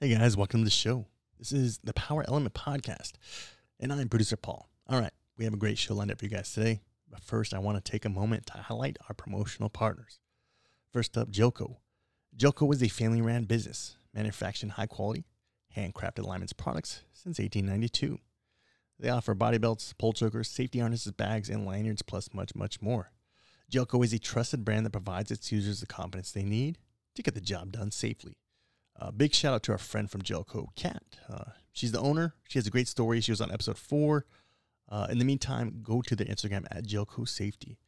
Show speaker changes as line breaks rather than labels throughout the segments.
Hey guys, welcome to the show. This is the Power Element Podcast, and I'm producer Paul. All right, we have a great show lined up for you guys today, but first I want to take a moment to highlight our promotional partners. First up, Joko. Joko is a family run business manufacturing high quality, handcrafted lineman's products since 1892. They offer body belts, pole chokers, safety harnesses, bags, and lanyards, plus much, much more. Jelco is a trusted brand that provides its users the confidence they need to get the job done safely. Uh, big shout out to our friend from Jelco, Kat. Uh, she's the owner. She has a great story. She was on episode four. Uh, in the meantime, go to their Instagram at Jelco Safety.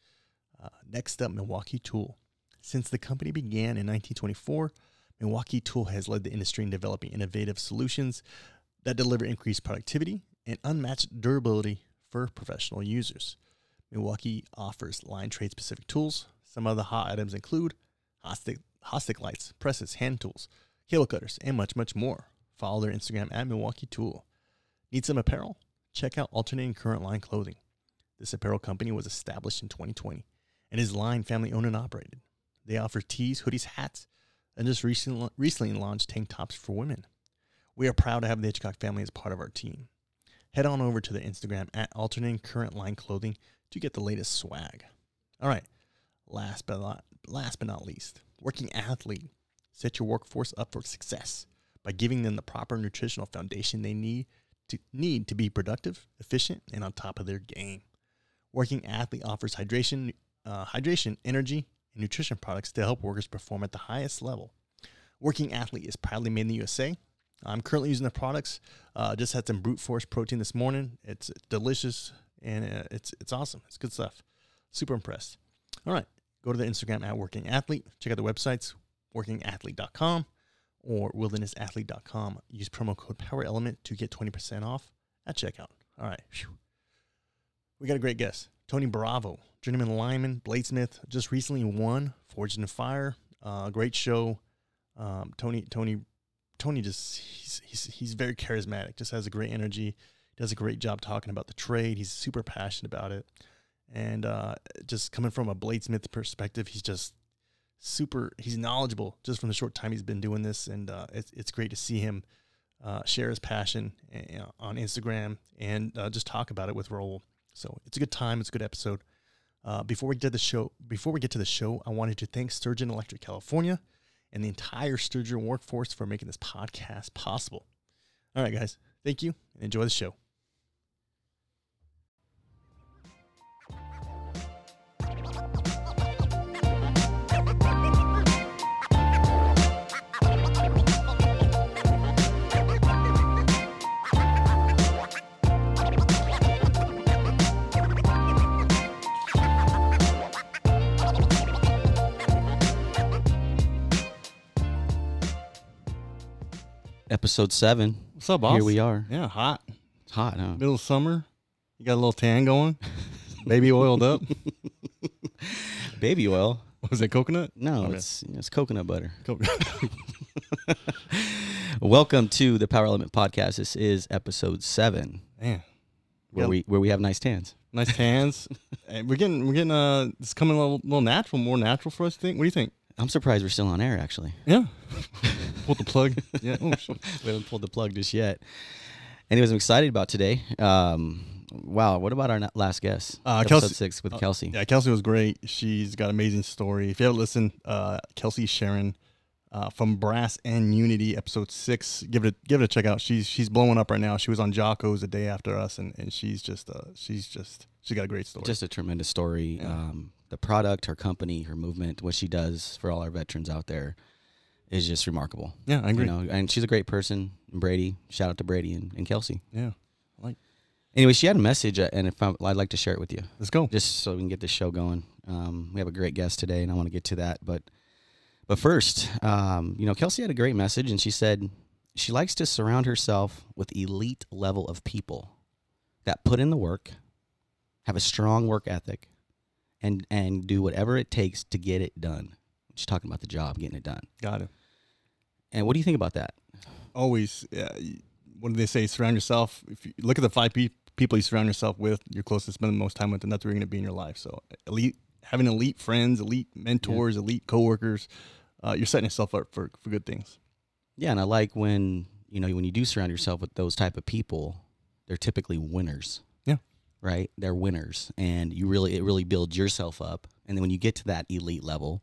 Uh, next up, Milwaukee Tool. Since the company began in 1924, Milwaukee Tool has led the industry in developing innovative solutions that deliver increased productivity and unmatched durability for professional users. Milwaukee offers line trade specific tools. Some of the hot items include hot stick, hot stick lights, presses, hand tools, cable cutters, and much, much more. Follow their Instagram at Milwaukee Tool. Need some apparel? Check out alternating current line clothing. This apparel company was established in 2020 and is line family owned and operated. They offer tees, hoodies, hats, and just recently, recently launched tank tops for women. We are proud to have the Hitchcock family as part of our team. Head on over to their Instagram at alternating current line clothing to get the latest swag. All right, last but not, last but not least, Working Athlete. Set your workforce up for success by giving them the proper nutritional foundation they need to need to be productive, efficient, and on top of their game. Working Athlete offers hydration, uh, hydration, energy, and nutrition products to help workers perform at the highest level. Working Athlete is proudly made in the USA. I'm currently using the products. Uh, just had some brute force protein this morning. It's delicious and uh, it's it's awesome. It's good stuff. Super impressed. All right, go to the Instagram at Working Athlete. Check out the websites workingathlete.com or wildernessathlete.com. Use promo code Power Element to get 20% off at checkout. All right, phew. we got a great guest. Tony Bravo, journeyman lineman, bladesmith, just recently won Forged in Fire. Uh, great show. Um, Tony, Tony, Tony just he's, he's he's very charismatic. Just has a great energy. Does a great job talking about the trade. He's super passionate about it, and uh, just coming from a bladesmith perspective, he's just super. He's knowledgeable just from the short time he's been doing this, and uh, it's it's great to see him uh, share his passion uh, on Instagram and uh, just talk about it with Raul. So it's a good time. It's a good episode. Uh, before we get to the show, before we get to the show, I wanted to thank Sturgeon Electric California and the entire Sturgeon workforce for making this podcast possible. All right, guys, thank you and enjoy the show.
Episode seven.
What's up,
Here we are.
Yeah, hot
It's hot, huh?
middle of summer. You got a little tan going. Baby oiled up.
Baby oil.
Was it coconut?
No,
Okay.
it's it's coconut butter.
Co-
Welcome to the Power Element Podcast. This is episode seven,
Man,
where
Yep.
we where we have nice tans.
nice tans. And we're getting we're getting uh it's coming a little, little natural, more natural for us. Think. What do you think?
I'm surprised we're still on air. Actually,
Yeah. Pull the plug. Yeah. Oh, shit.
we haven't pulled the plug just yet. Anyways, I'm excited about today. Um, wow, what about our na- last guest?
Uh,
episode
Kelsey-
six with
uh,
Kelsey.
Yeah, Kelsey was great. She's got an amazing story. If you haven't listened, uh, Kelsey Sharon uh, from Brass and Unity, episode six. Give it a, give it a check out. She's she's blowing up right now. She was on Jocko's the day after us, and, and she's just uh, she's just she got a great story.
Just a tremendous story.
Yeah.
Um, the product, her company, her movement, what she does for all our veterans out there is just remarkable.
yeah, I agree.
You know, and she's a great person. Brady, shout out to Brady and, and Kelsey.
Yeah, I like.
Anyway, she had a message, uh, and if I, I'd like to share it with you,
Let's go.
just so we can get this show going. Um, we have a great guest today, and I want to get to that, but but first, um, you know, Kelsey had a great message, and she said she likes to surround herself with elite level of people that put in the work, have a strong work ethic, and and do whatever it takes to get it done. She's talking about the job, getting it done.
Got it.
And what do you think about that?
Always. Yeah, y- what do they say? Surround yourself. If you look at the five pe- people you surround yourself with, you're closest, spend the most time with, and that's where you're going to be in your life. So elite, having elite friends, elite mentors, elite coworkers, uh, you're setting yourself up for for good things.
yeah, and I like when you know when you do surround yourself with those type of people, they're typically winners.
Yeah.
right. They're winners, and you really it really builds yourself up. And then when you get to that elite level,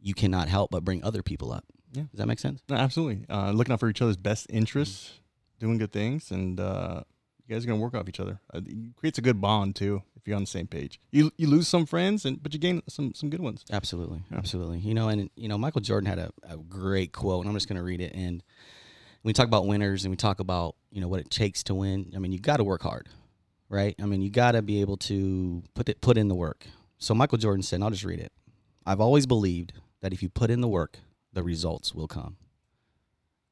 you cannot help but bring other people up.
Yeah.
does that make sense?
No, absolutely. Uh, looking out for each other's best interests, doing good things, and uh, you guys are gonna work off each other. Uh, it creates a good bond too if you're on the same page. You you lose some friends, and but you gain some some good ones.
Absolutely, absolutely. You know, and you know, Michael Jordan had a, a great quote, and I'm just going to read it. And we talk about winners, and we talk about you know what it takes to win. I mean, you got to work hard, right? I mean, you got to be able to put it put in the work. So Michael Jordan said, and I'll just read it. I've always believed that if you put in the work, the results will come.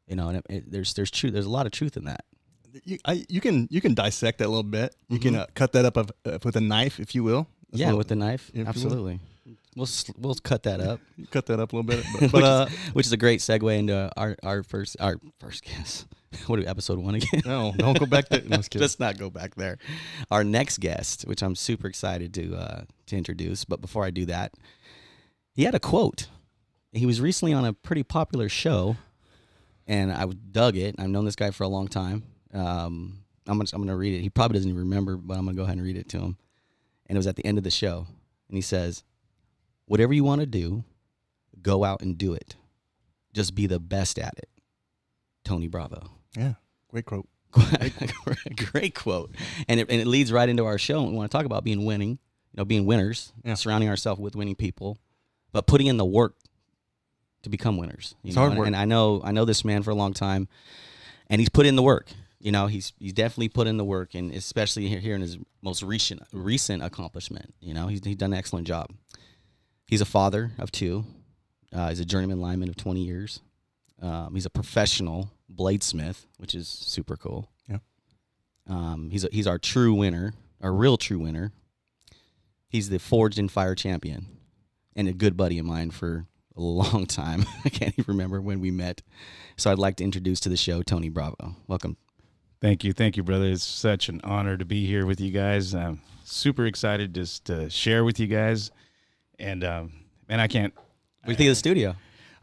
You know, and it, it, there's there's truth. There's a lot of truth in that.
You I, you can you can dissect that a little bit. You can uh, cut that up of, uh, with a knife, if you will. That's
yeah,
what-
with the knife,
you will.
absolutely. We'll s- we'll cut that up.
you cut that up a little bit. But, but
which,
uh,
is, which is a great segue into our, our first our first guest. What are we, episode one again?
no, don't go back to. No, just kidding.
Let's not go back there. Our next guest, which I'm super excited to uh, to introduce, but before I do that, he had a quote. He was recently on a pretty popular show, and I dug it. I've known this guy for a long time. Um, I'm gonna, I'm gonna read it. He probably doesn't even remember, but I'm gonna go ahead and read it to him. And it was at the end of the show, and he says, "Whatever you want to do, go out and do it. Just be the best at it." Tony Bravo.
yeah, great quote.
great quote and it, and it leads right into our show and we want to talk about being winning you know being winners
Yeah.
surrounding ourselves with winning people but putting in the work to become winners you
It's
know
hard
and,
work.
and i know i know this man for a long time and he's put in the work you know he's he's definitely put in the work and especially here, here in his most recent recent accomplishment you know he's, he's done an excellent job he's a father of two uh, he's a journeyman lineman of 20 years um, he's a professional bladesmith which is super cool um, he's a, he's our true winner, our real true winner. He's the Forged in Fire champion, and a good buddy of mine for a long time. I can't even remember when we met. So I'd like to introduce to the show Tony Bravo. Welcome.
Thank you, thank you, brother. It's such an honor to be here with you guys. I'm super excited just to share with you guys, and um, man, I can't.
What do you think of the studio?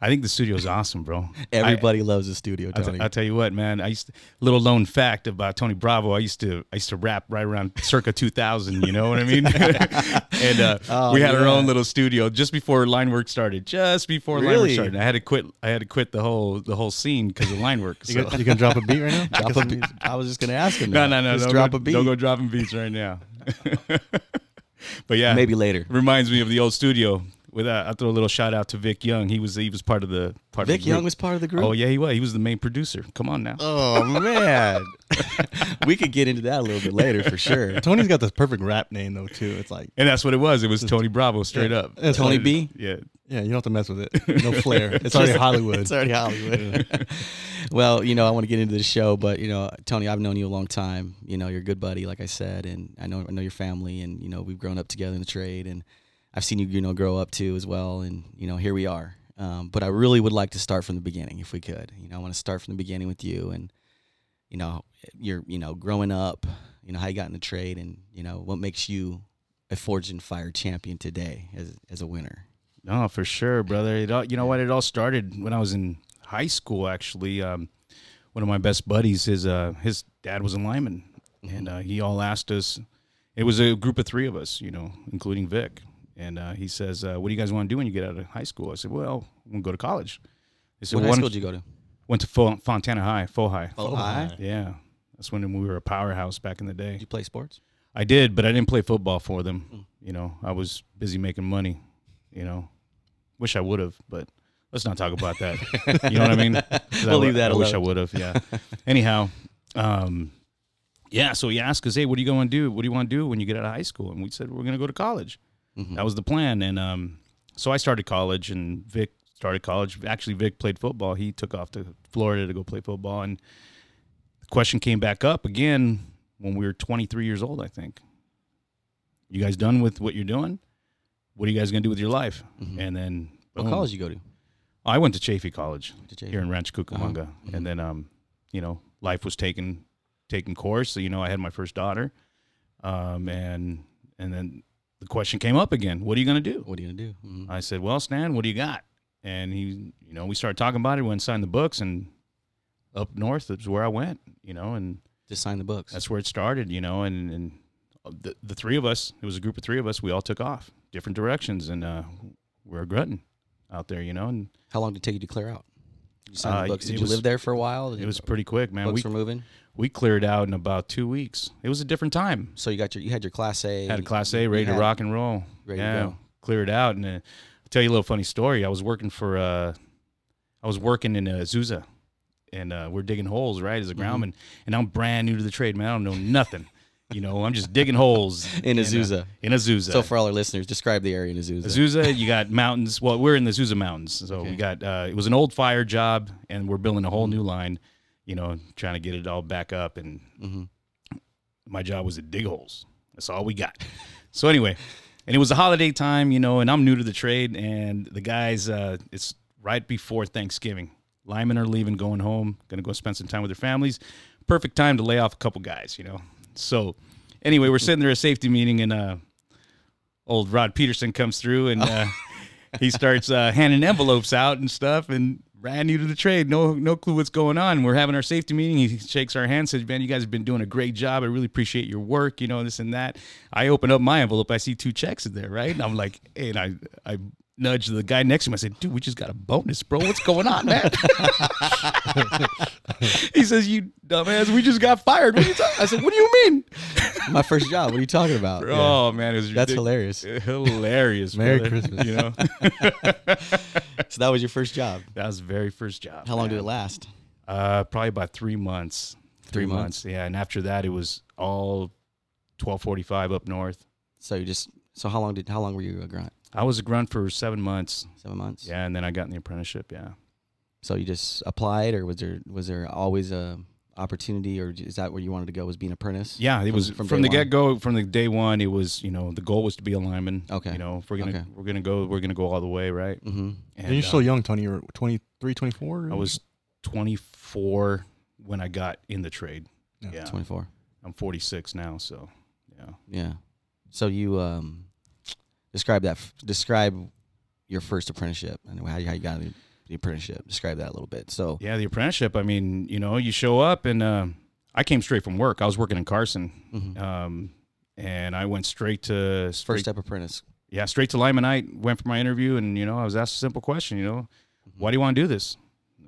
I think the studio is awesome, bro.
Everybody loves the studio,
I, will
Tony.
tell you what, man. I used to, little known fact about Tony Bravo. I used to I used to rap right around circa 2000. You know what I mean? and uh,
Oh,
we had our
yeah.
own little studio just before line work started. Just before line work
Really?
started, I had to quit. I had to quit the whole the whole scene because of line work.
You
So.
can, you can drop a beat right now.
Drop a beat. I was just gonna ask him.
No,
that.
no, no.
Just
don't
drop
go,
a beat.
Don't go dropping beats right now. but yeah,
Maybe later.
reminds me of the old studio. With uh, I'll throw a little shout out to Vic Young. He was he was part of the part. of
Vic
the group.
Young was part of the group.
Oh yeah, he was. He was the main producer. Come on now.
Oh man, we could get into that a little bit later for sure.
Tony's got this perfect rap name though too. It's like
And that's what it was. It was Tony Bravo straight up.
that's
Tony
what it is.
B.
Yeah.
Yeah, you don't have to mess with it. No flair. It's already Hollywood.
It's already Hollywood. well, you know, I want to get into the show, but you know, Tony, I've known you a long time. You know, you're a good buddy, like I said, and I know I know your family, and you know, we've grown up together in the trade, and I've seen you, you know, grow up too as well, and you know, here we are. Um, but I really would like to start from the beginning, if we could. You know, I want to start from the beginning with you, and you know, you're you know, growing up, you know, how you got in the trade, and you know, what makes you a Forge and Fire champion today as as a winner.
No, for sure, brother. It all, you know what? It all started when I was in high school. Actually, um, one of my best buddies, his uh, his dad was a lineman,
Mm-hmm.
and uh, he all asked us. It was a group of three of us, you know, including Vic. And uh, he says, uh, "What do you guys want to do when you get out of high school?" I said, "Well, I'm gonna go to college." They said,
What
"Well,
high
why
school
don't-
did you go to?
Went to Fo- Fontana High, Fo High.
Oh, hi.
Yeah, that's when we were a powerhouse back in the day.
Did you play sports?
I did, but I didn't play football for them. You know, I was busy making money. You know, wish I would have, but let's not talk about that. you know what I mean? 'Cause
We'll
I,
leave that
I wish I
alone.
would have. Yeah. Anyhow, um, yeah. So he asked us, "Hey, what do you going to do? What do you want to do when you get out of high school?" And we said, "We're going to go to college."
Mm-hmm.
That was the plan, and um, so I started college, and Vic started college. Actually, Vic played football. He took off to Florida to go play football, and the question came back up again when we were 23 years old, I think. You guys done with what you're doing? What are you guys going to do with your life?
Mm-hmm.
And then
What
boom.
college did you go to?
I went to Chafee College
To JV?
Um, here in Rancho Cucamonga,
Uh-huh. Mm-hmm.
and then um, you know, life was taken taken course. So, you know, I had my first daughter, um, and and then the question came up again: What are you going to do? Uh,
What are you gonna do? Mhm.
I said, "Well, Stan, what do you got?" and he, you know, we started talking about it. We went and signed the books, and up north is where I went, you know, and
Just sign the books.
that's where it started, you know, and and uh, the, the three of us, it was a group of three of us, we all took off different directions, and uh, we are grunting out there, you know, and
How long did it take you to clear out? Did You signed
Uh,
the books. Did
it
you
was-
live there for a while? Did
it was pretty quick, man.
books
We
were moving.
we cleared out in about two weeks. It was a different time.
So you got your you had your class A.
Had a class A,
you
ready
had-
to rock and roll.
ready to
yeah,
go.
cleared out, and uh, I'll tell you a little funny story. I was working for, uh, I was working in uh, Azusa, and uh, we're digging holes, right,
Mm-hmm.
as a groundman, and I'm brand new to the trade, man. I don't know nothing. you know, I'm just digging holes
in
and, uh,
Azusa.
in Azusa.
So for all our listeners, describe the area in Azusa.
Azusa, you got mountains. Well, we're in the Azusa Mountains, so
Okay.
we got. Uh, it was an old fire job, and we're building a whole new line. You know, trying to get it all back up, and
Mhm.
my job was to dig holes. That's all we got. so anyway, and it was a holiday time, you know, and I'm new to the trade, and the guys, uh, it's right before Thanksgiving. Lyman are leaving, going home, gonna go spend some time with their families. Perfect time to lay off a couple guys, you know. So anyway, we're sitting there at a safety meeting, and uh, old Rod Peterson comes through,
Oh.
and uh, he starts uh, handing envelopes out and stuff, and. Brand new to the trade, no no clue what's going on. We're having our safety meeting. He shakes our hand, says, "Man, you guys have been doing a great job. I really appreciate your work. You know this and that." I open up my envelope, I see two checks in there, right? And I'm like, hey, and I I nudge the guy next to him. I said, "Dude, we just got a bonus, bro. What's going on, man?" he says, "You dumbass, we just got fired." What are you talking? I said, "What do you mean?"
My first job. What are you talking about? Yeah.
Oh man, it was
That's
ridic-
hilarious.
Hilarious.
Merry
brother.
Christmas.
You know,
So that was your first job.
that was the very first job.
How long
man.
did it last?
Uh, probably about three months. Three, months. Yeah, and after that, it was all twelve forty-five up north.
So you just so how long did how long were you a grunt?
I was a grunt for seven months.
Seven months.
Yeah, and then I got in the apprenticeship. Yeah.
So you just applied, or was there was there always a opportunity, or is that where you wanted to go? Was being apprentice?
Yeah, it
From-
was
from
from,
day
the
one?
get go. From the day one, it was you know the goal was to be a lineman.
Okay.
you know if we're gonna
Okay.
we're gonna go we're gonna go all the way, right?
Mm-hmm.
And, you're
uh,
still young, Tony. You're 23, 24?
I was 24 when I got in the trade.
Yeah.
Yeah,
Twenty four.
I'm 46 now, so yeah.
Yeah. So you um, describe that. f- Describe your first apprenticeship and how you, how you got the apprenticeship. Describe that a little bit. So
Yeah, the apprenticeship. I mean, you know, you show up and uh, I came straight from work. I was working in Carson,
mhm.
um, and I went straight to
first
straight,
step apprentice.
yeah, straight to Lymanite. Went for my interview, and you know, I was asked a simple question. You know, why do you want to do this?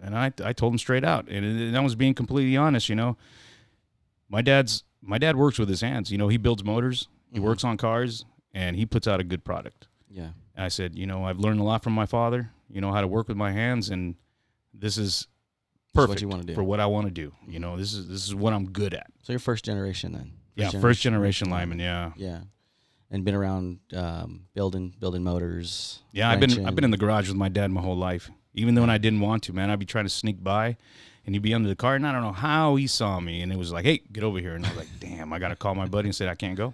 And I, I told him straight out, and, and I was being completely honest. You know, my dad's my dad works with his hands. You know, he builds motors, he
Mhm.
works on cars, and he puts out a good product.
Yeah.
And I said, you know, I've learned a lot from my father. You know how to work with my hands, and this is
This is
perfect
what you wanna do.
for what I want to do. You know, this is this is what I'm good at.
So you're first generation then.
yeah, first generation lineman. Yeah,
Yeah. And been around um, building building motors.
Yeah, I've been I've been
wrenching.
in the garage with my dad my whole life. Even though when I didn't want to, man, I'd be trying to sneak by, and he'd be under the car, and I don't know how he saw me, and it was like, "Hey, get over here!" And I was like, "Damn, I gotta call my buddy and say I can't go."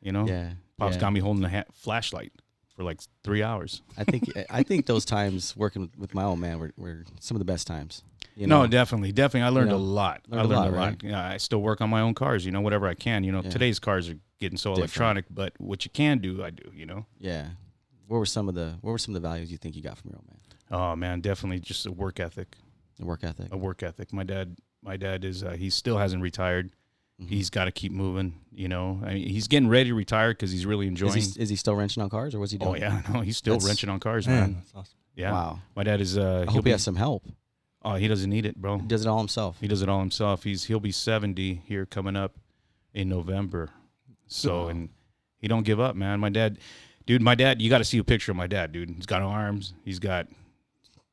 You know,
Yeah.
pops
yeah.
got me holding a ha- flashlight for like three hours.
I think I think those times working with my old man were, were some of the best times. You
no, definitely, definitely, I learned
know,
a lot.
learned
I
a
learned
lot,
a lot.
right?
Yeah, I still work on my own cars. You know, whatever I can. You know,
Yeah.
today's cars are getting so
Different.
electronic, but what you can do, I do. You know.
yeah. What were some of the what were some of the values you think you got from your old man?
Oh man, definitely just a work ethic.
The work ethic.
a work ethic. My dad, my dad is uh, he still hasn't retired.
Mm-hmm.
He's got to keep moving. You know, I mean, he's getting ready to retire because he's really
Is
enjoying.
he, is he still wrenching on cars or what's he doing?
oh yeah, no, he's still
That's-
wrenching on cars,
Man,
man.
that's awesome.
Yeah,
Wow.
my dad is. Uh,
I
he'll
hope
be,
he has some help.
oh, he doesn't need it, bro.
He does it all himself.
He does it all himself. He's he'll be seventy here coming up in November. So
Wow.
and he don't give up, man. My dad, dude, my dad. You got to see a picture of my dad, dude. He's got no arms. He's got,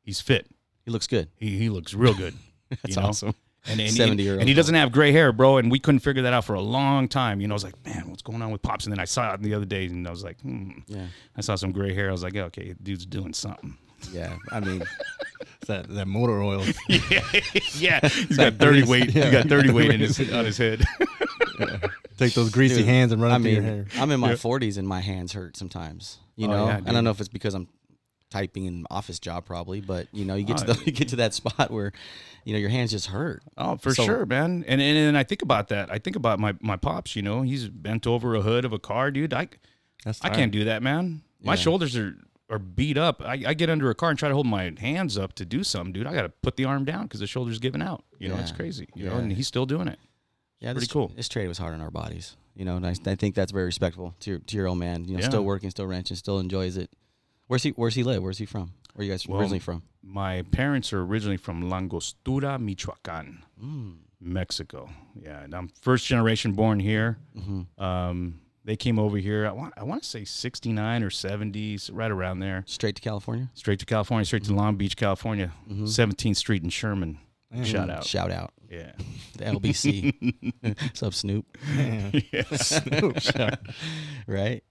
he's fit.
He looks good.
He he looks real good.
That's
know?
awesome.
and, and,
70
and-
year
and he
old.
doesn't have gray hair, bro. And we couldn't figure that out for a long time. You know, I was like, man, what's going on with pops? And then I saw it the other day, and I was like, hmm.
Yeah.
I saw some gray hair. I was like, okay, dude's doing something.
Yeah. I mean,
It's that, that motor oil.
yeah, yeah. He's got thirty weight. He's got thirty weight in his on his head.
Take those greasy
Dude,
hands and run it
I
through your
mean,
hair.
I'm in my 40s and my hands hurt sometimes. You
Oh,
know,
yeah,
I don't
dude.
know if it's because I'm typing in office job probably, but you know, you get to
Oh,
the, you get to that spot where, you know, your hands just hurt.
Oh, for
So-
sure, man. And, and and I think about that. I think about my my pops. You know, he's bent over a hood of a car, dude. I
That's
I can't do that, man. My
Yeah.
shoulders are are beat up, I, I get under a car and try to hold my hands up to do something, dude. I got to put the arm down because the shoulder's giving out. You know, it's
Yeah.
crazy. You know,
Yeah.
and he's still doing it.
Yeah,
pretty
this,
cool.
This trade was hard on our bodies, you know, and I, I think that's very respectful to your to your old man. You know,
Yeah.
still working, still wrenching, still enjoys it. Where's he? Where's he live? Where's he from? Where you guys
Well,
originally from?
My parents are originally from Langostura, Michoacan,
Mm.
Mexico. Yeah, and I'm first generation born here.
hmm
Um, they came over here. I want I want to say 69 or 70s, right around there.
Straight to California.
Straight to California, straight to Long Beach, California, 17th Street in Sherman. Shout out.
Shout out
Yeah.
the LBC. What's up, Snoop?
yes.
Right?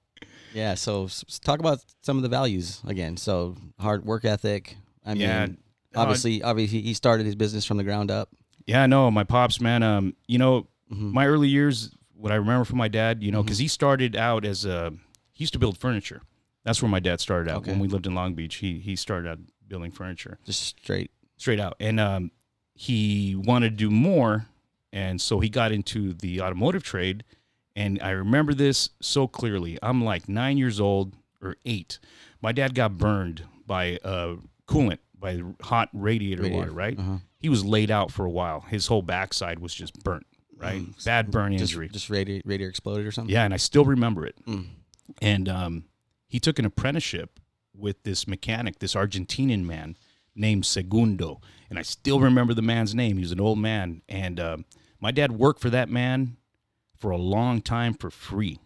Yeah. So s- s- talk about some of the values again. So hard work ethic. I mean,
Yeah. Oh, I-
obviously, obviously, he started his business from the ground up.
Yeah, no, my pops, man. Um, you know,
Mhm.
my early years, what I remember from my dad, you know, because he started out as a he used to build furniture. That's where my dad started out when
Okay.
we lived in Long Beach. He he started out building furniture
Just straight.
straight out, and um, he wanted to do more, and so he got into the automotive trade. And I remember this so clearly. I'm like nine years old or eight. My dad got burned by uh, coolant by hot radiator, water,
Radiator.
right?
Uh-huh.
he was laid out for a while. His whole backside was just burnt, right? Bad burn
Mm. Just
injury.
just radio, radio exploded or something.
yeah, and I still remember it.
Mm.
And um, he took an apprenticeship with this mechanic, this Argentinian man named Segundo. And I still remember the man's name. He was an old man. And um, my dad worked for that man for a long time for free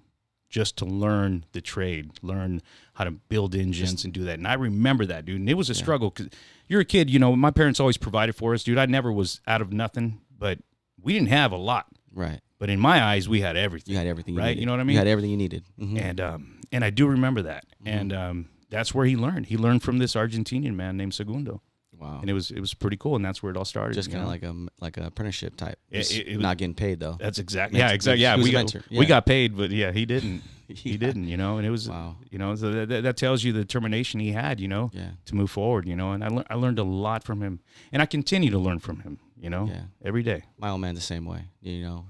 just to learn the trade, learn how to build engines and do that. And I remember that, dude. And it was a struggle because you're a kid, you know, my parents always provided for us, dude. I never was out of nothing, but we didn't have a lot.
Right.
But in my eyes, we had everything.
You had everything.
Right,
needed.
you know what I mean?
You had everything you needed. Mhm.
and um, and I do remember that,
Mm-hmm.
and um, that's where he learned. He learned from this Argentinian man named Segundo,
Wow.
and it was it was pretty cool, and that's where it all
Oh.
started.
just
you
kind of
know?
like a m- like an apprenticeship type.
It-
Just
it- it was-
not getting paid though.
that's exactly
Mentor-
yeah exactly yeah
he was
we
a
got
mentor,
we
yeah.
got paid, but yeah he didn't he
Yeah.
didn't you know, and it was
Wow.
you know so that- that, that tells you the determination he had you know
Yeah.
to move forward you know, and I lear- I learned a lot from him, and I continue to learn from him you know
Yeah.
every day.
My old man the same way. You know,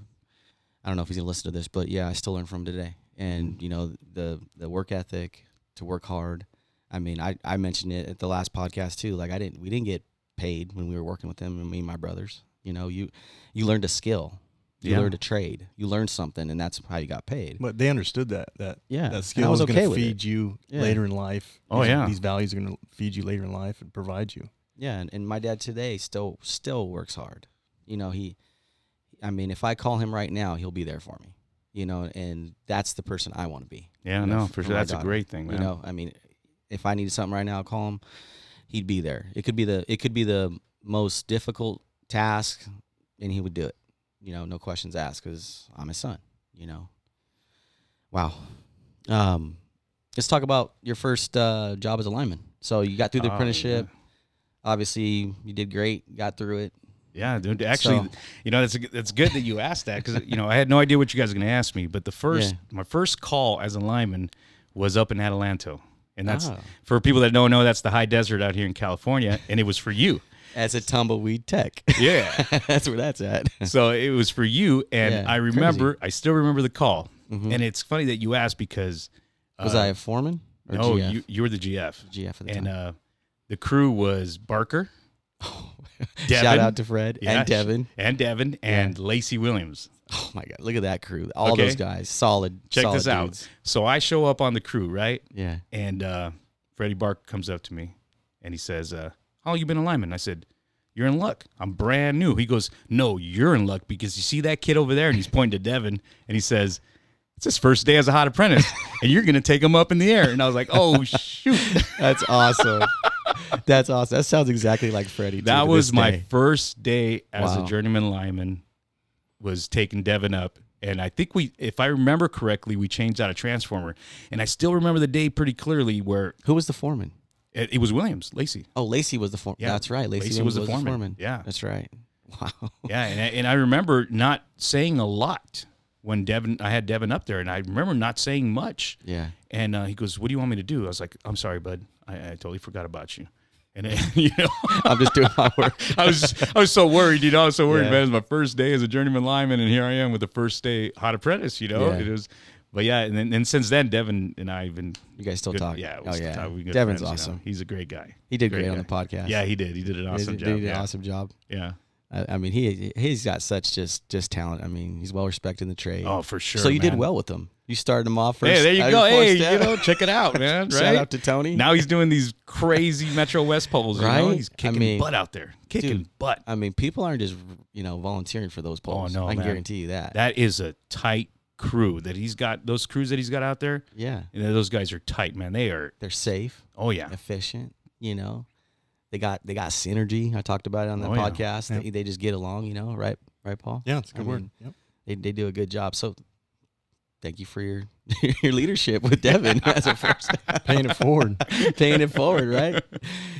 I don't know if he's gonna listen to this, but yeah, I still learn from him today. And you know the the work ethic to work hard. I mean, I I mentioned it at the last podcast too. Like I didn't we didn't get paid when we were working with him. Me and my brothers. You know, you you learned a skill. You
Yeah.
learned a trade. You learned something, and that's how you got paid.
But they understood that that
Yeah, and I
that skill
was
was,
okay
going to
with it.
feed you
Yeah.
later in life.
Oh,
These-
yeah.
these values are going to feed you later in life and provide you.
Yeah, and, and my dad today still still works hard. You know, he I mean, if I call him right now, he'll be there for me. You know, and that's the person I want to be.
Yeah,
you know,
no,
f-
for sure.
my
That's a
daughter.
great thing, man.
You know, I mean, if I needed something right now, I'll call him. He'd be there. It could be the it could be the most difficult task and he would do it. You know, no questions asked cuz I'm his son, you know. Wow. Um let's talk about your first uh, job as a lineman. So you got through the
Oh,
apprenticeship obviously you did great, got through it.
Yeah, dude. Actually,
So-
you know that's that's good that you asked that because you know I had no idea what you guys were going to ask me. But the first,
Yeah.
my first call as a lineman was up in Adelanto, and that's
Ah.
for people that don't know, that's the high desert out here in California, and it was for you.
As a tumbleweed tech.
Yeah.
That's where that's at.
so it was for you, and
Yeah, Mm-hmm.
I remember, I still remember the call, and it's funny that you asked because
Was I a foreman? Or
Uh, no,
GF?
you you were the GF,
GF at the
and
time.
uh, the crew was Barker.
Shout
uh, Devin.
out to Fred
Yeah,
and Devin.
and Devin, and Lacey Williams.
Oh my god, look at that crew. All
Okay.
those guys. Solid.
Check
solid
this out.
dudes.
So I show up on the crew, right?
Yeah.
And uh, Freddie Bark comes up to me and he says, uh, How long you been a lineman? I said, You're in luck. I'm brand new. He goes, No, you're in luck because you see that kid over there and he's pointing to Devin and he says, It's his first day as a hot apprentice and you're going to take him up in the air. And I was like, Oh, shoot.
That's awesome. that's awesome. That sounds exactly like Freddie. too, to
that
this
was my
day.
first day as a
Wow.
journeyman lineman was taking devin up and i think we if i remember correctly we changed out a transformer and i still remember the day pretty clearly where
Who was the foreman?
it, it was williams lacey
Oh, Lacey was the foreman.
Yeah.
That's right. Lacey,
Lacey was the foreman. Yeah.
That's right. Wow.
yeah and I, and I remember not saying a lot when devin i had devin up there and i remember not saying much
Yeah.
and uh, he goes what do you want me to do i was like i'm sorry bud i, I totally forgot about you and uh, you know
I'm just doing my work.
I was I was so worried, you know. I was so worried,
Yeah.
man. It was my first day as a journeyman lineman, and here I am with the first day hot apprentice, you know.
Yeah.
It was But yeah, and then and since then, Devin and I have been
You guys still
good-
talk?
Yeah, we
oh
still
yeah.
talk. We're good
Devin's
friends, you know.
awesome.
He's a great guy.
He did great,
Great
on the podcast.
Yeah, he did. He did an
He did-
awesome
he
job.
did an
yeah.
awesome job.
yeah.
I, I mean, he he's got such just just talent. I mean, he's well respected in the trade.
Oh, for sure.
so you did
man.
well with him. You started him off first.
Hey, there
uh,
you go.
before
Hey,
Steph.
you know, check it out, man. Right?
shout out to Tony.
now he's doing these crazy Metro West polls. You know?
Right?
He's
I
kicking
mean,
butt out there, kicking
dude,
butt.
I mean, people aren't just you know volunteering for those polls.
no,
I can
man.
guarantee you that.
That is a tight crew that he's got. Those crews that he's got out there,
Yeah,
you know, those guys are tight, man. They are.
they're safe,
Oh yeah,
efficient. You know, they got they got synergy. I talked about it on the
Oh, yeah.
podcast. They, they just get along. You know, right? Right, Paul.
Yeah, it's a good
I
word.
mean,
Yep.
They they do a good job. So. Thank you for your your leadership with Devin as a first
Paying it forward.
paying it forward, right?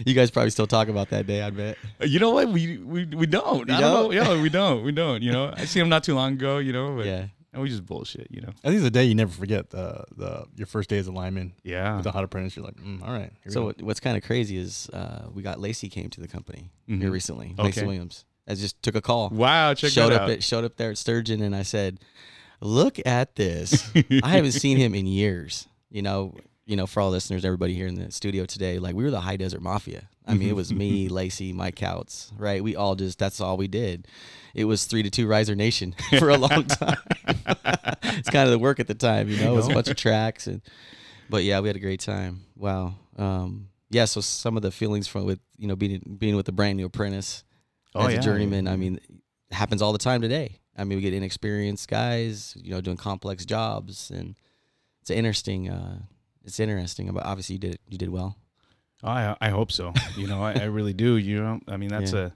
You guys probably still talk about that day, I bet.
You know what? We we, we don't.
You
I
don't?
don't know. Yeah, we don't. We don't. You know, I see him not too long ago. You know, but
Yeah.
and we just bullshit. You know.
I think it's a day you never forget. The the your first day as a lineman
Yeah.
with the hot apprentice. You're like, mm, all right. Here
So
we go.
what, what's kind of crazy is uh, we got Lacey came to the company
Mhm.
here recently. Lacey
Okay.
Williams. I just took a call.
Wow. Check
showed
that
up
out.
at showed up there at Sturgeon and I said, "Look at this. I haven't seen him in years." You know, you know, for all listeners, everybody here in the studio today, like we were the High Desert Mafia. I mean, it was me, Lacey, Mike Couts, right? We all just that's all we did. It was three to two Riser Nation for a long time. it's kind of the work at the time, you know. It was a bunch of tracks and but yeah, we had a great time. Wow. Um, yeah. So some of the feelings from with you know being being with a brand new apprentice
Oh,
as
yeah.
a journeyman. I mean, it happens all the time today. I mean, we get inexperienced guys, you know, doing complex jobs, and it's an interesting. Uh, it's interesting, but obviously you did you did well.
I I hope so. You know, I, I really do. You know, I mean, that's
Yeah.
a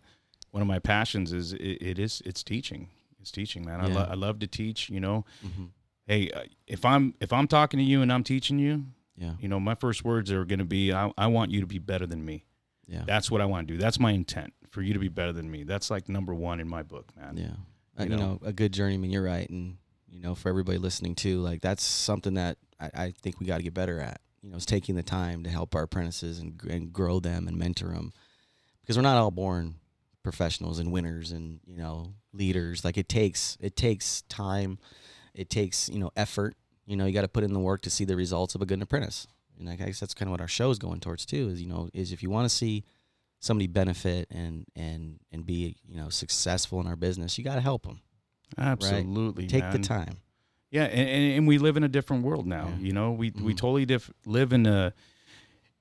one of my passions is it, it is it's teaching. It's teaching, man. I,
Yeah.
lo- I love to teach. You know,
Mhm.
hey, uh, if I'm if I'm talking to you and I'm teaching you,
Yeah,
you know, my first words are going to be, I, I want you to be better than me.
yeah,
That's what I want to do. That's my intent for you to be better than me. That's like number one in my book, man.
yeah. Uh,
you
you, know,
know.
a good journeyman. You're right, and you know, for everybody listening too, like that's something that I, I think we got to get better at. You know, is taking the time to help our apprentices and gr- and grow them and mentor them, because we're not all born professionals and winners and you know leaders. Like it takes it takes time, it takes you know effort. You know, you got to put in the work to see the results of a good apprentice. And I guess that's kind of what our show is going towards too. Is you know, is if you want to see somebody benefit and and and be you know successful in our business, you got to help them.
Absolutely.
Take the
man.
time.
Yeah, and, and, and we live in a different world now.
Yeah.
You know, we we
Mhm.
totally diff- live in a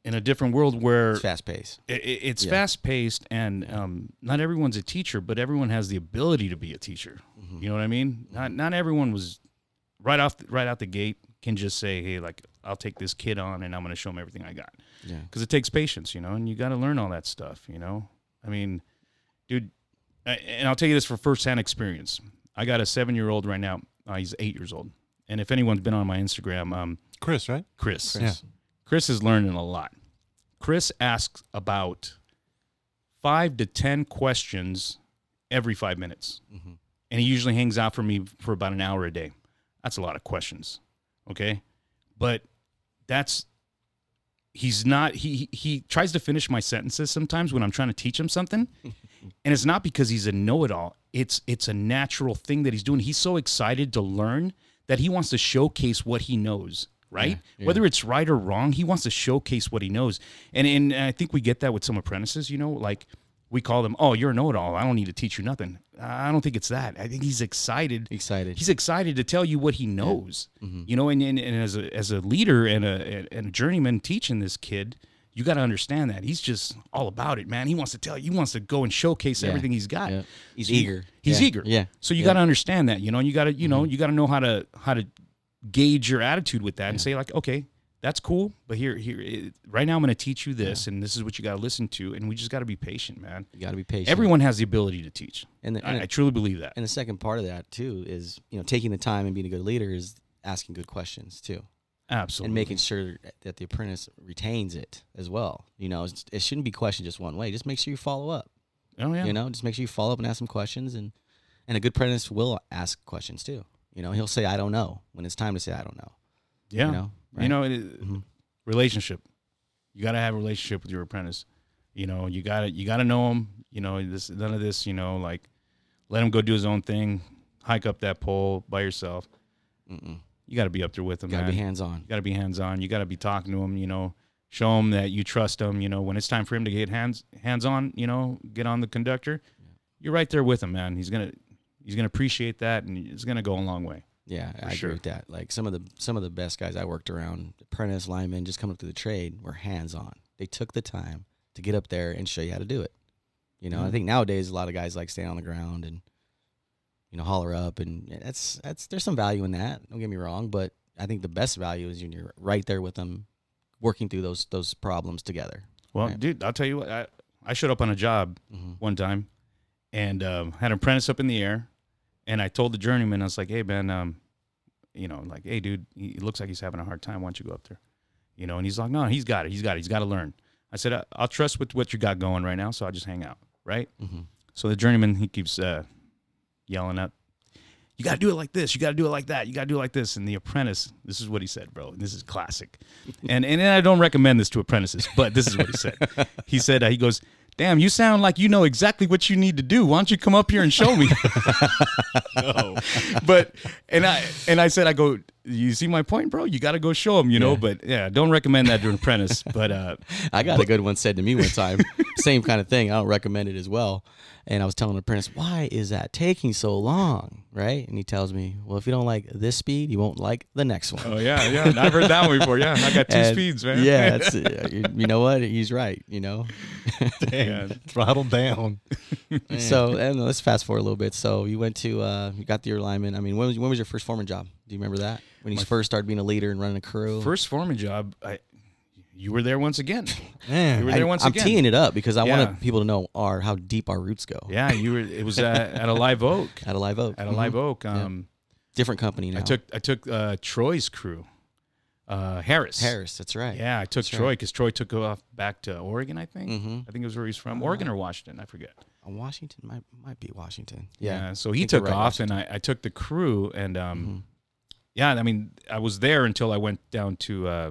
in a different world where
It's fast paced.
it, it- it's
Yeah.
fast paced and um, not everyone's a teacher, but everyone has the ability to be a teacher.
Mhm.
You know what I mean? Not not everyone was right off right out the gate can just say, hey, like I'll take this kid on and I'm going to show him everything I got
Yeah.
because it takes patience, you know, and you got to learn all that stuff, you know. I mean, dude, I- and I'll tell you this for firsthand experience. I got a seven year old right now. Uh, he's eight years old, and if anyone's been on my Instagram, um,
Chris, right?
Chris,
Yeah.
Chris is learning a lot. Chris asks about five to 10 questions every five minutes.
Mhm.
And he usually hangs out for me for about an hour a day. That's a lot of questions. Okay. But that's, he's not, he, he- he tries to finish my sentences sometimes when I'm trying to teach him something. and it's not because he's a know it all, it's, it's a natural thing that he's doing. He's so excited to learn that he wants to showcase what he knows. Right,
yeah.
whether it's right or wrong, he wants to showcase what he knows, and and I think we get that with some apprentices. You know, like we call them, "Oh, you're a know-it-all. I don't need to teach you nothing." I don't think it's that. I think he's excited
Excited.
he's excited to tell you what he knows
Mm-hmm.
you know and, and, and as a as a leader and a and a journeyman teaching this kid you got to understand that he's just all about it man he wants to tell he wants to go and showcase
Yeah.
everything he's got
Yeah. He's
So you-
eager.
he's
Yeah.
eager
Yeah.
so you
Yeah. Mm-hmm.
got to understand that you know and you got to you know you got to know how to how to gauge your attitude with that and say like okay that's cool but here here it- right now i'm going to teach you this and this is what you got to listen to and we just got to be patient man
You got to be patient.
everyone has the ability to teach
And the, and
I, I
the-
truly believe that
and the second part of that too is you know taking the time and being a good leader is asking good questions too.
absolutely
and making sure that the apprentice retains it as well. You know, it's- it shouldn't be questioned just one way. Just make sure you follow up.
oh yeah
You know, just make sure you follow up and ask some questions, and and a good apprentice will ask questions too. You know, he'll say I don't know when it's time to say I don't know.
yeah
You know,
You
right? Mm-hmm.
know, it, relationship. You got to have a relationship with your apprentice. You know, you got to you got to know him. You know, this none of this. You know, like let him go do his own thing, hike up that pole by yourself.
Mm-mm.
you got to be up there with them.
Got to
man.
be hands on.
You got to be hands on. You got to be talking to him. You know, show him that you trust him. You know, when it's time for him to get hands hands on, you know, get on the conductor. You're right there with him, man. He's gonna he's gonna appreciate that, and it's gonna go a long way.
Yeah, I agree
sure.
with that. Like some of the some of the best guys I worked around, apprentice linemen, just coming up to the trade, were hands on. They took the time to get up there and show you how to do it. You know, I
Mhm.
think nowadays a lot of guys like staying on the ground and you know holler up, and that's that's there's some value in that. Don't get me wrong, but I think the best value is when you're right there with them, working through those those problems together.
Well,
Right.
dude, I'll tell you what. I, I showed up on a job
Mhm.
one time, and um, had an apprentice up in the air, and I told the journeyman, I was like, "Hey, man, um, you know, like, hey, dude, he it looks like he's having a hard time. Why don't you go up there?" You know, and he's like, "No, he's got it. He's got it. He's got to learn." I said, I- "I'll trust with what you got going right now, so I'll just hang out, right?"
Mhm.
So the journeyman he keeps uh, yelling up, "You got to do it like this. You got to do it like that. You got to do it like this." And the apprentice, this is what he said, bro. and This is classic, and and I don't recommend this to apprentices, but this is what he said. He said uh, he goes. Damn, you sound like you know exactly what you need to do. Why don't you come up here and show me? but and I and I said I go. You see my point, bro? You got to go show him, you know. But yeah, don't recommend that to an apprentice. But uh,
I got a good one said to me one time. Same kind of thing. I don't recommend it as well. And I was telling the apprentice, why is that taking so long? Right? And he tells me, well, if you don't like this speed, you won't like the next one.
oh yeah, yeah, I've heard that one before. Yeah, I got two
And
speeds, man.
Yeah, that's, uh, you, you know what? He's right. You know.
Yeah.
Throttle down.
So and let's fast forward a little bit. So you went to uh, you got the alignment. I mean, when was when was your first foreman job? Do you remember that when you first started being a leader and running a crew?
First foreman job, I, you were there once again. You were
Man,
I,
there once
am
again.
teeing it up because I
Yeah.
want people to know our how deep our roots go.
Yeah, you were. It was uh, at a live oak.
At a live oak.
At a
Mhm.
live oak. Um,
Different company now.
I took I took uh, Troy's crew, uh, Harris.
Harris. That's right.
Yeah, I took
right.
Troy because Troy took off back to Oregon. I think.
Mm-hmm.
I think it was where he's from, Oregon or Washington. I forget.
Uh, Washington might might be Washington. Yeah.
So he
think you're
took
right, Mm-hmm.
off, and I, I took the crew, and um, yeah, I mean, I was there until I went down to. Uh,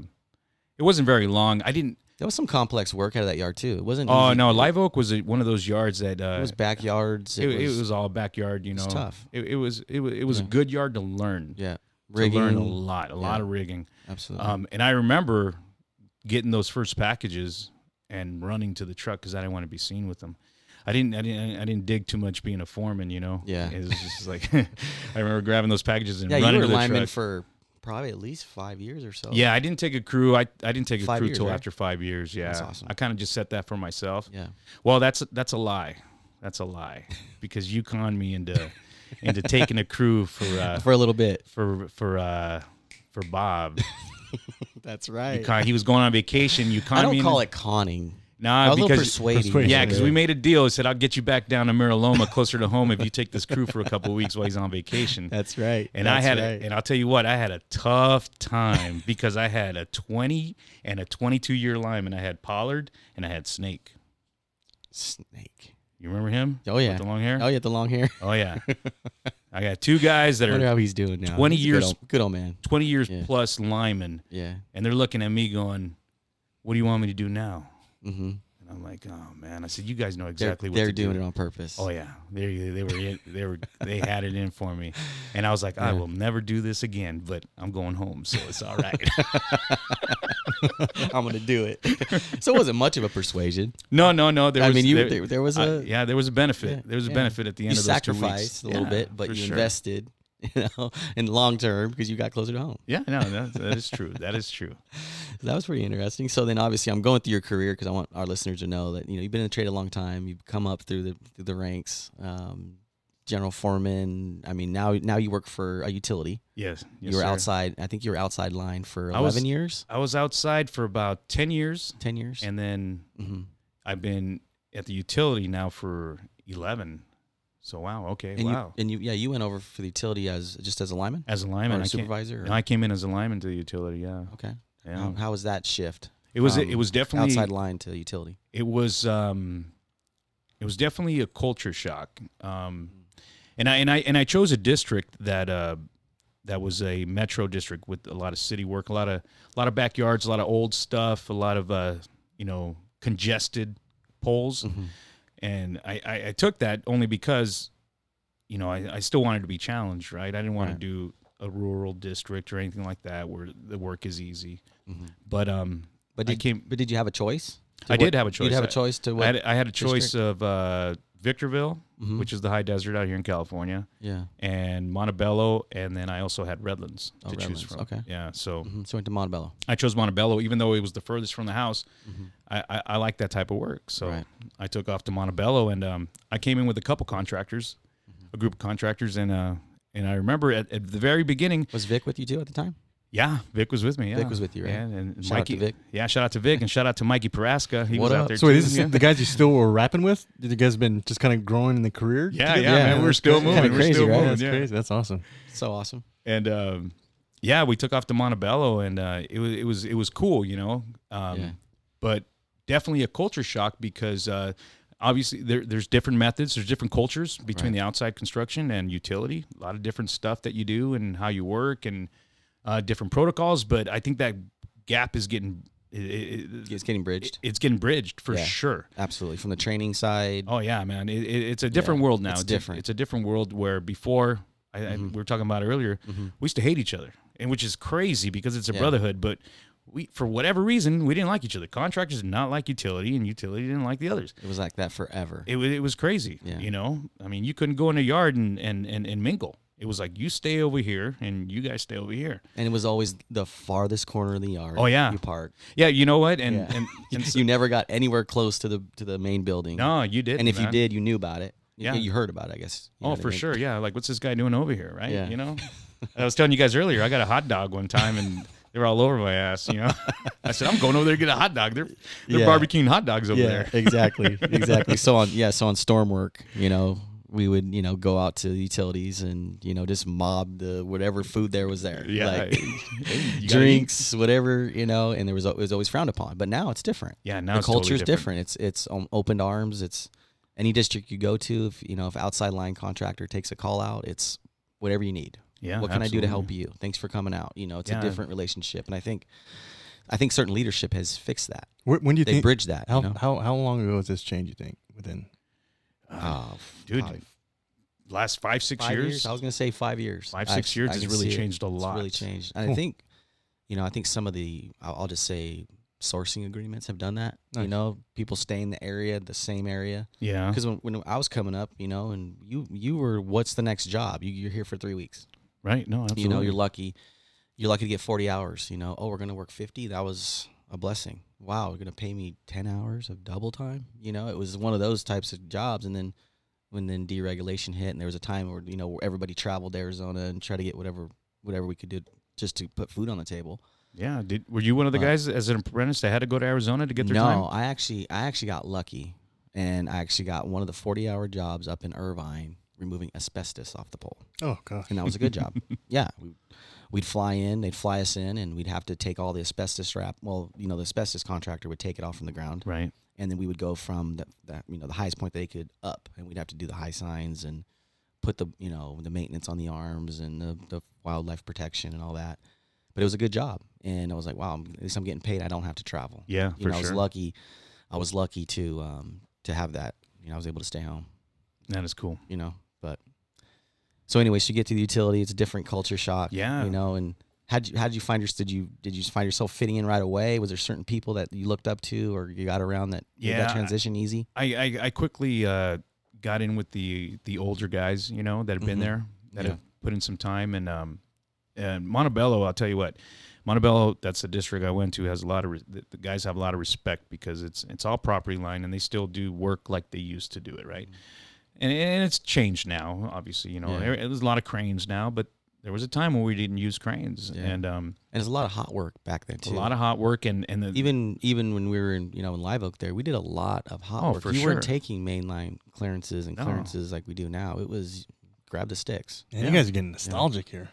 it wasn't very long. I didn't.
That was some complex work out of that yard too. It wasn't.
Oh
easy.
no, Live Oak was uh, one of those yards that uh,
It was backyards.
it, it was, all backyard. You know,
was tough.
It, it was it was it was a good yard to learn.
yeah.
To
Rigging.
learn a lot, a lot of rigging.
Absolutely.
Um, and I remember getting those first packages and running to the truck because I didn't want to be seen with them. I didn't, I didn't, I didn't dig too much being a foreman, you know.
Yeah.
it was just like I remember grabbing those packages and
yeah, you
running
were a
to the
lineman
truck.
for probably at least five years or so.
yeah, I didn't take a crew. I, I didn't take a
Five
crew
years,
till
right?
after five years. Yeah,
That's awesome.
I kind of just set that for myself.
Yeah.
Well, that's that's a lie. That's a lie because you conned me into into taking a crew for uh,
For a little bit.
for for uh, for Bob.
That's
You
right.
con- he was going on vacation. You conned
I don't
me
call
into-
it conning. I
Nah,
was a little
because
persuading.
persuading.
yeah, because we made a deal. He said, "I'll get you back down to Miraloma, closer to home, if you take this crew for a couple weeks while he's on vacation."
That's right.
And I had, a, and I'll tell you what, I had a tough time because I had a 20 and a 22 year lineman. I had Pollard and I had Snake.
snake.
You remember him?
Oh yeah.
With the long hair.
Oh yeah, the long hair.
Oh yeah. I got two guys that
I wonder
are
how he's doing now.
20
He's a
years-
Good old, good old man.
20 years
Yeah.
plus linemen,
Yeah.
and they're looking at me going, "What do you want me to do now?"
Mm-hmm.
And I'm like, "Oh man," I said, "You guys know
They're,
exactly what
they're
to do."
doing it on purpose.
Oh yeah, they they were in, they were they had it in for me, and I was like, I will never do this again. But I'm going home, so it's all right.
I'm gonna do it. so it wasn't much of a persuasion.
no, no, no. There
I
was,
mean, you
there,
there, there was
I-
a
yeah, there was a benefit.
Yeah,
there was a
yeah.
benefit at the end
you
of those two weeks.
sacrificed a little
Yeah,
bit, but
for
you
sure.
invested, you know, in long term because you got closer to home.
Yeah, no, that, that is true. That is true.
So that was pretty interesting. So then, obviously, I'm going through your career because I want our listeners to know that you know you've been in the trade a long time. You've come up through the through the ranks, um, general foreman. I mean, now now you work for a utility.
Yes, yes
you were
sir.
outside. I think you were outside line for
I
11
was-
years,
I was outside for about ten years,
10 years.
and then
hmm
I've been at the utility now for eleven. So wow, okay,
and
wow.
you and you yeah you went over for the utility as just as a lineman
as a
or
lineman,
a
I came,
supervisor. or-
no, I came in as a lineman to the utility. Yeah,
okay. Um,
yeah.
How, how was that shift?
it was
from
it was definitely
Oh, um, outside line to utility.
it was um it was definitely a culture shock um and i and i and i chose a district that uh that was a metro district with a lot of city work a lot of a lot of backyards a lot of old stuff a lot of uh you know congested poles
Mm-hmm.
and I, I i took that only because you know i, I still wanted to be challenged right i didn't want
Right.
to do a rural district or anything like that where the work is easy.
Mhm.
But um,
But
I
did,
came-
but did you have a choice?
I did have a
You'd
choice.
have a
I-
choice to
I
what?
had, I had a choice of uh, Victorville,
Mhm.
which is the high desert out here in California,
yeah.
and Montebello, and then I also had Redlands to
Oh,
choose
Redlands,
from.
okay.
Yeah, so
Mhm. So went to Montebello.
I chose Montebello, even though it was the furthest from the house.
Mhm.
I, I, I like that type of work, so
Right.
I took off to Montebello, and um, I came in with a couple contractors,
Mm-hmm.
a group of contractors, and uh, and I remember at, at the very beginning,
Was Vic with you too at the time?
yeah, Vic was with me. Yeah.
Vic was with you, right?
Yeah, and
Shout out to
Mikey,
Vic.
yeah, shout out to Vic, and shout out to Mikey Paraska. He
What
was
up?
out there.
So wait,
too.
this is
yeah.
the guys you still were rapping with? Did you guys been just kind of growing in the career?
Yeah, yeah,
together?
Yeah,
man, we're
that's
still
crazy.
moving.
Kinda
we're
crazy,
still
right?
Yeah,
moving.
that's
yeah.
crazy. That's awesome.
So awesome.
and um, yeah, we took off to Montebello, and uh, it was it was it was cool, you know. Um,
Yeah.
But definitely a culture shock because uh, obviously there, there's different methods, there's different cultures between the outside construction and utility. A lot of different stuff that you do and how you work and uh, different protocols. But I think that gap is getting it, it,
It's getting bridged.
it- it's getting bridged for
Yeah.
sure.
Absolutely. From the training side.
Oh yeah, man. It, it, it's a different world now.
it's
a-
different. Mm-hmm.
it's a different world where before I, I, we were talking about it earlier, we used to hate each other, and which is crazy because it's a brotherhood. But we, for whatever reason, we didn't like each other. Contractors did not like utility, and utility didn't like the others.
It was like that forever.
It was it was crazy.
Yeah.
You know, I mean, you couldn't go in a yard and and and, and mingle. It was like you stay over here and you guys stay over here.
and it was always the farthest corner of the yard.
Oh, yeah.
You parked.
Yeah, you know what? And
Yeah.
and, and so-
you never got anywhere close to the to the main building.
no, you did.
And if you did, you knew about it. You-
Yeah.
You heard about it, I guess. You know
Oh,
what I
for
mean?
sure. Yeah. Like, what's this guy doing over here? Right.
Yeah.
You know, I was telling you guys earlier, I got a hot dog one time and they were all over my ass. You know, I said, I'm going over there to get a hot dog. They're, they're
Yeah.
barbecuing hot dogs over
Yeah,
there.
exactly, exactly. So on, yeah, so on storm work, you know, we would, you know, go out to the utilities and you know just mob the whatever food there was there,
Yeah.
like
Hey, you gotta eat.
drinks, whatever, you know. And there was it was always frowned upon, but now it's different.
Yeah. Now
the
it's
culture's
totally
different. It's it's um, opened arms. It's any district you go to, if you know, if outside line contractor takes a call out, it's whatever you need.
Yeah,
what can I do to
absolutely.
help you? Thanks for coming out. You know, it's
Yeah.
a different relationship, and I think, I think certain leadership has fixed that.
Wh- When do you
They
think?
bridge that.
how,
you know?
how how long ago was this change? You think within?
Oh,
Dude,
probably
last five, six
five
years,
years? I was gonna say five years.
five,
I-
six years
I
has
can
really
see it.
changed a
It's
lot.
really changed. And I
Cool.
think, you know, I think some of the I'll, I'll just say sourcing agreements have done that. You
Nice.
know, people stay in the area, the same area.
Yeah.
Because when, when I was coming up, you know, and you you were what's the next job? You, you're here for three weeks.
Right. No, absolutely.
You know, you're lucky. You're lucky to get 40 hours. You know, oh, we're gonna work 50. That was a blessing. Wow, you're gonna pay me 10 hours of double time. You know, it was one of those types of jobs. And then when then deregulation hit, and there was a time where you know where everybody traveled to Arizona and tried to get whatever whatever we could do just to put food on the table.
yeah. Did, were you one of the
But-
guys as an apprentice that had to go to Arizona to get their
no,
time?
I actually I actually got lucky, and I actually got one of the 40 hour jobs up in Irvine removing asbestos off the pole.
Oh gosh.
and that was a good job. yeah, we, we'd fly in, they'd fly us in, and we'd have to take all the asbestos wrap. Well, you know, the asbestos contractor would take it off from the ground,
Right.
and then we would go from the, the you know the highest point they could up, and we'd have to do the high signs and put the you know the maintenance on the arms and the, the wildlife protection and all that. But it was a good job, and I was like, wow, I'm- at least I'm getting paid. I don't have to travel.
Yeah.
You
for
know, I was
sure.
lucky. I was lucky to um, to have that. You know, I was able to stay home
That is cool.
you know. But so, anyways, you get to the utility. It's a different culture shock.
Yeah.
you know. And how would you how would you find your did you did you find yourself fitting in right away? Was there certain people that you looked up to or you got around that made
Yeah,
that transition easy?
I, I, I quickly uh, got in with the the older guys, you know, that have been
Mhm.
there, that
Yeah.
have put in some time, and um, and Montebello. I'll tell you what, Montebello. That's the district I went to. Has a lot of re- the, the guys have a lot of respect because it's it's all property line, and they still do work like they used to do it, right? And, and it's changed now, obviously. You know,
Mm-hmm. Yeah.
there, there's a lot of cranes now, but there was a time when we didn't use cranes,
Yeah.
and um,
And there's a lot of hot work back then
a
too.
lot of hot work, and and the
even even when we were in you know in Live Oak there, we did a lot of hot
Oh,
work.
for
you
sure.
weren't taking mainline clearances and
No.
clearances like we do now. It was grab the sticks.
Man,
Yeah.
You guys are getting nostalgic here.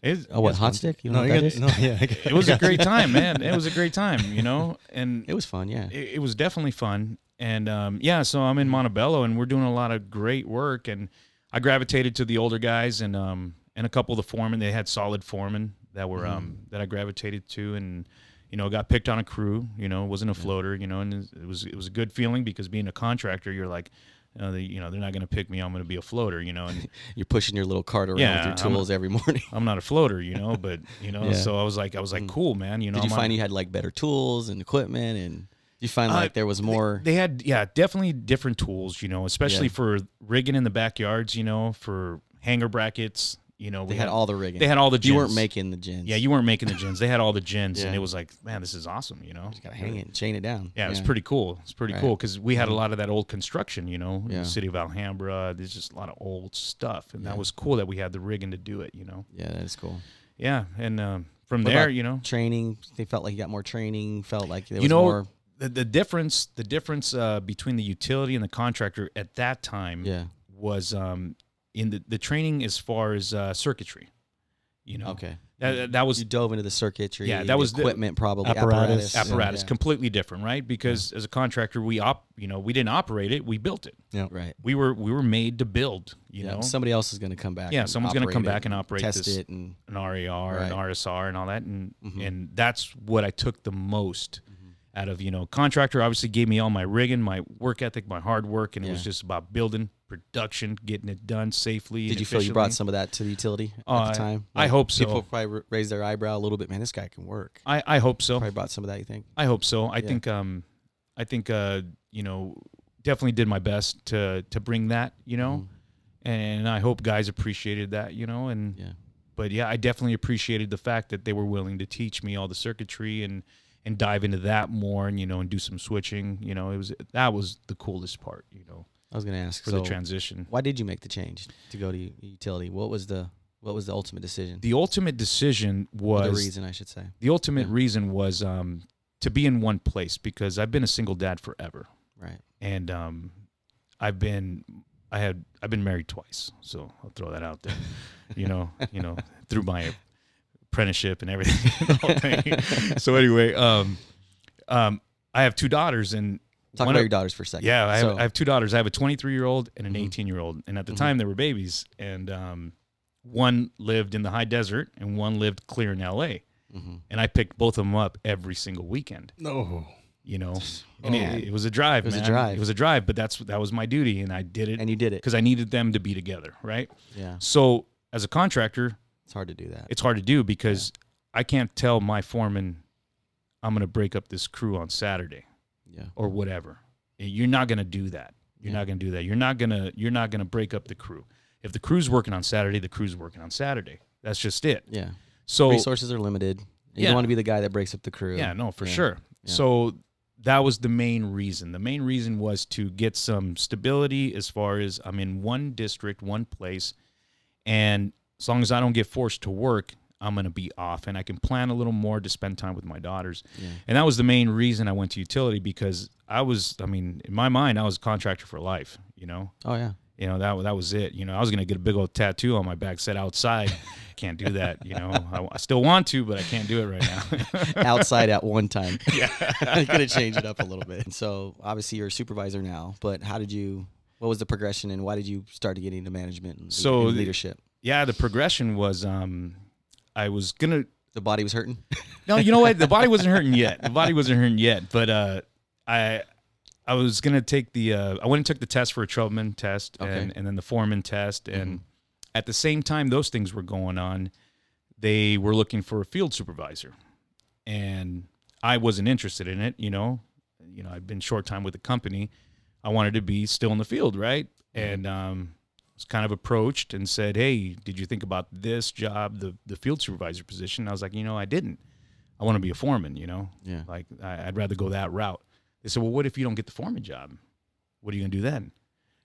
it's-
Oh, what
it's-
hot stick? You know
no,
what
you
that
guys,
is?
no, yeah.
It was a great time, man. It was a great time, you know, and
It was fun. Yeah.
it, it was definitely fun. And um, yeah, so I'm
Mm-hmm.
in Montebello, and we're doing a lot of great work. And I gravitated to the older guys, and um, and a couple of the foremen. They had solid foremen that were
Mm-hmm.
um, that I gravitated to, and you know, got picked on a crew. You know, wasn't a floater. You know, and it was it was a good feeling because being a contractor, you're like, you know, they, you know they're not going to pick me. I'm going to be a floater, you know, and
You're pushing your little cart around
Yeah,
with your
I'm-
tools every morning.
I'm not a floater, you know. But you know,
Yeah. Mm.
so I was like, I was like, cool, man. You know,
Did you
I'm on-
find you had like better tools and equipment, and did you find
Uh,
like there was more?
They had, yeah, definitely different tools, you know, especially for rigging in the backyards, you know, for hanger brackets, you know.
They, had all the rigging.
they had all the. Gins.
you weren't making the gins.
Yeah, you weren't making the gins. They had all the gins,
Yeah.
and it was like, man, this is awesome, you know.
just gotta hang it, and chain it down.
Yeah, it was pretty cool. It's pretty cool 'cause cool because we had a lot of that old construction, you know, in
Mm-hmm. Yeah.
the city of Alhambra. There's just a lot of old stuff, and that was cool that we had the rigging to do it, you know.
Yeah, that is cool.
Yeah, and um, from
What
there,
about
you know,
Training. They felt like you got more training. Felt like there was
you know,
more.
the, the difference, the difference uh, between the utility and the contractor at that time
Yeah.
was um, in the, the training as far as uh, circuitry. You know,
Okay.
that, that was
You dove into the circuitry.
Yeah, that
the
was the-
equipment probably
Apparatus.
apparatus.
apparatus
Yeah.
completely different, right? Because as a contractor, we op, you know, we didn't operate it, we built it.
Right.
We were we were made to build, you
yeah.
know,
Somebody else is gonna come back.
Yeah,
and
someone's gonna
operate
come
it
back and operate
test
this.
it and
an RER,
Right.
an RSR, and all that, and
Mhm.
and that's what I took the most
Mm-hmm.
out of. You know, contractor obviously gave me all my rigging, my work ethic, my hard work, and it was
Yeah.
just about building production, getting it done safely.
Did
and
you feel you brought
efficiently.
some of that to the utility at
Uh,
the time?
I hope so.
People probably ra- raised their eyebrow a little bit. Man, this guy can work.
I I hope so.
Probably brought some of that. You think?
I hope so. I
Yeah.
think um, I think uh, you know, definitely did my best to to bring that. You know. And I hope guys appreciated that, you know, and
Mm-hmm. Yeah.
but yeah, I definitely appreciated the fact that they were willing to teach me all the circuitry and and dive into that more and you know and do some switching. You know, it was that was the coolest part. You know,
I was gonna ask.
for
so
the transition.
why did you make the change to go to u- utility? What was the what was the ultimate decision?
The ultimate decision
Or
was
the reason I should say.
the ultimate
Yeah.
reason was um, to be in one place because I've been a single dad forever
Right.
and um, I've been I had I've been married twice, so I'll throw that out there. you know, you know, through my apprenticeship and everything. the whole thing. so anyway, um, um, I have two daughters, and
Talk
one
about
of-
your daughters for a second.
yeah, I have,
So-
I have two daughters. I have a 23 year old and an
Mhm.
18 year old, and at the
Mhm.
time they were babies, and um, one lived in the high desert and one lived clear in L.A.
Mhm.
And I picked both of them up every single weekend
No. Oh,
you know. And
man.
it, it was a drive.
Oh. It was a
man.
drive.
It was a drive, but that's that was my duty, and I did it
and you did it.
because I needed them to be together, right?
Yeah,
So as a contractor,
it's hard to do that.
it's hard to do because I can't tell my foreman I'm going to break up this crew on Saturday
yeah,
or whatever. Eh, You're not going to do that. You're
Yeah.
not going to do that. You're not going to you're not going to break up the crew. If the crew's working on Saturday, the crew's working on Saturday. That's just it.
yeah.
So
Resources are limited. You
Yeah.
don't want to be the guy that breaks up the crew.
Yeah, no, for
Yeah.
sure.
Yeah.
So that was the main reason. The main reason was to get some stability as far as I'm in one district, one place, and as long as I don't get forced to work, I'm going to be off and I can plan a little more to spend time with my daughters.
Yeah.
And that was the main reason I went to utility because I was, I mean, in my mind, I was a contractor for life, you know?
Oh yeah.
you know that that was it. You know, I was gonna get a big old tattoo on my back said outside. can't do that. You know, I, I still want to, but I can't do it right now.
Outside at one time. yeah. I'm gonna change it up a little bit. And so obviously you're a supervisor now, but how did you? What was the progression, and why did you start to get into management and,
So
and
the-
leadership?
yeah, the progression was um, I was gonna.
The body was hurting.
No, you know what? The body wasn't hurting yet. The body wasn't hurting yet, but uh, I. I was gonna take the. Uh, I went and took the test for a twelve-man test, and,
Okay.
and then the foreman test, and at the same time those things were going on, they were looking for a field supervisor, and I wasn't interested in it. You know, you know, I'd been short time with the company. I wanted to be still in the field, right?
Mm-hmm.
And um, was kind of approached and said, "Hey, did you think about this job, the the field supervisor position?" And I was like, "You know, I didn't. I want to be a foreman. You know,
Yeah.
like I, I'd rather go that route." They said, "Well, what if you don't get the foreman job? What are you gonna do then?"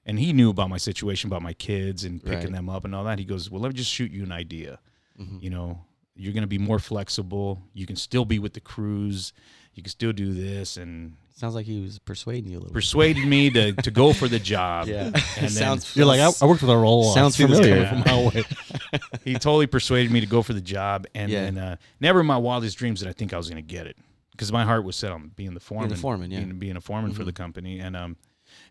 And he knew about my situation, about my kids and picking
Right.
them up and all that. He goes, "Well, let me just shoot you an idea.
Mhm.
You know, you're gonna be more flexible. You can still be with the crews. You can still do this." And
Sounds like he was persuading you a little.
persuaded me to to go for the job.
bit.
And
Yeah.
then-
sounds.
You're like, I, I worked with a roll on.
Sounds
See this
familiar.
coming from my way.
he totally persuaded me to go for the job, and
Yeah.
then uh, never in my wildest dreams did I think I was going to get it because my heart was set on being the foreman,
foreman, yeah. Mm-hmm.
being, being a foreman for the company, and um,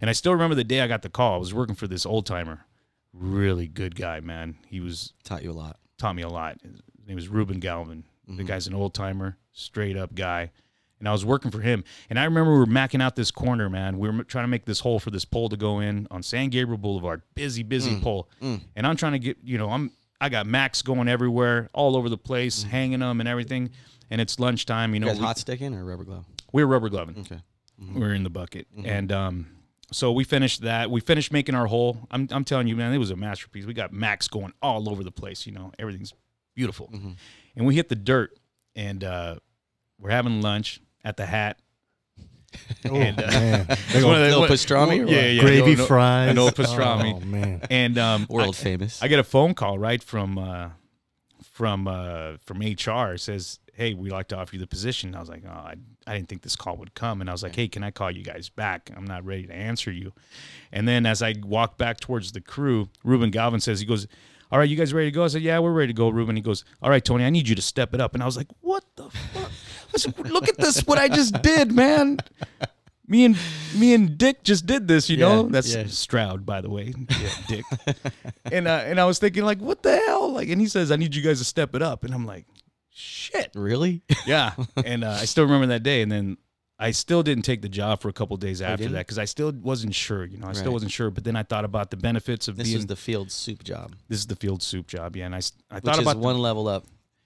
and I still remember the day I got the call. I was working for this old timer, really good guy, man. He was
taught you a lot. Mm-hmm.
taught me a lot. His name was Ruben Galvin. The guy's an old timer, straight up guy, and I was working for him. And I remember we were macking out this corner, man. We were m- trying to make this hole for this pole to go in on San Gabriel Boulevard. Busy, busy
Mm,
pole. And I'm trying to get, you know, I'm I got Max going everywhere, all over the place, hanging them and everything. And it's lunchtime, you know.
Mm. You guys
we- Mm-hmm.
hot sticking or rubber glove?
we were rubber gloving.
Okay.
We were in the bucket, and um, so we finished that. We finished making our hole. I'm, I'm telling you, man, it was a masterpiece. We got Max going all over the place. You know, everything's beautiful, and we hit the dirt, and uh, we're having lunch at the hat.
Oh,
And, uh,
man.
It's one of the-
little
one-
pastrami or
yeah,
what?
yeah,
Gravy
an old-
fries.
an old pastrami,
Oh, man.
and um, I-
World famous.
I get a phone call right from uh, from uh, from HR. It says, "Hey, we like to offer you the position." I was like, "Oh, I, I didn't think this call would come." And I was like, "Hey, can I call you guys back? I'm not ready to answer you." And then as I walk back towards the crew, Ruben Galvin says, "He goes." All right, you guys ready to go? I said, Yeah, we're ready to go, Ruben. He goes, All right, Tony, I need you to step it up. And I was like, What the fuck? I said, Look at this, what I just did, man. Me and me and Dick just did this, you know?
Yeah,
That's
yeah.
Stroud, by the way. Yeah, Dick and uh, and I was thinking like, what the hell? Like, and he says, I need you guys to step it up, and I'm like, shit,
really?
yeah. and uh, I still remember that day, and then I still didn't take the job for a couple days after
Oh, didn't?
that because I still wasn't sure. You know, I
Right.
still wasn't sure. But then I thought about the benefits of
This
being
is the field soup job,
this is the field soup job, yeah. And I s- I
which
thought
is
about the-
one level up.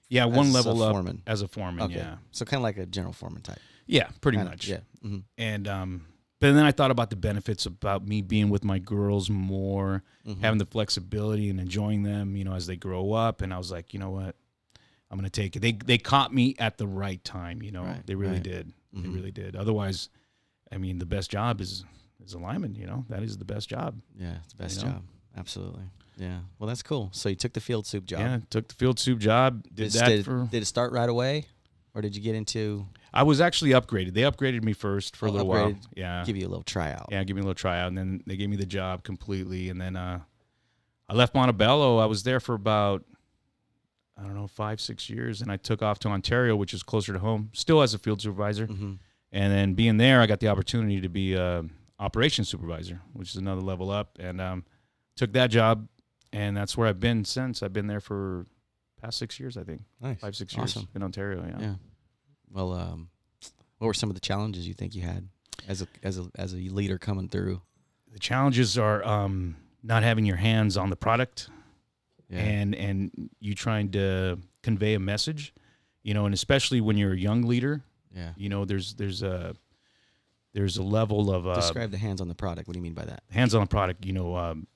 yeah one
as a
level up
foreman.
as a foreman,
Okay.
yeah,
So kind of like a general foreman type.
yeah, pretty
Kinda,
much,
Yeah. Mhm.
and um but then I thought about the benefits about me being with my girls more,
Mm-hmm.
having the flexibility and enjoying them, you know, as they grow up. And I was like, you know what, I'm gonna take it. They they caught me at the right time, you know.
Right,
they really
right.
did. They
Mhm.
really did. Otherwise, I mean, the best job is is a lineman. You know, that is the best job.
Yeah. It's the best
know?
job. Absolutely. Yeah. Well, that's cool. So you took the field soup job.
Yeah, took the field soup job. Did
Did,
that
did,
for.
did it start right away, or did you get into
I was actually upgraded. They upgraded me first for a
Oh,
little while.
upgraded.
Yeah.
give you a little tryout?
yeah, give me a little tryout, and then they gave me the job completely, and then uh, I left Montebello. I was there for about I don't know five six years, and I took off to Ontario, which is closer to home, still as a field supervisor,
Mhm.
and then being there, I got the opportunity to be uh, operations supervisor, which is another level up, and um, took that job, and that's where I've been since. I've been there for past six years, I think,
Nice.
five six years
Awesome.
in Ontario. Yeah.
Yeah. Well, um, what were some of the challenges you think you had as a as a as a leader coming through?
The challenges are um, not having your hands on the product.
Yeah.
and and you trying to convey a message you know and especially when you're a young leader
yeah.
you know there's there's a there's a level of uh,
Describe the hands on the product. What do you mean by that?
hands-on product you know um,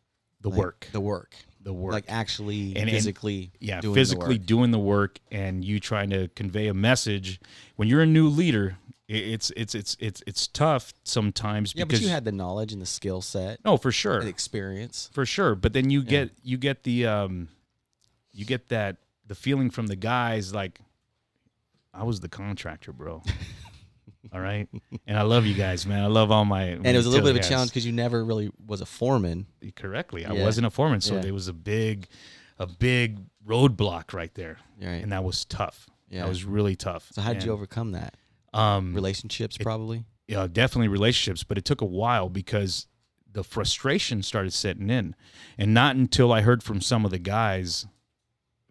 the
Like,
work
The work.
the work
Like actually
And- and-
physically.
yeah
doing the
physically
work.
doing the work and you trying to convey a message when you're a new leader i- it's it's it's it's it's tough sometimes
Yeah, but
because
you had the knowledge and the skill set
no for sure
and experience.
for sure but then you get you get the um you get that the feeling from the guys like i was the contractor bro all right and i love you guys man i love all my
And it was a little bit of a challenge because you never really was a foreman.
correctly i
Yeah.
wasn't a foreman so
Yeah.
there was a big a big roadblock right there
Right.
and that was tough
Yeah.
that was really tough
So how did you
And,
overcome that?
um
Relationships, probably.
you know, uh, definitely relationships, but it took a while because the frustration started setting in. And not until I heard from some of the guys,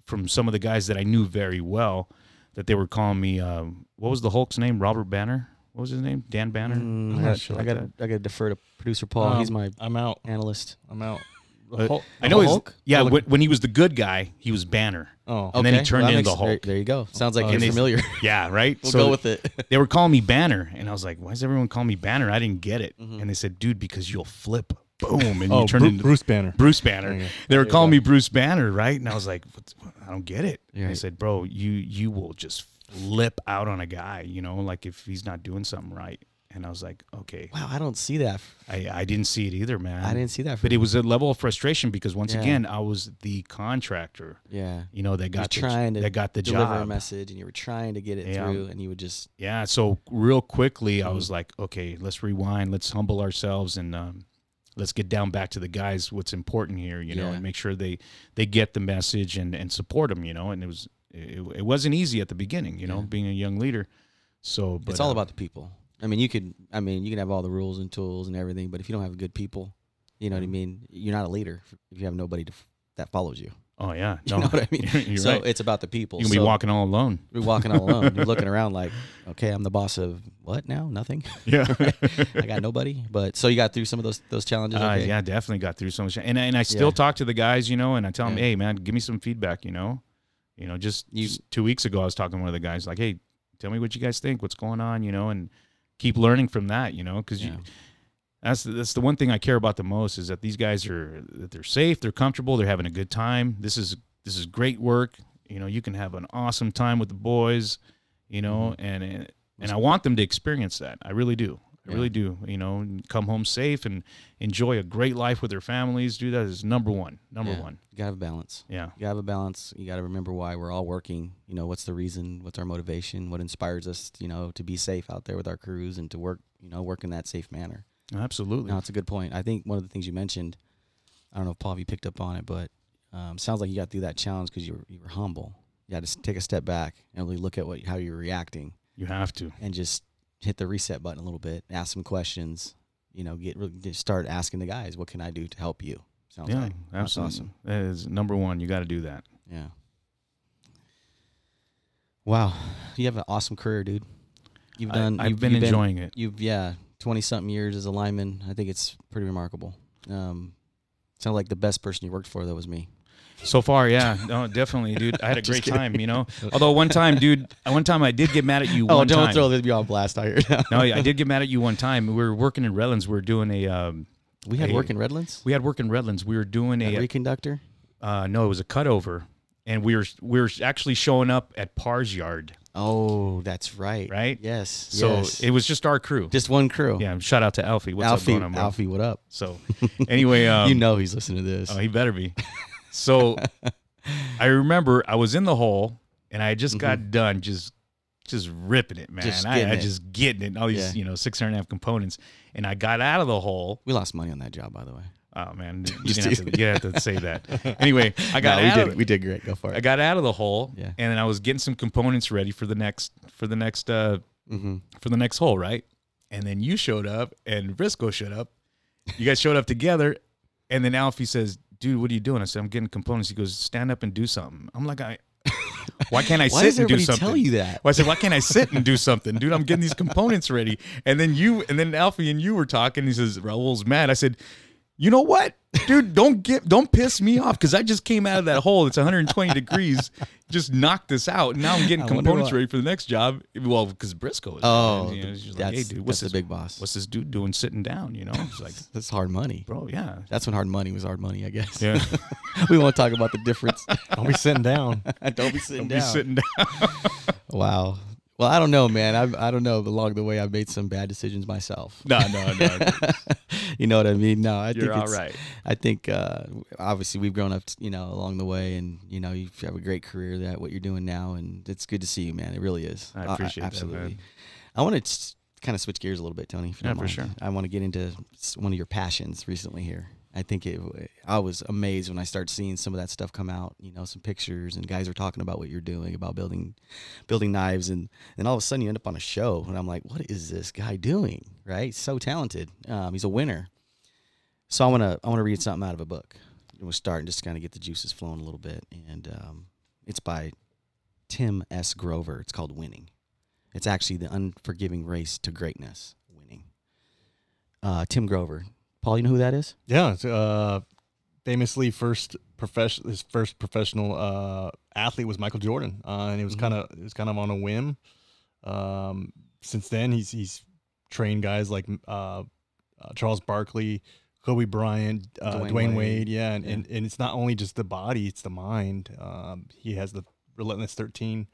from some of the guys that I knew very well, that they were calling me, um, what was the Hulk's name? Robert Banner? What was his name? Dan Banner?
Mm,
I'm
I
not
got,
sure
I
like
got
that.
I got to defer to producer Paul.
Um,
He's my
I'm out.
analyst.
I'm out. The
But
Hulk-
I know
the
his,
Hulk?
yeah,
Oh, the-
when, when he was the good guy, he was Banner.
Oh,
And then he
Okay,
turned
that
into
makes-
Hulk.
There, there you go. Sounds like
Oh,
you're
and they-
familiar.
Yeah, right?
we'll
So
go with it.
they were calling me Banner, and I was like, why is everyone calling me Banner? I didn't get it.
Mhm.
And they said, dude, because you'll flip. Boom. And
oh,
you turn
Bru-
into
Bruce Banner.
Bruce Banner.
Yeah.
They were
you
calling
go.
me Bruce Banner, right? And I was like, what, what- I don't get it. And They
Right.
said, bro, you you will just flip out on a guy, you know, like if he's not doing something right. And I was like, okay,
Wow, I don't see that.
I, I didn't see it either, man.
I didn't see that.
Mm. But it was a level of frustration because once
Yeah.
again, I was the contractor,
yeah,
you know, that
you were
got the,
trying to
that got the
deliver a
job.
message, and you were trying to get it
Yeah. um,
through, and you would just
Yeah. So real quickly,
Mm-hmm.
I was like, okay, let's rewind, let's humble ourselves, and um, let's get down back to the guys. What's important here, you know,
Yeah.
and make sure they they get the message and and support them, you know. And it was it, it wasn't easy at the beginning, you know,
Yeah.
being a young leader. So but,
it's all
uh,
about the people. I mean, you could, I mean, you can have all the rules and tools and everything, but if you don't have good people, you know what I mean. You're not a leader if you have nobody to, f- that follows you.
Oh yeah,
You know what I mean?
You're, you're
so
right.
it's about the people.
You can be
So
walking all alone.
You're walking all alone. You're looking around like, okay, I'm the boss of what now? Nothing.
Yeah.
I got nobody. But so you got through some of those those challenges.
Uh,
Okay.
yeah, definitely got through so much. And I- and I still
Yeah.
talk to the guys, you know, and I tell them,
Yeah.
hey man, give me some feedback, you know, you know, just,
You-
just two weeks ago I was talking to one of the guys like, hey, tell me what you guys think, what's going on, you know, and keep learning from that, you know, because
Yeah.
you. That's the, that's the one thing I care about the most is that these guys are that they're safe, they're comfortable, they're having a good time. This is this is great work. You know, you can have an awesome time with the boys, you know,
Mm-hmm.
and and and I want them to experience that. I really do. I
Yeah.
really do. You know, and come home safe and enjoy a great life with their families. Do that is number one. Number
Yeah.
one.
You gotta have a balance.
Yeah.
You gotta have a balance. You gotta remember why we're all working. You know, what's the reason? What's our motivation? What inspires us? You know, to be safe out there with our crews and to work. You know, work in that safe manner.
Absolutely.
No, it's a good point. I think one of the things you mentioned, I don't know if Paul, if you picked up on it, but um, sounds like you got through that challenge because you were you were humble. You had to s- take a step back and really look at what how you're reacting
You have to.
and just hit the reset button a little bit, ask some questions. You know, get really just start asking the guys, what can I do to help you? Sounds
yeah.
like that's
absolutely.
awesome.
That is number one. You got to do that.
Yeah. Wow, you have an awesome career, dude. You've done.
I, have
you've-
been
you've
enjoying it.
You've yeah, twenty something years as a lineman. I think it's pretty remarkable. Um, sounds like the best person you worked for. That was me.
So far, yeah, no, definitely, dude. I had a
Just
great
kidding.
time, you know. Although one time, dude, one time I did get mad at you.
Oh,
one
don't
time.
throw this on blast out here.
No, I did get mad at you one time. We were working in Redlands. We were doing a. Um,
we had
Hey.
work in Redlands.
we had work in Redlands. We were doing
That
a.
reconductor.
Uh, no, it was a cutover, and we were we were actually showing up at Parr's yard,
Oh, that's right.
right?
Yes.
So
yes.
it was just our crew.
just one crew.
yeah, shout out to Alfie. What's
Alfie.
up going on, bro?
Alfie, what up?
So anyway, um,
you know he's listening to this.
Oh, he better be. So I remember I was in the hole and I just got done just just ripping it, man.
Mm-hmm. Just
I,
getting
I
it.
just getting it. and All these,
Yeah.
you know, six hundred and a half components. And I got out of the hole.
we lost money on that job, by the way.
Oh man, you
Just
didn't have to, you didn't have to say that. Anyway, I got
No, we
out
did.
of,
We did great. Go for
I
it.
got out of the hole
Yeah.
and then I was getting some components ready for the next for the next uh
mm-hmm.
for the next hole, right? And then you showed up and Briscoe showed up. You guys showed up together. And then Alfie says, Dude, what are you doing? I said, I'm getting components. He goes, Stand up and do something. I'm like, I why can't I
Why
sit
does
and do
everybody
something?
tell you that?
Well, I said, Why can't I sit and do something? Dude, I'm getting these components ready. And then you and then Alfie and you were talking. He says, Raul's mad. I said, you know what, dude? Don't get, don't piss me off because I just came out of that hole. It's 120 degrees. Just knocked this out. Now I'm getting
I wonder
components
why.
ready for the next job. Well, because Briscoe is.
Oh,
you know, she's
that's,
like, hey, dude,
that's
what's this,
the big boss.
what's this dude doing sitting down? You know, it's like,
That's hard money.
bro, yeah,
That's when hard money was hard money, I guess.
yeah,
we won't talk about the difference.
I'll be sitting down.
Don't be sitting
Don't
down.
be sitting down.
Wow. Well, I don't know, man. I've, I don't know. Along the way, I've made some bad decisions myself.
No, no, no.
you know what I mean? No, I
You're
think
all
it's-
right.
I think uh, obviously we've grown up, you know, along the way, and you know you have a great career that what you're doing now, and it's good to see you, man. It really is. Uh,
I appreciate that, man.
I want to kind of switch gears a little bit, Tony. If you
Yeah,
don't
for
mind.
sure.
I want to get into s- one of your passions recently here. I think it. I was amazed when I started seeing some of that stuff come out. You know, some pictures and guys are talking about what you're doing about building, building knives, and then all of a sudden you end up on a show, and I'm like, what is this guy doing? Right? So talented. Um, he's a winner. So I want to I want to read something out of a book. And we'll start and just kind of get the juices flowing a little bit. And um, it's by Tim S. Grover. It's called Winning. It's actually the unforgiving race to greatness. Winning. Uh, Tim Grover. Paul, you know who that is?
Yeah, it's, uh, famously, first profession, his first professional uh, athlete was Michael Jordan, uh, and it was
Mm-hmm.
kind of it was kind of on a whim. Um, since then, he's he's trained guys like uh, uh, Charles Barkley, Kobe Bryant, uh,
Dwayne
Dwayne,
Wade.
Wade. yeah, and,
Yeah.
And, and it's not only just the body; it's the mind. Um, he has the relentless 13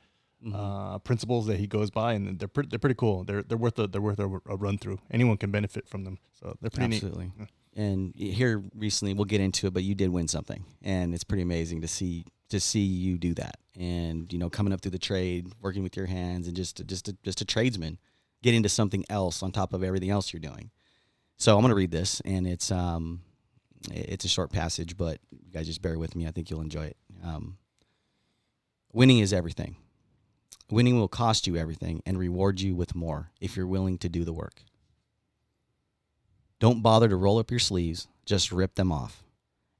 Mm-hmm.
uh, principles that he goes by, and they're pretty, they're pretty cool. They're they're worth a, they're worth a, a run through. Anyone can benefit from them, so they're pretty neat.
Absolutely. And here recently, we'll get into it, but you did win something, and it's pretty amazing to see to see you do that. And you know, coming up through the trade, working with your hands, and just just a, just a tradesman, get into something else on top of everything else you're doing. So I'm gonna read this, and it's um, it's a short passage, but you guys just bear with me. I think you'll enjoy it. Um, winning is everything. Winning will cost you everything and reward you with more if you're willing to do the work. Don't bother to roll up your sleeves, just rip them off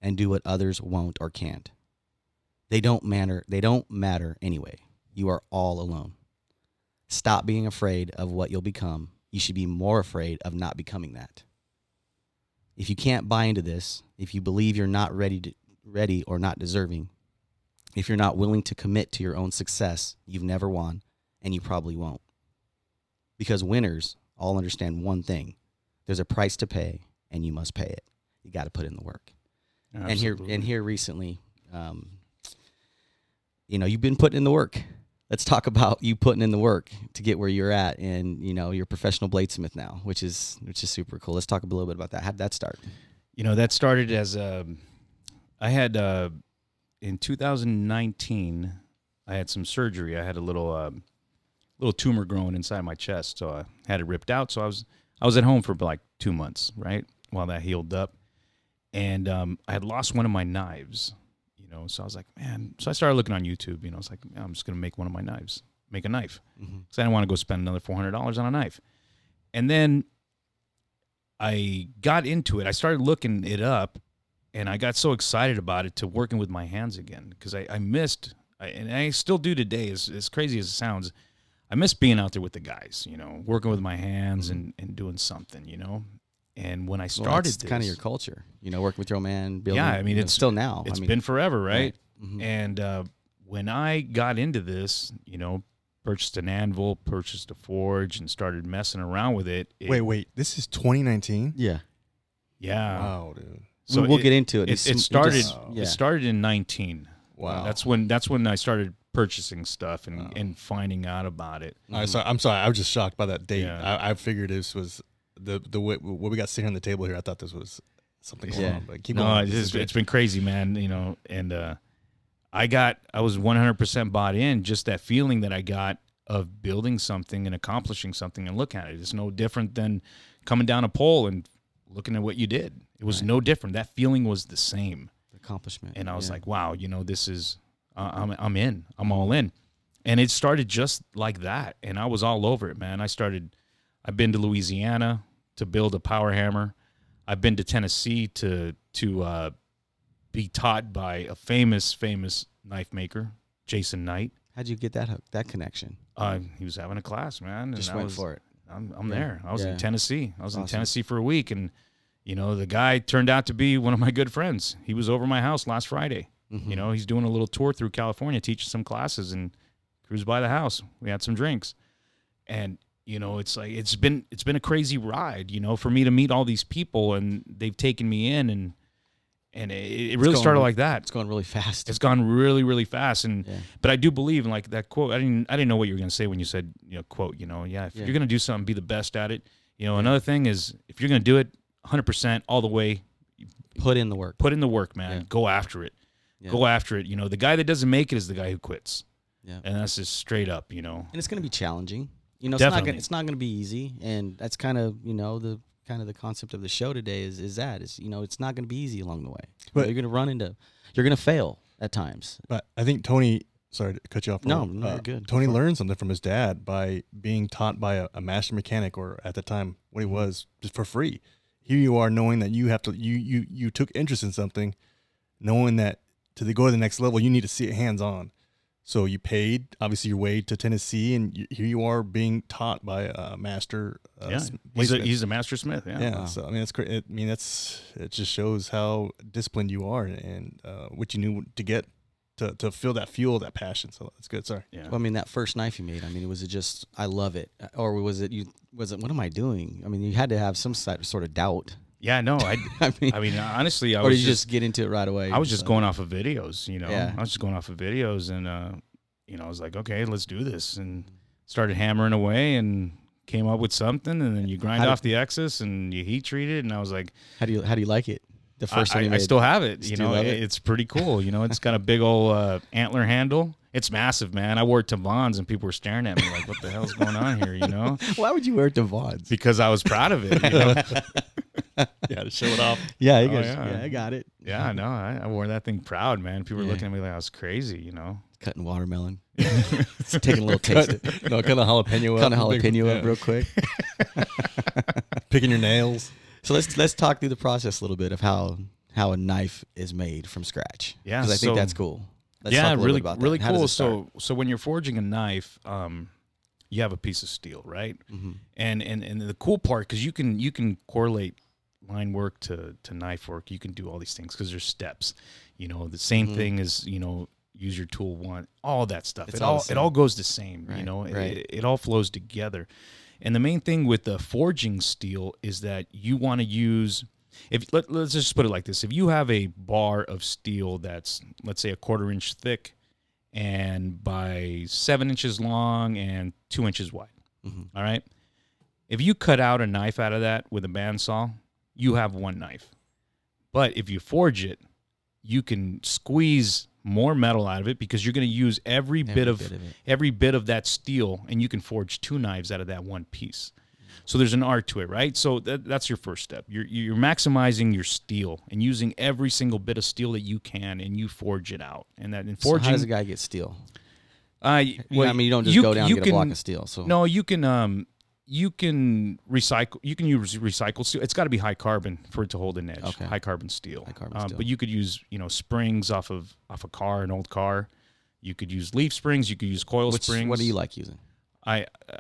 and do what others won't or can't. They don't matter. They don't matter anyway. You are all alone. Stop being afraid of what you'll become. You should be more afraid of not becoming that. If you can't buy into this, if you believe you're not ready to, ready or not deserving, if you're not willing to commit to your own success, you've never won and you probably won't. Because winners all understand one thing. There's a price to pay and you must pay it. You got to put in the work and
Absolutely.
here and here recently um, you know you've been putting in the work let's talk about you putting in the work to get where you're at and you know you're a professional bladesmith now which is which is super cool let's talk a little bit about that how'd that start
you know that started as um, I had uh, in 2019 I had some surgery I had a little um, little tumor growing inside my chest so I had it ripped out so I was I was at home for like two months right while that healed up and um, I had lost one of my knives you know so I was like man so I started looking on YouTube you know I was like "Man, I'm just gonna make one of my knives make a knife
Mm-hmm.
because I didn't want to go spend another four hundred dollars on a knife. And then I got into it. I started looking it up, and I got so excited about it to working with my hands again because I, I missed, I, and I still do today. As, as crazy as it sounds, I miss being out there with the guys. You know, working with my hands
Mm-hmm.
and and doing something. You know, and when I started,
it's kind of
this-
your culture you know working with your old man building
Yeah, I mean,
you know,
it's-
still now I
it's
mean,
been forever, right?
mhm.
And uh, when I got into this, you know, purchased an anvil, purchased a forge, and started messing around with it. it
Wait, wait. This is 2019.
yeah
yeah. Mm-hmm.
Wow, dude.
so we'll
it,
get into it
it.
It's-
It,
just-
started.
yeah.
It started in nineteen.
Wow.
That's when. That's when I started purchasing stuff and and finding out about it.
I, sorry, I'm sorry. I was just shocked by that date.
Yeah.
I, I figured this was the the way, what we got sitting on the table here. I thought this was something going
Yeah.
on, but keep
no,
going.
it's,
This is
it's
good.
been crazy, man. You know, and uh, I got. I was one hundred percent bought in. Just that feeling that I got of building something and accomplishing something and look at it. It's no different than coming down a pole and looking at what you did. It was no different. That feeling was the same.
accomplishment
and I was
yeah.
like, wow, you know, this is uh, I'm I'm in, I'm all in, and it started just like that, and I was all over it, man. I started, I've been to Louisiana to build a power hammer, I've been to Tennessee to to uh, be taught by a famous famous knife maker, Jason Knight.
how'd you get that hook that connection
Uh, he was having a class, man. and
just
I
went
was-
for it
I'm, I'm
Yeah.
there. I was
Yeah.
in Tennessee. I was in
Awesome.
Tennessee for a week, and you know the guy turned out to be one of my good friends. He was over my house last Friday.
Mm-hmm. Hmm.
You know he's doing a little tour through California, teaching some classes, and cruised by the house. We had some drinks, and you know it's like it's been it's been a crazy ride. You know for me to meet all these people, and they've taken me in, and and it, it really
going-
started like that.
it's going really fast
It's gone really, really fast, and
Yeah.
but I do believe in like that quote. I didn't, I didn't know what you were gonna say when you said, you know, quote. You know, yeah, if
Yeah.
you're gonna do something, be the best at it. You know, another thing is if you're gonna do it 100 percent all the way,
put in the work
put in the work, man.
Yeah.
Go after it.
Yeah.
Go after it. You know, the guy that doesn't make it is the guy who quits.
Yeah.
and that's just straight up. You know,
and it's going to be challenging. You know, it's not gonna,
Definitely.
it's not going to be easy, and that's kind of you know the kind of the concept of the show today is is that is you know it's not going to be easy along the way. You know,
But-
you're going to run into you're going to fail at times.
But I think Tony. Sorry to cut you off.
No,
Rob.
no, you're good.
Tony learned something from his dad by being taught by a, a master mechanic, or at the time what
Mm-hmm.
he was, just for free. Here you are, knowing that you have to. You you you took interest in something, knowing that to the, go to the next level, you need to see it hands on. So you paid obviously your way to Tennessee, and you, here you are being taught by a master. Uh,
yeah,
s-
he's a
bladesmith.
he's a master smith. Yeah,
yeah.
Wow.
So I mean, that's great. I mean, that's it. Just shows how disciplined you are and uh, what you knew to get to to feel that fuel, that passion. So that's good. Sorry.
yeah.
Well, I mean, that first knife you made. I mean, was it just I love it, Uh, or was it you? Was it what am I doing? I mean, you had to have some si- sort of doubt.
yeah, no, I,
I mean,
I mean, honestly, I
or
was
did you just, get into it right away? Uh,
I was just
So-
going off of videos, you know.
Yeah.
I was just going off of videos, and uh, you know, I was like, okay, let's do this, and
Mm-hmm.
started hammering away, and came up with something, and then you grind
How did-
off the excess, and you heat treat it, and I was like,
How do you how do you like it? The first
I,
one you
I-
made.
I still have it. You
Still
know,
love
it-
it?
it's pretty cool. You know, it's got a big old uh, antler handle. It's massive, man. I wore it to Vons, and people were staring at me like, what the hell's going on here? You know,
Why would you wear Devons?
because I was proud of it. You know?
Yeah, to show it off.
Yeah, I
Oh,
got,
yeah.
yeah, I got it.
yeah, no, I, I wore that thing proud, man. People were
Yeah.
looking at me like I was crazy. You know.
cutting watermelon, taking a little taste, of,
no, kind of jalapeno.
kind of jalapeno up real quick.
Picking your nails.
So let's let's talk through the process a little bit of how how a knife is made from scratch.
Yeah,
because I think
so-
that's cool. Let's
yeah,
talk a little
really,
bit about
really
that. How does
cool.
it start?
So, so when you're forging a knife, um, you have a piece of steel, right?
Mhm.
And and and the cool part because you can you can correlate line work to to knife work. You can do all these things because there's steps. You know, the same
Mhm.
thing as you know, use your tool one, all that stuff.
It's
it
all the
all it
same.
all goes the same. you
Right,
know, It-
right.
it, it all flows together. And the main thing with the forging steel is that you want to use if let, let's just put it like this if you have a bar of steel that's let's say a quarter inch thick and by seven inches long and two inches wide
Mhm.
all right if you cut out a knife out of that with a bandsaw you have one knife but if you forge it you can squeeze more metal out of it because you're going to use every,
Every
bit of
it.
every bit of that steel and you can forge two knives out of that one piece so there's an art to it right so that, that's your first step you're, you're maximizing your steel and using every single bit of steel that you can and you forge it out and that and
So
forging
how does a guy get steel?
uh,
Yeah, I mean, you don't just go down and
you
get
can,
a block of steel. So
no you can um you can recycle you can use recycled steel it's got to be high carbon for it to hold an edge
Okay.
high carbon steel
High carbon
Um,
steel.
but you could use you know springs off of off a car an old car you could use leaf springs you could use coil
Which-
springs
what do you like using?
I uh,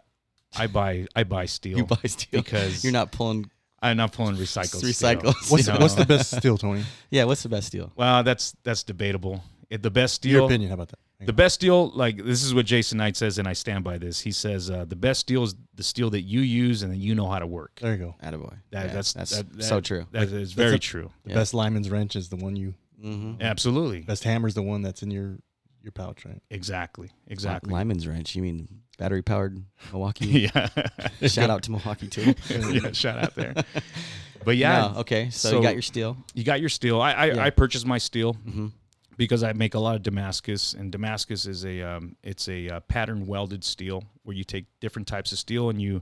I buy I buy steel.
You buy steel
because-
you're not pulling.
I'm not pulling recycled.
It's
steel.
recycled.
You
What's,
know?
what's the best steel, Tony?
Yeah, what's the best steel?
Well, that's that's debatable. It, the best
Your
steel.
opinion? How about that?
The best steel, like this is what Jason Knight says, and I stand by this. He says uh, the best steel is the steel that you use and that you know how to work.
There you go.
Attaboy.
That,
Yeah,
that's
that's
that- that-
so true.
That is very
a-
true.
The
Yeah.
best lineman's wrench is the one you.
Mm-hmm.
Absolutely.
Best hammer's the one that's in your your pouch, right?
Exactly. Exactly.
Lyman's wrench. You mean battery powered Milwaukee?
yeah.
Shout out to Milwaukee too.
yeah. Shout out there. But yeah,
No, okay. So,
So-
you got your steel.
you got your steel. I I,
Yeah.
I purchased my steel.
Mm-hmm.
because I make a lot of Damascus, and Damascus is a um, it's a uh, pattern welded steel where you take different types of steel and you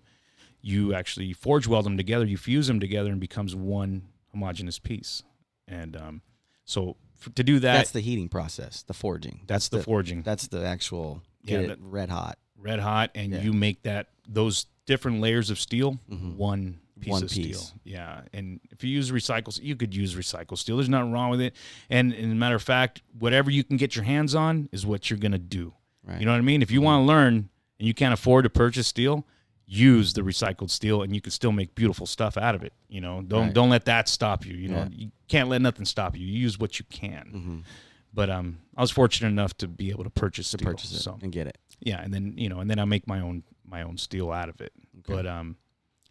you actually forge weld them together, you fuse them together, and becomes one homogeneous piece. And um, so f- to do that,
That's
that's,
the heating process, the forging.
the, forging,
That's the actual
Yeah,
get it
that-
red hot.
red hot, and
Yeah.
you make that those different layers of steel
Mhm.
one piece
One
of
piece.
steel. Yeah, and if you use recycled, you could use recycled steel. There's nothing wrong with it. And, and as a matter of fact, whatever you can get your hands on is what you're gonna do.
Right. Mm-hmm.
You know what I mean? If you want to learn and you can't afford to purchase steel, use the recycled steel and you can still make beautiful stuff out of it. You know, don't
Right.
don't let that stop you. You know,
Yeah.
you can't let nothing stop you. You use what you can.
Mm-hmm.
But um, I was fortunate enough to be able to purchase
To
steel.
purchase it
So
and get it.
yeah, and then you know, and then I make my own my own steel out of it.
Okay.
But um,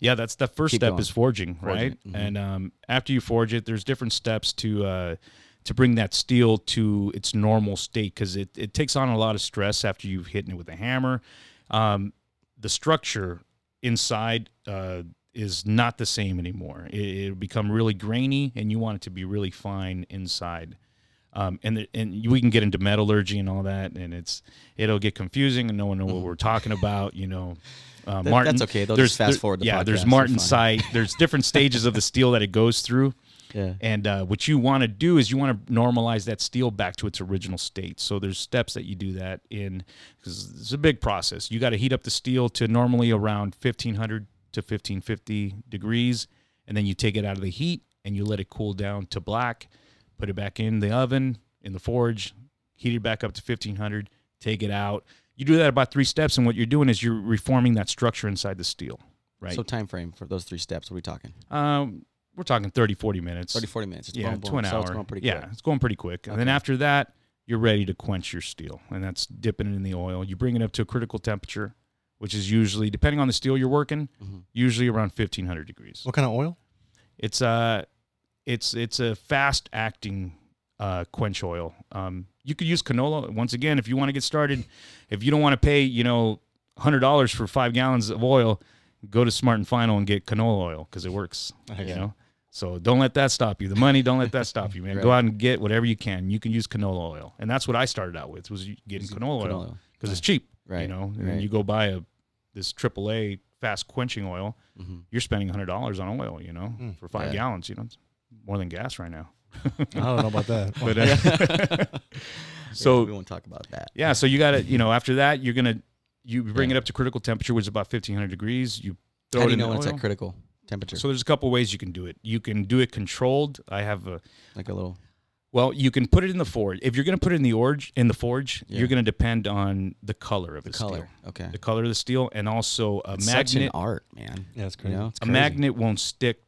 yeah, that's the first
Keep
step
going.
is forging,
Forging
right?
it, mhm.
And um, after you forge it, there's different steps to uh, to bring that steel to its normal state because it it takes on a lot of stress after you've hit it with a hammer. Um, the structure inside uh, is not the same anymore. It, it'll become really grainy, and you want it to be really fine inside. Um, and the, and we can get into metallurgy and all that, and it's it'll get confusing, and no one know what we're talking about, you know. Uh,
Mm-hmm. That-
Martin,
that's okay. They'll
there's-
just fast
there-
forward the
yeah,
podcast.
there's
They're
Martin
fine.
side. There's different stages of the steel that it goes through,
Yeah.
and uh, what you want to do is you want to normalize that steel back to its original state. So there's steps that you do that in because it's a big process. You got to heat up the steel to normally around 1500 to 1550 degrees, and then you take it out of the heat and you let it cool down to black. Put it back in the oven in the forge, heat it back up to 1500. Take it out. You do that about three steps, and what you're doing is you're reforming that structure inside the steel. Right.
So time frame for those three steps. What are we talking?
um, we're talking 30, 40 minutes.
30, 40 minutes. It's
Yeah,
boom,
to
boom.
an
so
hour.
It's going pretty
yeah,
quick.
it's going pretty quick. And then
Okay.
after that, you're ready to quench your steel, and that's dipping it in the oil. You bring it up to a critical temperature, which is usually, depending on the steel you're working,
Mhm.
usually around 1500 degrees.
What kind of oil?
It's a, it's it's a fast acting uh, quench oil. Um, you could use canola once again if you want to get started. If you don't want to pay, you know, hundred dollars for five gallons of oil, go to Smart and Final and get canola oil because it works. You
Yeah.
know, so don't let that stop you. The money, don't let that stop you, man. Go
Right.
out and get whatever you can. You can use canola oil, and that's what I started out with was getting canola,
Canola
oil
oil.
because it's cheap. You
Right,
know, and
right.
you go buy a this AAA fast quenching oil,
Mhm.
you're spending hundred dollars on oil. You know,
Mm.
for five
Hmm, Yeah.
gallons. You know, it's more than gas right now.
I don't know about that.
Oh,
But uh, so
we won't talk about that.
yeah, so you got to you know after that you're gonna you bring
Yeah.
it up to critical temperature, which is about 1500 degrees. You throw
How do
it
you
in
know
the
when it's
oil.
at critical temperature?
So there's a couple ways you can do it. You can do it controlled. I have a
like a little
Well, you can put it in the forge. If you're going to put it in the orge in the forge,
Yeah.
you're going to depend on the color of the,
color.
steel.
Okay.
The color of the steel and also a
It's Such an
magnet.
art, man.
Yeah, that's
You
crazy.
know, it's
A
crazy.
magnet won't stick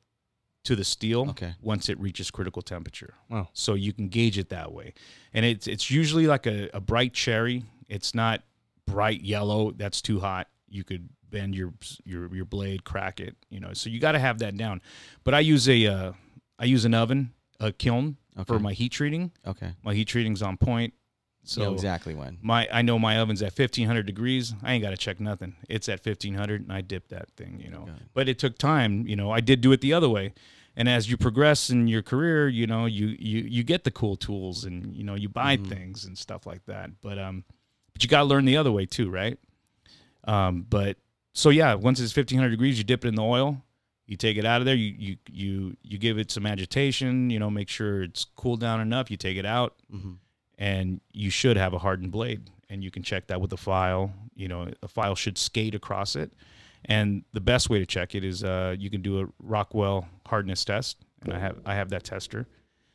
to the steel
Okay.
once it reaches critical temperature.
Wow.
So you can gauge it that way. And it's it's usually like a, a bright cherry. It's not bright yellow. That's too hot. You could bend your your your blade, crack it, you know. So you got to have that down. But I use a uh, I use an oven, a kiln for
Okay.
my heat treating.
Okay.
My heat treating's on point. So
So exactly when.
my I know my oven's at 1500 degrees. I ain't got to check nothing. It's at 1500 and I dip that thing, you know.
Got it.
But it took time, you know. I did do it the other way. And as you progress in your career, you know, you you you get the cool tools and you know, you buy things and stuff like that. But um but you got to learn the other way too, right? Um but so yeah, once it's 1500 degrees, you dip it in the oil. You take it out of there, you you you you give it some agitation, you know, make sure it's cooled down enough, you take it out
Mhm.
and you should have a hardened blade and you can check that with a file you know a file should skate across it and the best way to check it is uh, you can do a rockwell hardness test and i have i have that tester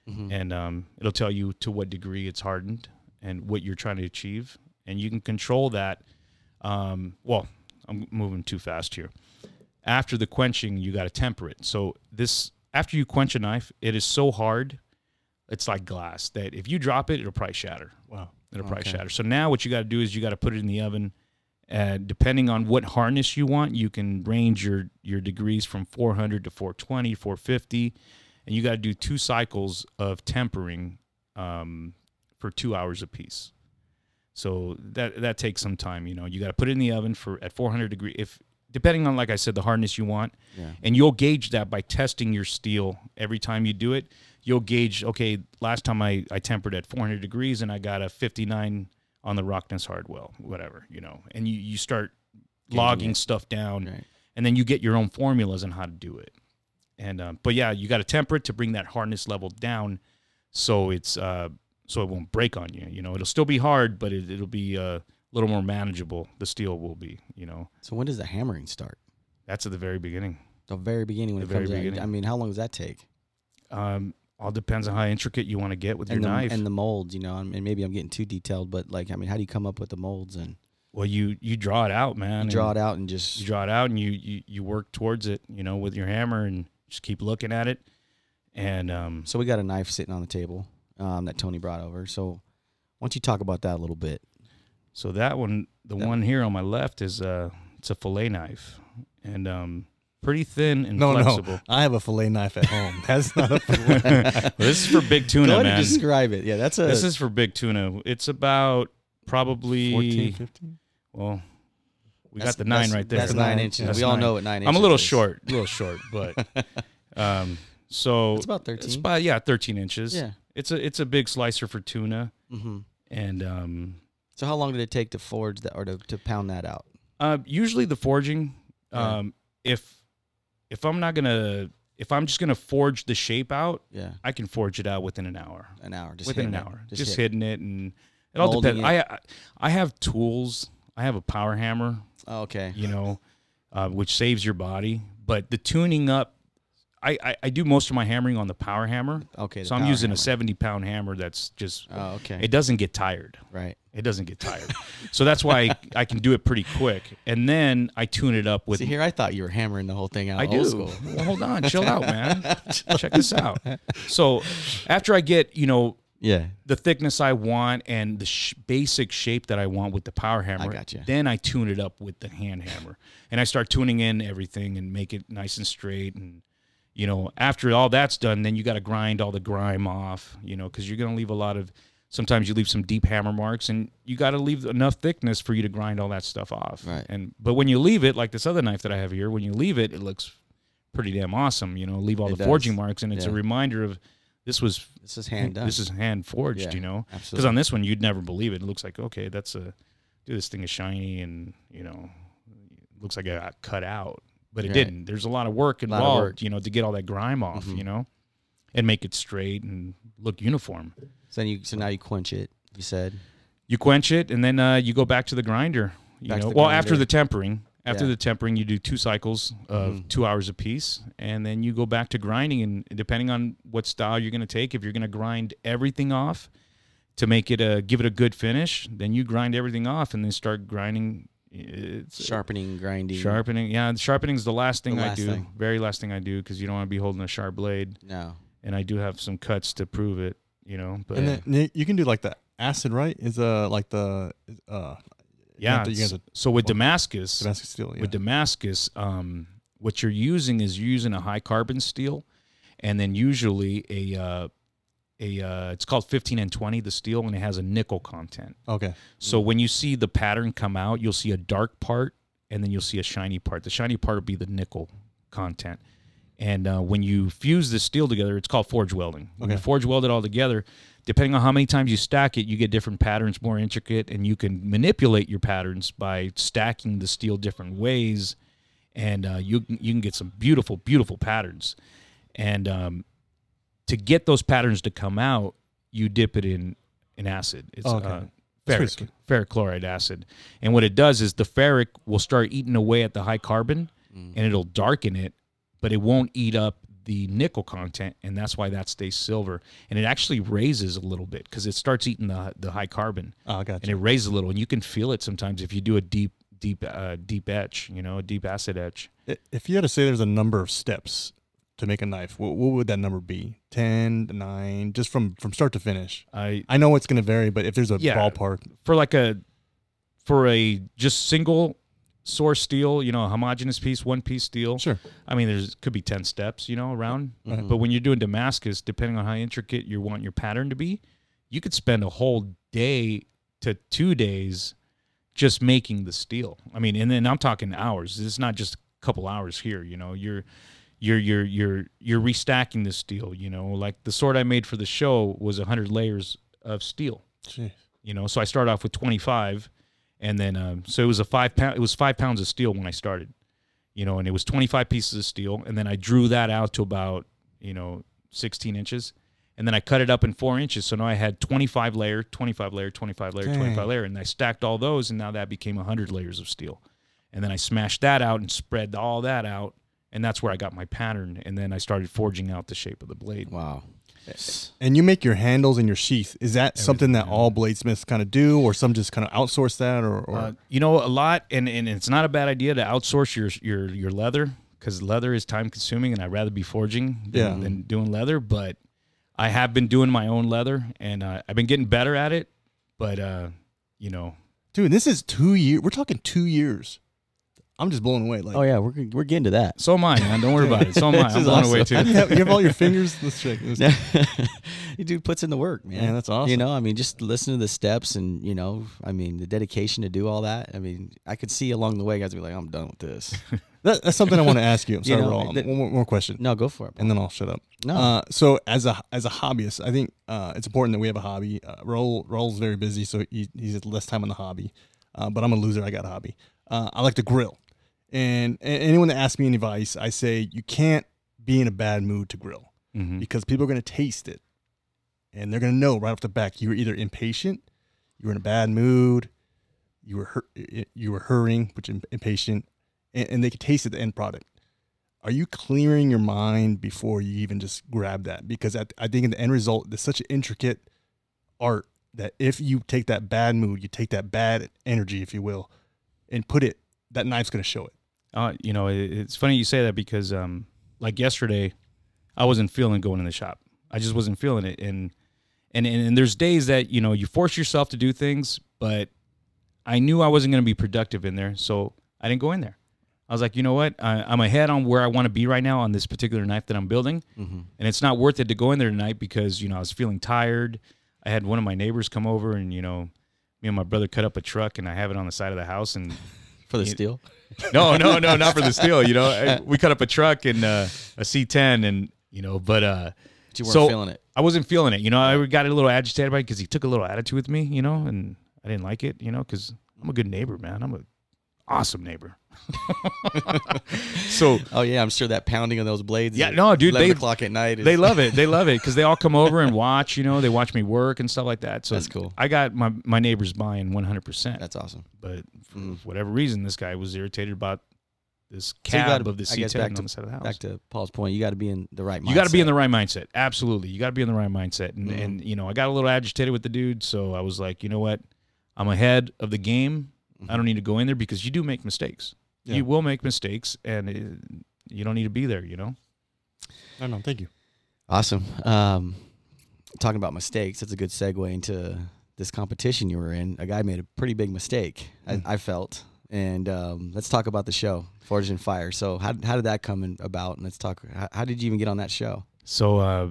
Mhm.
and um, it'll tell you to what degree it's hardened and what you're trying to achieve and you can control that um, well i'm moving too fast here after the quenching you got to temper it so this after you quench a knife it is so hard it's like glass that if you drop it it'll probably shatter
Wow.
it'll probably
Okay.
shatter. So now what you got to do is you got to put it in the oven. Uh, depending on what harness you want, you can range your your degrees from 400 to 420, 450, and you got to do two cycles of tempering um, for two hours apiece. So that that takes some time. You know, you got to put it in the oven for at 400 degree. If depending on like I said, the hardness you want,
Yeah.
and you'll gauge that by testing your steel every time you do it you'll gauge okay last time i, I tempered at 400 degrees and i got a 59 on the rockness hardwell whatever you know and you, you start logging
it.
stuff down
Right.
and then you get your own formulas on how to do it and um, but yeah you got to temper it to bring that hardness level down so it's uh, so it won't break on you you know it'll still be hard but it, it'll be uh, a little more manageable the steel will be you know
So when does the hammering start?
that's at the very beginning
The very beginning when
The
it comes
very
out.
beginning.
I mean, how long does that take?
um, all depends on how intricate you want to get with your
and the,
knife.
and the molds, you know, and and maybe I'm getting too detailed, but like, I mean, how do you come up with the molds and
well, you you draw it out, man.
you
and
draw it out and just
You draw it out, and you, you you work towards it. You know, with your hammer, and just keep looking at it. And um,
So we got a knife sitting on the table um, that Tony brought over. So why don't you talk about that a little bit?
so that one, the
That-
one here on my left is uh, it's a fillet knife, and um, pretty thin and
No, no.
flexible.
I have a fillet knife at home. That's not a fillet.
this is for big
Go
tuna,
ahead
man.
and describe it. Yeah, that's a
This is for big tuna. It's about probably
14, 15?
well, we
that's-
got the nine
that's-
right there.
That's
Nine,
nine, inches.
yeah.
we all know what nine inches.
I'm a little
is.
short, a little short, but um, so
It's about thirteen.
It's about yeah, 13 inches.
yeah.
It's a it's a big slicer for tuna,
hmm
and um,
So how long did it take to forge that or to, to pound that out?
uh, usually the forging.
Yeah.
Um, If if I'm not gonna if I'm just gonna forge the shape out,
Yeah,
I can forge it out within an hour.
an hour. Just
within an
hitting it.
hour, just, hitting it, and it all
Molding
depends. I I- I have tools. I have a power hammer,
Oh, okay.
you know, uh, which saves your body. But the tuning up, I, I I do most of my hammering on the power hammer.
Okay. the
So I'm
power
using a
hammer.
70 pound hammer that's just
Oh, okay.
it doesn't get tired.
right.
It doesn't get tired. so that's why I, I can do it pretty quick. And then I tune it up with
See here, I thought you were hammering the whole thing out.
I
old
do.
School.
Well, hold on, chill out, man. Check this out. So after I get, you know,
Yeah.
the thickness I want and the sh- basic shape that I want with the power hammer.
gotcha.
Then I tune it up with the hand hammer, and I start tuning in everything and make it nice and straight. And you know, after all that's done, then you got to grind all the grime off. You know, because you're gonna leave a lot of. Sometimes you leave some deep hammer marks, and you got to leave enough thickness for you to grind all that stuff off.
Right.
And but when you leave it, like this other knife that I have here, when you leave it, it looks pretty damn awesome. You know, leave all
It
the
does.
forging marks, and it's a
Yeah.
reminder of this was
This is hand done.
this is hand forged,
Yeah,
you know. Because
absolutely.
on this one, you'd never believe it. It looks like okay, that's a dude. This thing is shiny, and you know, it looks like it got cut out, but it
Right.
didn't. There's a lot of work
lot of
involved,
work. Mm-hmm.
you know, to get all that grime off, you know, and make it straight and look uniform.
so then you. So now you quench it. You said.
You quench it, and then uh, you go back to the grinder. You
Back to
know,
the
well after
grinder.
the tempering, After
Yeah.
the tempering, you do two cycles of
Mhm.
two hours apiece, and then you go back to grinding. And depending on what style you're going to take, if you're going to grind everything off to make it a give it a good finish, then you grind everything off and then start grinding. It's
Sharpening, grinding.
sharpening. Yeah, sharpening's the last thing I
last
do,
thing.
very last thing I do, because you don't want to be holding a sharp blade.
No.
And I do have some cuts to prove it, you know. But
And then y- you can do like the acid, right? Is uh like the uh
yeah,
after you guys
it's- so with Damascus,
Damascus steel, yeah.
with Damascus, um, what you're using is you're using a high carbon steel, and then usually a uh, a uh, it's called 15 and 20 the steel, and it has a nickel content.
okay.
So when you see the pattern come out, you'll see a dark part, and then you'll see a shiny part. The shiny part will be the nickel content. And uh, when you fuse the steel together, it's called forge welding. When you
Okay.
forge weld it all together, depending on how many times you stack it, you get different patterns, more intricate, and you can manipulate your patterns by stacking the steel different ways, and uh, you can- you can get some beautiful, beautiful patterns. And um, to get those patterns to come out, you dip it in in acid. It's
Oh, okay.
uh,
That's pretty
ferric,
sweet.
ferric chloride acid. And what it does is the ferric will start eating away at the high carbon and it'll darken it, but it won't eat up the nickel content. And that's why that stays silver. And it actually raises a little bit because it starts eating the, the high carbon
Oh, gotcha.
and it raises a little. And you can feel it sometimes if you do a deep, deep, uh, deep etch, you know, a deep acid etch.
I- If you had to say there's a number of steps to make a knife, what, what would that number be? 10, 9, just from, from start to finish?
I,
I know it's going to vary, but if there's a
Yeah.
ballpark,
for like a for a just single source steel, you know, a homogeneous piece, one piece steel.
Sure.
I mean, there's could be ten steps, you know, around.
Right.
But when you're doing Damascus, depending on how intricate you want your pattern to be, you could spend a whole day to two days just making the steel. I mean, and then I'm talking hours. It's not just a couple hours here. You know, you're you're you're you're you're restacking the steel. You know, like the sword I made for the show was hundred layers of steel
Jeez.
you know so i started off with 25 and then um, so it was a five pound it was five pounds of steel when i started you know and it was 25 pieces of steel and then i drew that out to about you know 16 inches and then i cut it up in four inches so now i had 25 layer 25 layer 25 layer 25
Dang.
layer and i stacked all those and now that became 100 layers of steel and then i smashed that out and spread all that out and that's where i got my pattern and then i started forging out the shape of the blade
Wow.
and you make your handles and your sheath. Is that something that
Everything, yeah.
all bladesmiths kind of do, or some just kind of outsource that, or, or
Uh, you know, a lot, and, and it's not a bad idea to outsource your your your leather because leather is time consuming, and I'd rather be forging than,
Yeah.
than doing leather. But I have been doing my own leather, and uh, I've been getting better at it. But uh, you know,
dude? This is two year. We're talking two years. I'm just blown away. Like,
Oh yeah, we're we're getting to that.
so am I, man. Don't worry about it. So am I.
This
I'm
is
blown away
awesome.
How do
too.
you, have, you have all your fingers. Let's check. This.
you dude puts in the work, man.
Man, that's awesome.
You know, I mean, just listen to the steps, and you know, I mean, the dedication to do all that. I mean, I could see along the way, guys, be like, I'm done with this.
That, that's something I want to ask you. I'm
You
sorry,
know,
Raul.
that-
one more, more question.
no, go for it. Paul.
and then I'll shut up.
No.
Uh, so as a as a hobbyist, I think uh, it's important that we have a hobby. Uh, Roll Roll's very busy, so he, he's less time on the hobby. Uh, but I'm a loser. I got a hobby. Uh, I like to grill, and, and anyone that asks me any advice, I say you can't be in a bad mood to grill
Mhm.
because people are going to taste it, and they're going to know right off the back you were either impatient, you were in a bad mood, you were hur- you were hurrying, which is impatient, and, and they could taste it the end product are you clearing your mind before you even just grab that? Because at, I think in the end result, there's such an intricate art that if you take that bad mood, you take that bad energy, if you will, and put it, that knife's going to show it.
Uh, you know, it, it's funny you say that because, um, like yesterday, I wasn't feeling going in the shop. I just wasn't feeling it, and and and, and there's days that you know you force yourself to do things, but I knew I wasn't going to be productive in there, so I didn't go in there. I was like, you know what? I, I'm ahead on where I want to be right now on this particular knife that I'm building, and it's not worth it to go in there tonight because you know I was feeling tired. I had one of my neighbors come over, and you know, me and my brother cut up a truck, and I have it on the side of the house, and
for the steel.
no, no, no, not for the steel. You know, I- we cut up a truck and uh, a C10, and you know, but uh,
You weren't
so-
feeling it.
I wasn't feeling it. You know, I got a little agitated by it because he took a little attitude with me. You know, and I didn't like it. You know, because I'm a good neighbor, man. I'm a awesome neighbor. so
Oh yeah, I'm sure that pounding of those blades.
Yeah,
at
no, dude,
11
they-
o'clock at night. Is,
they love it. They love it because they all come over and watch. You know, they watch me work and stuff like that. So
That's cool.
I got my my neighbors buying 100. percent
That's awesome.
But for
Mm.
whatever reason, this guy was irritated about this
So you
cab
gotta-
of the
I guess
C10
back
on
to-
the side of the house.
Back to Paul's point, you got to be in the right.
you got to be in
mindset.
the right mindset. Absolutely, you got to be in the right mindset. And
Mhm.
and you know, I got a little agitated with the dude, so I was like, you know what, I'm ahead of the game. I don't need to go in there because you do make mistakes.
Mm-hmm. Yeah.
You will make mistakes, and it, you don't need to be there. You know.
No, no, thank you.
Awesome. Um, talking about mistakes, that's a good segue into this competition you were in. A guy made a pretty big mistake,
Hmm.
Mm.
I, I felt. And um, let's talk about the show, Forged in Fire. So, how, how did that come in, about? And let's talk, how, how did you even get on that show?
So uh,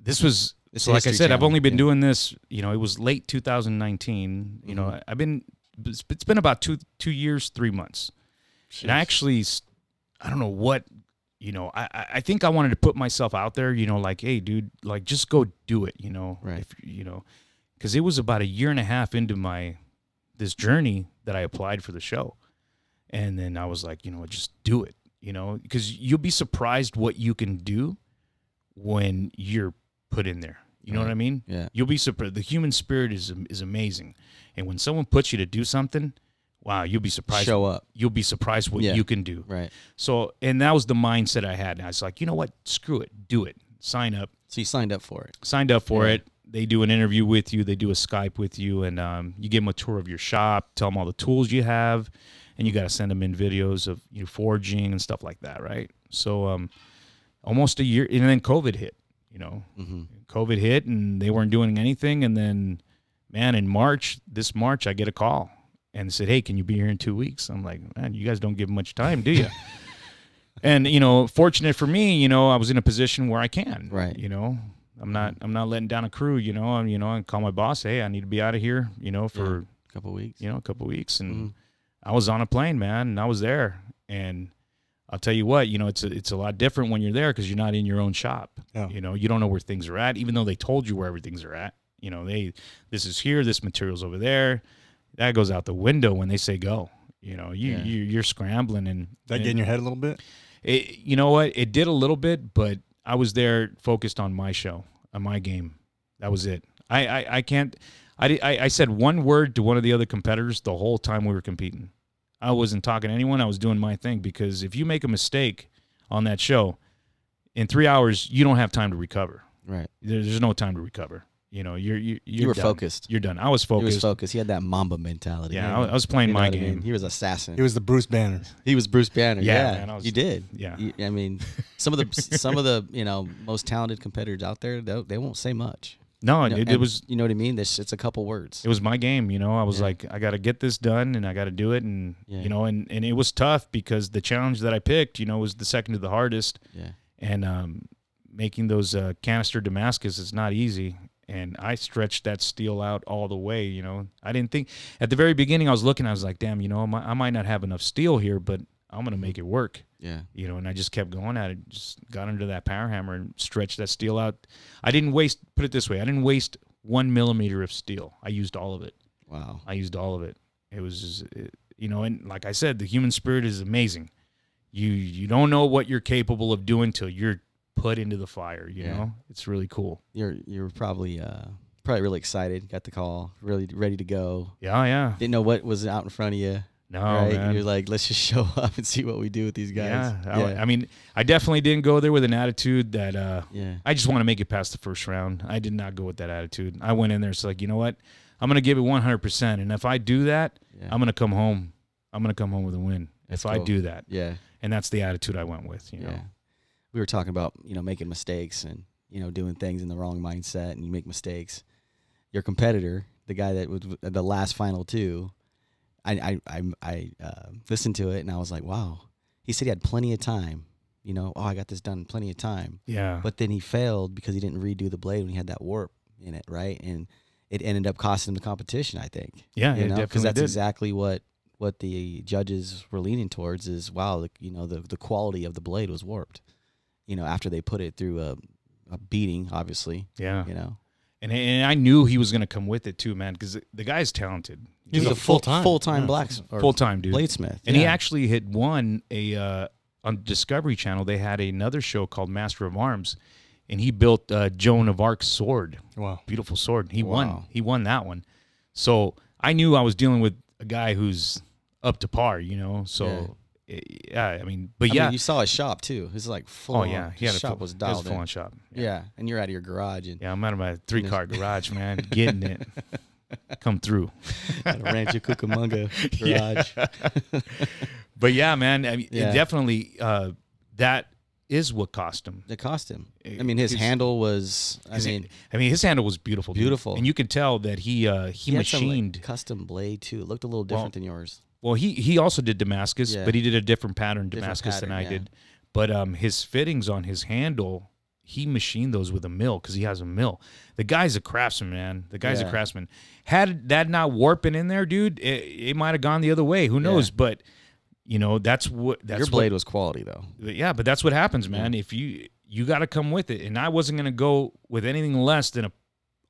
this was
It's a
so like I
History
said, I've
Channel,
only been
yeah.
doing this. You know, it was late 2019. You know,
Mhm.
I- I've been it's it's been about two two years, three months, and I actually s- I don't know what you know. I I- I think I wanted to put myself out there. You know, like hey, dude, like just go do it. You know,
Right.
If, you know, because it was about a year and a half into my this journey that I applied for the show, and then I was like, you know, what, just do it. You know, because you'll be surprised what you can do when you're put in there. You know
Right.
what I mean?
Yeah.
You'll be surprised. The human spirit is is amazing, and when someone puts you to do something, wow, you'll be surprised.
Show up.
You'll be surprised what
Yeah.
you can do.
Right.
So, and that was the mindset I had. And I was like, you know what? Screw it. Do it. Sign up.
So, you signed up for it.
Signed up for
Yeah.
it. They do an interview with you. They do a Skype with you, and um, you give them a tour of your shop. Tell them all the tools you have, and you got to send them in videos of you know, forging and stuff like that, right? So, um, almost a year, and then COVID hit. You know,
Mm-hmm.
COVID hit and they weren't doing anything. And then, man, in March, this March, I get a call and said, Hey, can you be here in two weeks? I'm like, Man, you guys don't give much time, do you? and, you know, fortunate for me, you know, I was in a position where I can.
Right.
You know, I'm not,
Mm-hmm.
I'm not letting down a crew, you know, I'm, you know, I call my boss, Hey, I need to be out of here, you know, for,
A couple weeks.
you know, a couple weeks. And
Mm-hmm.
Mhm.
I was on a plane, man, and I was there. And I'll tell you what, you know, it's a, it's a lot different when you're there because you're not in your own shop.
Yeah.
You know, you don't know where things are at, even though they told you where everything's are at. You know, they this is here, this material's over there. That goes out the window when they say go. You know, you,
Yeah.
you you're scrambling and
That get in
and-
your head a little bit?
it, you know what? It did a little bit, but I was there focused on my show, on my game. That was it. I, I, I can't. I, di- I I said one word to one of the other competitors the whole time we were competing. I wasn't talking to anyone. I was doing my thing because if you make a mistake on that show, in three hours you don't have time to recover.
Right.
There, there's no time to recover. You know, you're you you're
you were
done.
focused.
You're done. I was
He
focused.
was focused. He had that Mamba mentality.
yeah, I was, I was playing
You know
my
what I
game.
mean? He was assassin.
It was the Bruce Banner.
He was Bruce Banner.
Yeah,
Yeah,
man, I was-
you did.
yeah.
You- I mean, some of the some of the you know most talented competitors out there, they, they won't say much.
No,
You know,
it, it
and
was
you know what I mean. This it's a couple words.
it was my game you know i was
Yeah.
like i got to get this done and i got to do it and
Yeah.
you know and, and it was tough because the challenge that i picked you know was the second to the hardest
yeah,
and um, making those uh, canister damascus is not easy and i stretched that steel out all the way you know i didn't think at the very beginning i was looking i was like damn you know i might, I might not have enough steel here but i'm gonna make it work
yeah.
you know, and I just kept going at it. Just got under that power hammer and stretched that steel out. I didn't waste. Put it this way, I didn't waste one millimeter of steel. I used all of it.
Wow.
I used all of it. It was, just, it, you know, and like I said, the human spirit is amazing. You you don't know what you're capable of doing till you're put into the fire. You
Yeah.
know, it's really cool.
You're you're probably uh probably really excited. Got the call, really ready to go.
Yeah, yeah.
Didn't know what was out in front of you.
No,
right?
Oh, man.
You're like, let's just show up and see what we do with these guys.
yeah. I, I mean, I definitely didn't go there with an attitude that uh,
yeah.
I just want to make it past the first round. I did not go with that attitude. I went in there. It's like, you know what? I'm going to give it 100%. And if I do that,
Yeah.
I'm going to come home. I'm going to come home with a win.
That's
if I
cool.
do that.
yeah.
And that's the attitude I went with, you know.
Yeah. We were talking about, you know, making mistakes and, you know, doing things in the wrong mindset and you make mistakes. Your competitor, the guy that was at the last final two, I I I, I uh, listened to it and I was like, wow. He said he had plenty of time. You know, oh, I got this done in plenty of time.
Yeah.
But then he failed because he didn't redo the blade when he had that warp in it, right? And it ended up costing him the competition, I think
yeah,
you
it
know because
definitely
that's
did.
exactly what what the judges were leaning towards is wow the, you know the, the quality of the blade was warped you know after they put it through a, a beating obviously
yeah.
you know
and and I knew he was going to come with it too, man, because the guy's talented.
He's a full-time.
full time
Yeah.
blacks or
Full time dude,
bladesmith,
and he
Yeah.
actually had won a uh, on Discovery Channel. They had another show called Master of Arms, and he built uh, Joan of Arc's sword,
Wow.
beautiful sword. He won.
Wow.
He won that one. So I knew I was dealing with a guy who's up to par, you know. So eh, yeah, I mean, but
I
yeah,
mean, you saw his shop too. It's like full.
oh yeah, he had
his
a
shop
full,
was
it a
dialed
full-on
in.
shop.
Yeah. and you're out of your garage and
Yeah, I'm out of my three car garage, man. Getting it. Come through.
at Rancho Cucamonga
Yeah.
garage.
But yeah, man, I mean, it
Yeah.
definitely uh, that is what cost him.
It cost him.
Eh,
I mean, his
he's-
handle was. I
His-
mean,
I mean, his handle was beautiful, dude.
Beautiful.
and you could tell that he uh, he,
had some, like,
machined.
custom blade too. It looked a little different than yours.
well, he he also did Damascus,
Yeah.
but he did a different pattern
Different
Damascus than
pattern,
I
yeah.
did. But um, his fittings on his handle, he machined those with a mill because he has a mill. The guy's a craftsman, man. The guy's
Yeah.
a craftsman. Had that not warping in there, dude, it, it might have gone the other way. Who knows? But you know, that's what that's
Your
what
blade was quality though.
But yeah, but that's what happens, man. If you you got to come with it, and I wasn't gonna go with anything less than a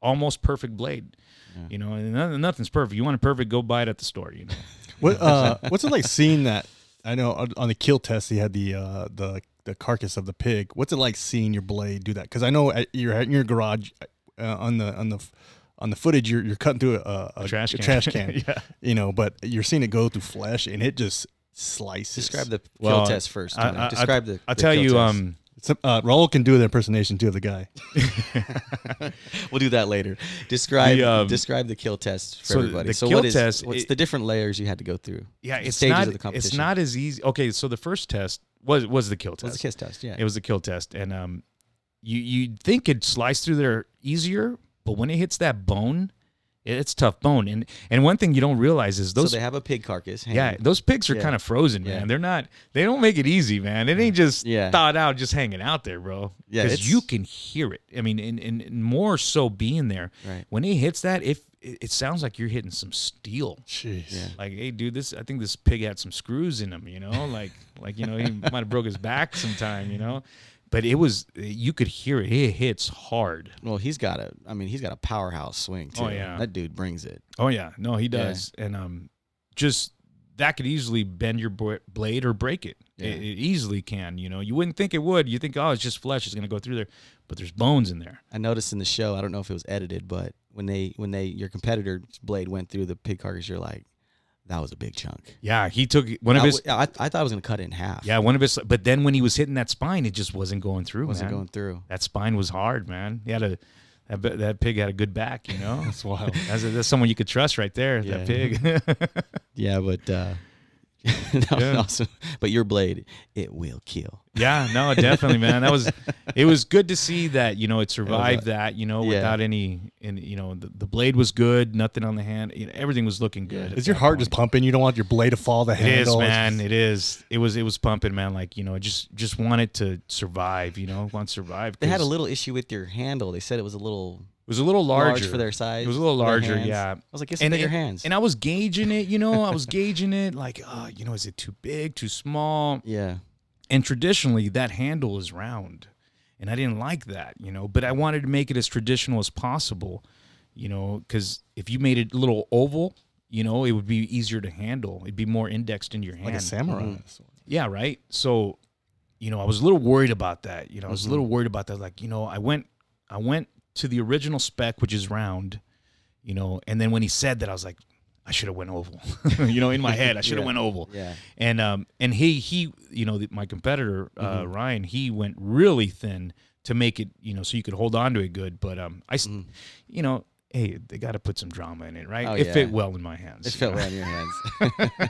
almost perfect blade.
Yeah.
You know, and nothing, nothing's perfect. You want a perfect, go buy it at the store. You know,
What, uh, what's it like seeing that? I know on- on the kill test, he had the uh, the the carcass of the pig. What's it like seeing your blade do that? Because I know at, you're in your garage uh, on the on the on the footage, you're you're cutting through a, a, a
trash can.
trash can
yeah.
you know, but you're seeing it go through flesh, and it just slices.
Describe the kill
Well,
test first.
I-
Tony.
I- I-
Describe the.
I'll
the
tell
kill
you.
test.
Um,
Some, uh, Raul can do the impersonation too of the guy.
We'll do that later. Describe
um, The, um,
describe the kill test for
so the-
everybody.
the
so
kill
what is
test,
what's
it-
the different layers you had to go through?
yeah, it's
stages
not.
of the
it's
competition.
not as easy. Okay, so the first test was was the kill
What's the
test.
kiss test? Yeah.
It was the kill test, and um, you you'd think it'd slice through there easier, but when it hits that bone, it's tough bone. And and one thing you don't realize is those
so they have a pig carcass.
Yeah,
hanging.
those pigs are
Yeah.
kind of frozen, man.
Yeah.
They're not. They don't make it easy, man. It ain't just
Yeah.
thawed out, just hanging out there, bro.
Yeah, it's-
because you can hear it. I mean, and, and, and more so being there
Right.
when he hits that, if it, it sounds like you're hitting some steel.
Jeez.
Yeah.
Like, hey, dude, this I think this pig had some screws in him. You know, like like you know he might have broke his back sometime. You know, but it was you could hear it. It hits hard.
Well, he's got a. I mean, he's got a powerhouse swing too.
Oh, yeah.
That dude brings it.
Oh yeah, no, he
Yeah.
does, and um, just that could easily bend your br- blade or break it.
Yeah.
it. It easily can. You know, you wouldn't think it would. You think, oh, it's just flesh; it's gonna go through there, but there's bones in there.
I noticed in the show. I don't know if it was edited, but when they when they your competitor's blade went through the pig carcass, you're like, that was a big chunk.
Yeah, he took one
I,
of his.
w- I, I thought I was gonna cut it in half.
yeah, one of his. But then when he was hitting that spine, it just wasn't going through.
Wasn't
man.
going through.
That spine was hard, man. He had a that, bi- that pig had a good back. You know,
That's wild.
that's, that's someone you could trust right there.
Yeah.
That pig.
Yeah, but uh, that was
Yeah.
awesome. But your blade, it will kill.
Yeah, no, definitely, man. That was it was good to see that, you know, it survived that, you know,
yeah.
without any and you know, the, the blade was good, nothing on the hand. You know, everything was looking good. at
Is your
that
heart
point.
just pumping? You don't want your blade to fall the
It is,
handle. It's
man.
just-
It is. It was it was pumping, man. Like, you know, just just wanted to survive, you know, want to survive.
They had a
'cause
little issue with your handle. They said it was a little
it was a little larger
large for their size.
It was a little
for their
larger,
hands.
yeah.
I was like, it's
And-
bigger
and-
hands.
And I was gauging it, you know, I was gauging it like, uh, you know, is it too big, too small?
yeah,
And traditionally, that handle is round. And I didn't like that, you know, but I wanted to make it as traditional as possible, you know, because if you made it a little oval, you know, it would be easier to handle. It'd be more indexed into your hand.
like a samurai.
Mm-hmm.
Yeah, right. So, you know, I was a little worried about that. You know, I was
Mhm.
a little worried about that. Like, you know, I went, I went to the original spec, which is round. You know, and then when he said that, I was like, I should have went oval. you know, in my head, I should have
Yeah.
went oval.
yeah.
And um, and he he, you know, the, my competitor uh,
Mm-hmm.
Ryan, he went really thin to make it, you know, so you could hold on to it good. But um, I, s- you know. Hey, they got to put some drama in it, right?
Mm-hmm. Oh,
it fit
yeah.
well in my hands.
It
you
felt
know?
well in your hands.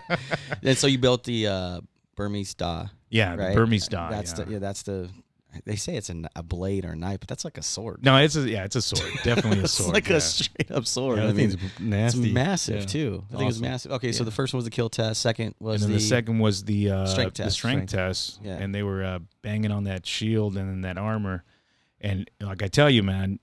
and so you built the uh, Burmese da,
Yeah,
right?
the Burmese dog.
That's
yeah.
the yeah. That's the. They say it's a, kn- a blade or a knife, but that's like a sword.
No, it's a yeah, it's a sword. Definitely a
it's
sword.
like
yeah.
a straight up sword.
Yeah,
I
that
mean,
thing's
it's
nasty.
massive
Yeah.
too. I think it was
Awesome.
massive. Okay, so
Yeah.
the first one was the kill test. Second was
and then the, second was the uh,
Strength
The
test.
strength test,
Yeah.
and they were uh, banging on that shield and then that armor. And like I tell you, man,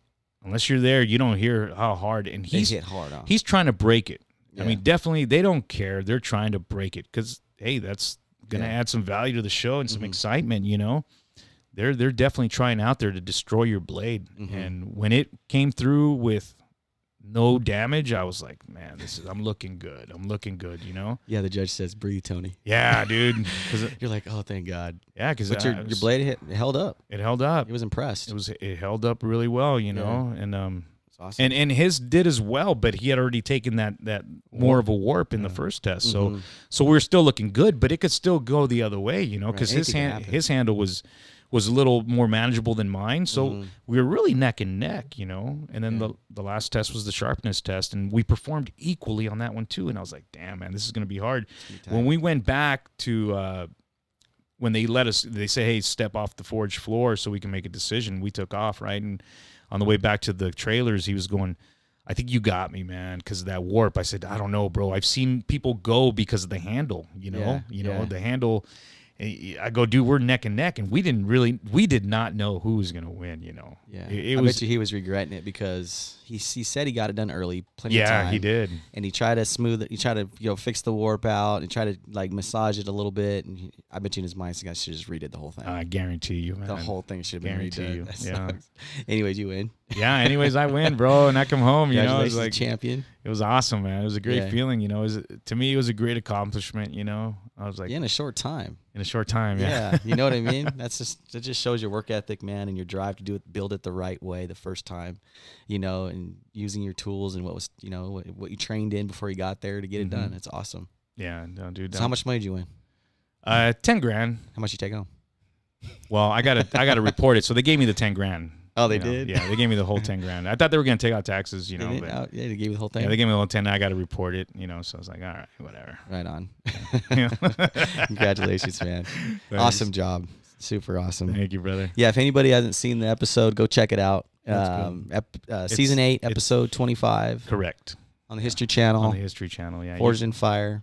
unless you're there, you don't hear how hard. And
They
he's
hit hard on.
he's trying to break it.
Yeah.
I mean, definitely they don't care. They're trying to break it because hey, that's gonna
Yeah.
add some value to the show and some
Mhm.
excitement, you know. they're they're definitely trying out there to destroy your blade.
Mhm.
And when it came through with no damage, I was like, man, this is I'm looking good. I'm looking good, you know?
Yeah, the judge says, "Breathe, Tony."
Yeah, dude. 'Cause it-
You're like, "Oh, thank God."
yeah, because
But your, your blade hit, held up.
it held up.
He was impressed.
It was it held up really well, you know, and um
It's awesome.
and and his did as well, but he had already taken that that more of a warp in the first test, so
Mhm.
so we were still looking good, but it could still go the other way, you know,
Right,
because his
anything can
hand
happen.
his handle was was a little more manageable than mine, so
Mhm.
we were really neck and neck, you know. And then
Yeah.
the the last test was the sharpness test, and we performed equally on that one too. And I was like, damn man, this is gonna be hard. When we went back to uh, when they let us, they say, hey, step off the forge floor so we can make a decision. We took off, right? And on the way back to the trailers, he was going, I think you got me, man, because of that warp. I said, I don't know, bro. I've seen people go because of the handle, you know,
Yeah,
you know,
yeah.
the handle. Eh, I go, dude, we're neck and neck, and we didn't really, we did not know who was gonna win, you know.
yeah,
it, it
I
was,
bet you he was regretting it because he he said he got it done early, plenty of
yeah,
time.
he did.
and he tried to smooth it. He tried to you know fix the warp out and try to like massage it a little bit. And he, I bet you in his mind, this guy should just redid the whole thing.
I guarantee you, man.
the whole thing should have been
guarantee
redone.
you,
That
yeah.
sucks. Anyways, you win.
yeah. Anyways, I win, bro, and I come home. You know,
Congratulations,
it's like
champion.
it was awesome, man. It was a great
Yeah.
feeling, you know. It was, to me, it was a great accomplishment, you know. I was like,
yeah, in a short time.
in a short time, yeah,
Yeah. you know what I mean. That's just that just shows your work ethic, man, and your drive to do it, build it the right way the first time, you know, and using your tools and what was you know what, what you trained in before you got there to get
Mhm.
it done. It's awesome.
yeah. No, dude,
So how
no.
much money did you win?
Uh, ten grand.
How much you take home?
Well, I gotta, I gotta report it. So they gave me the ten grand.
Oh, they
you know?
did?
Yeah, they gave me the whole ten grand. I thought they were gonna take out taxes, you
They
know.
didn't-
But,
oh, yeah, they gave you the whole thing.
yeah, they gave me the whole ten. I gotta report it, you know. So I was like, all right, whatever.
right on.
You know?
Congratulations, man.
Thanks.
awesome job. Super awesome.
Thank you, brother.
Yeah, if anybody hasn't seen the episode, go check it out.
That's good.
Um, ep- uh, season 8,
it's-
episode 25
Correct
on the History Channel,
on the History Channel. Yeah, you-
Forged in Fire.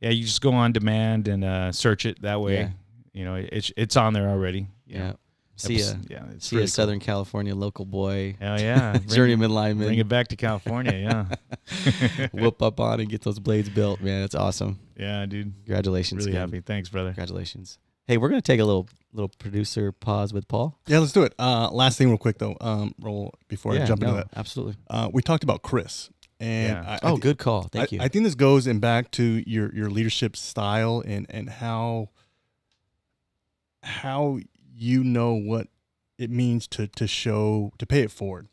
yeah. You just go on demand and uh, search it that way.
Yeah.
You know, it's it's on there already. you
Yeah.
know.
See ya.
Epis- Yeah, it's
See
pretty
ya,
cool.
Southern California local boy,
Hell yeah. Bring-
journeyman
Bring
lineman.
it back to California. Yeah.
Whoop up on and get those blades built, man. It's awesome.
Yeah, dude.
Congratulations.
Really
man.
happy. Thanks, brother.
Congratulations. Hey, we're going to take a little little producer pause with Paul.
Yeah, let's do it. Uh, last thing, real quick though, um, roll before I jump
no,
into that.
Absolutely.
Uh, we talked about Chris, and
Yeah.
I, I
Oh,
thi-
good call. Thank
I,
you.
I think this goes and back to your your leadership style and and how how you know what it means to to show to pay it forward.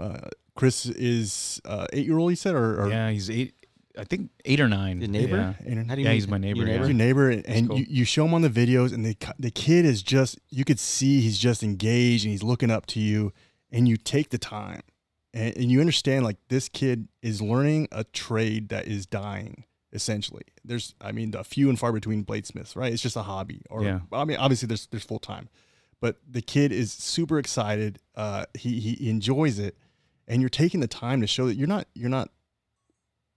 Uh, Chris is uh, eight year old. You said or, or
Yeah, he's eight. I think eight or nine.
Your neighbor?
Yeah.
internet-
How do
Yeah,
mean-
he's my neighbor,
Your
yeah.
your neighbor and, and
cool.
you, you show him on the videos and the, the kid is just you could see he's just engaged and he's looking up to you and you take the time and, and you understand like this kid is learning a trade that is dying essentially there's i mean the few and far between bladesmiths right it's just a hobby or
Yeah.
i mean obviously there's there's full time but the kid is super excited uh he he enjoys it and you're taking the time to show that you're not you're not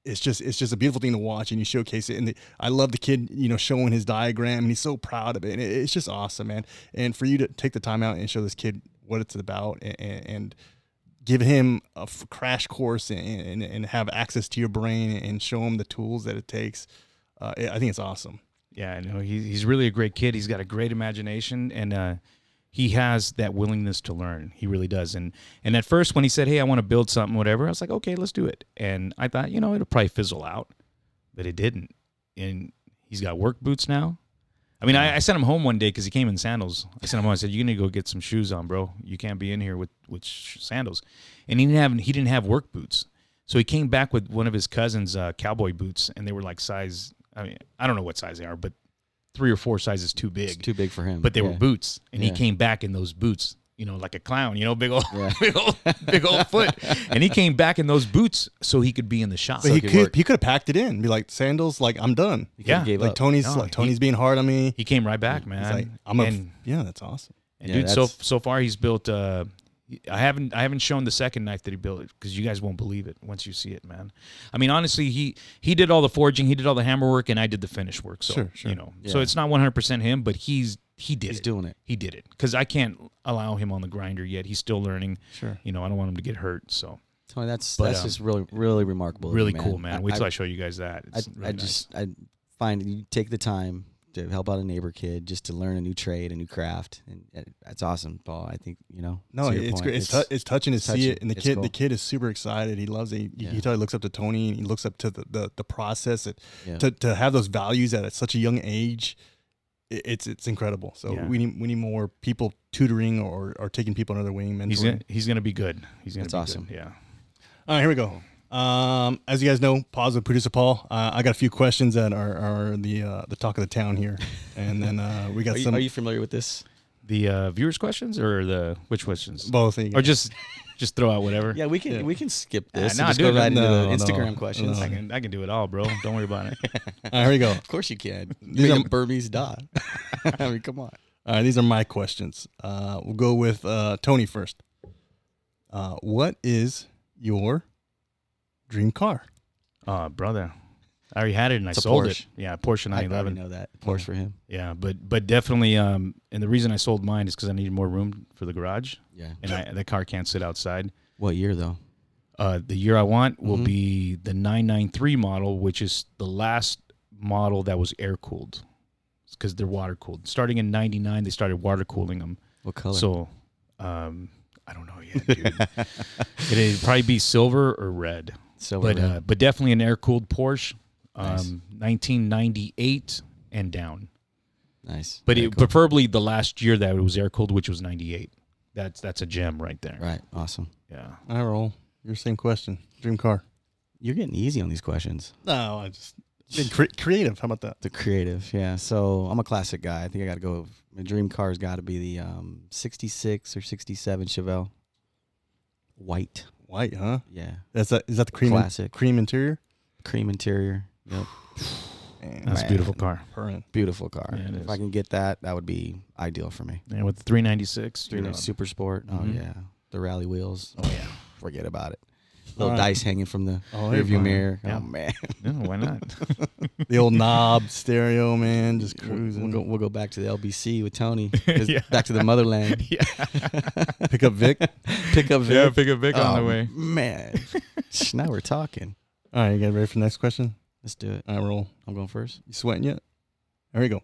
it's just it's just a beautiful thing to watch and you showcase it and the, i love the kid you know showing his diagram and he's so proud of it and it, it's just awesome man and for you to take the time out and show this kid what it's about and and, and give him a f- crash course and, and and have access to your brain and show him the tools that it takes uh, i think it's awesome
Yeah, I know. He's he's really a great kid. He's got a great imagination and uh he has that willingness to learn. He really does. And and at first when he said, Hey, I want to build something, whatever, I was like, Okay, let's do it. And I thought, you know, it'll probably fizzle out. But it didn't. And he's got work boots now. I mean, I, I sent him home one day because he came in sandals. I sent him home. I said, "You need to go get some shoes on, bro. You can't be in here with with sh- sandals." And he didn't have he didn't have work boots, so he came back with one of his cousins' uh, cowboy boots, and they were like size. I mean, I don't know what size they are, but three or four sizes too
It's
big.
too big for him.
but they were
Yeah.
boots, and he
Yeah.
came back in those boots. You know, like a clown. You know, big old,
Yeah.
big old, big old foot. And he came back in those boots so he could be in the shop.
but
So
he
it could
could
work.
he could have packed it in and be like sandals like i'm done
He kinda
Yeah,
gave
like
up.
tony's
No,
like
he-
tony's being hard on me
he came right back, man.
He's like, i'm a f-
And-
yeah that's awesome
And
Yeah,
dude, so
that's-
so far he's built. Uh, I haven't I haven't shown the second knife that he built because you guys won't believe it once you see it, man. I mean, honestly, he he did all the forging, he did all the hammer work, and I did the finish work. So
Sure, sure.
you know, so
Yeah.
it's not one hundred percent him, but he's he did
He's
it.
doing it.
he did it because I can't allow him on the grinder yet. He's still learning.
sure
You know, I don't want him to get hurt. So
Tony, that's
But,
that's
um,
just really really remarkable. of you,
really cool, man.
I-
Wait till I,
I,
show you guys that.
I,
It's really
I
nice.
just I find you take the time to help out a neighbor kid, just to learn a new trade, a new craft, and uh, that's awesome, Paul. I think you know.
No,
to your
it's
point,
great. It's, tou- it's touching to
it's
see
touching.
it, and the
It's
kid,
cool.
the kid is super excited. He loves it. You you
Yeah.
can tell he looks up to Tony, and he looks up to the the, the process. That,
Yeah.
To to have those values at such a young age, i- it's it's incredible. So
Yeah.
we need we need more people tutoring or or taking people under their wing, mentoring.
He's gonna, he's gonna be good. He's gonna
That's
be
awesome.
Good. Yeah.
All right, here we go. Um, as you guys know, pause with producer Paul. Uh, I got a few questions that are, are the uh, the talk of the town here, and then uh, we got
Are you,
some
are you familiar with this?
The uh, viewers' questions or the which questions?
both. Of you
Or just just throw out whatever.
Yeah, we can
Yeah.
we can skip
Ah,
this. and
nah,
just
dude,
go right
no,
into the Instagram
no,
questions.
I can I can do it all, bro. Don't worry about it.
All right, here we go.
Of course you can.
These
These
are-
are Burmese dot. I mean, come on.
All right, these are my questions. Uh, we'll go with uh, Tony first. Uh, what is your dream car?
Oh, brother. I already had it and
It's
I
a
sold
Porsche.
it. Yeah, Porsche
I already
911.
know that. Porsche for him.
Yeah, but but definitely. Um, and the reason I sold mine is because I needed more room for the garage,
Yeah.
and I, the car can't sit outside.
What year though?
Uh, the year I want will
Mhm.
be the 993 model, which is the last model that was air cooled, because they're water cooled. Starting in '99, they started water cooling them.
What color?
So, um, I don't know yet. Dude. It'd probably be silver or red,
so
but
red.
uh, but definitely an air cooled Porsche, um,
Nice.
1998 and down.
nice.
But
Very
it,
cool.
preferably the last year that it was air cooled, which was '98. That's that's a gem right there.
right, awesome.
Yeah.
I roll your same question. Dream car?
You're getting easy on these questions.
No, I just being cre- creative. How about that?
The creative, yeah. So I'm a classic guy. I think I got to go. with- My dream car's got to be the um, '66 or '67 Chevelle, white.
White, huh?
Yeah,
That's that. Is that the cream in-
classic,
cream interior?
cream interior. Yep,
That's a
Man.
beautiful car.
Purring.
beautiful car.
Yeah, it
if
is.
I can get that, that would be ideal for me.
Yeah, with the 396.
You know,
you're on.
super sport. Oh
Mhm.
yeah, the rally wheels. Oh yeah, forget about it. Little
Alright.
dice hanging from the
Oh, hey,
rearview
man.
mirror.
Yeah.
Oh man,
No, why not?
The old knob stereo, man, just
We'll- We'll
cruising.
go, we'll go back to the LBC with Tony. 'Cause
Yeah.
Back to the motherland.
yeah.
Pick up Vic.
Pick up Vic.
pick a Vic
Oh, Man, now we're talking.
All right, you guys ready for the next question?
Let's do it.
I roll.
I'm going first.
You sweating yet? There we go.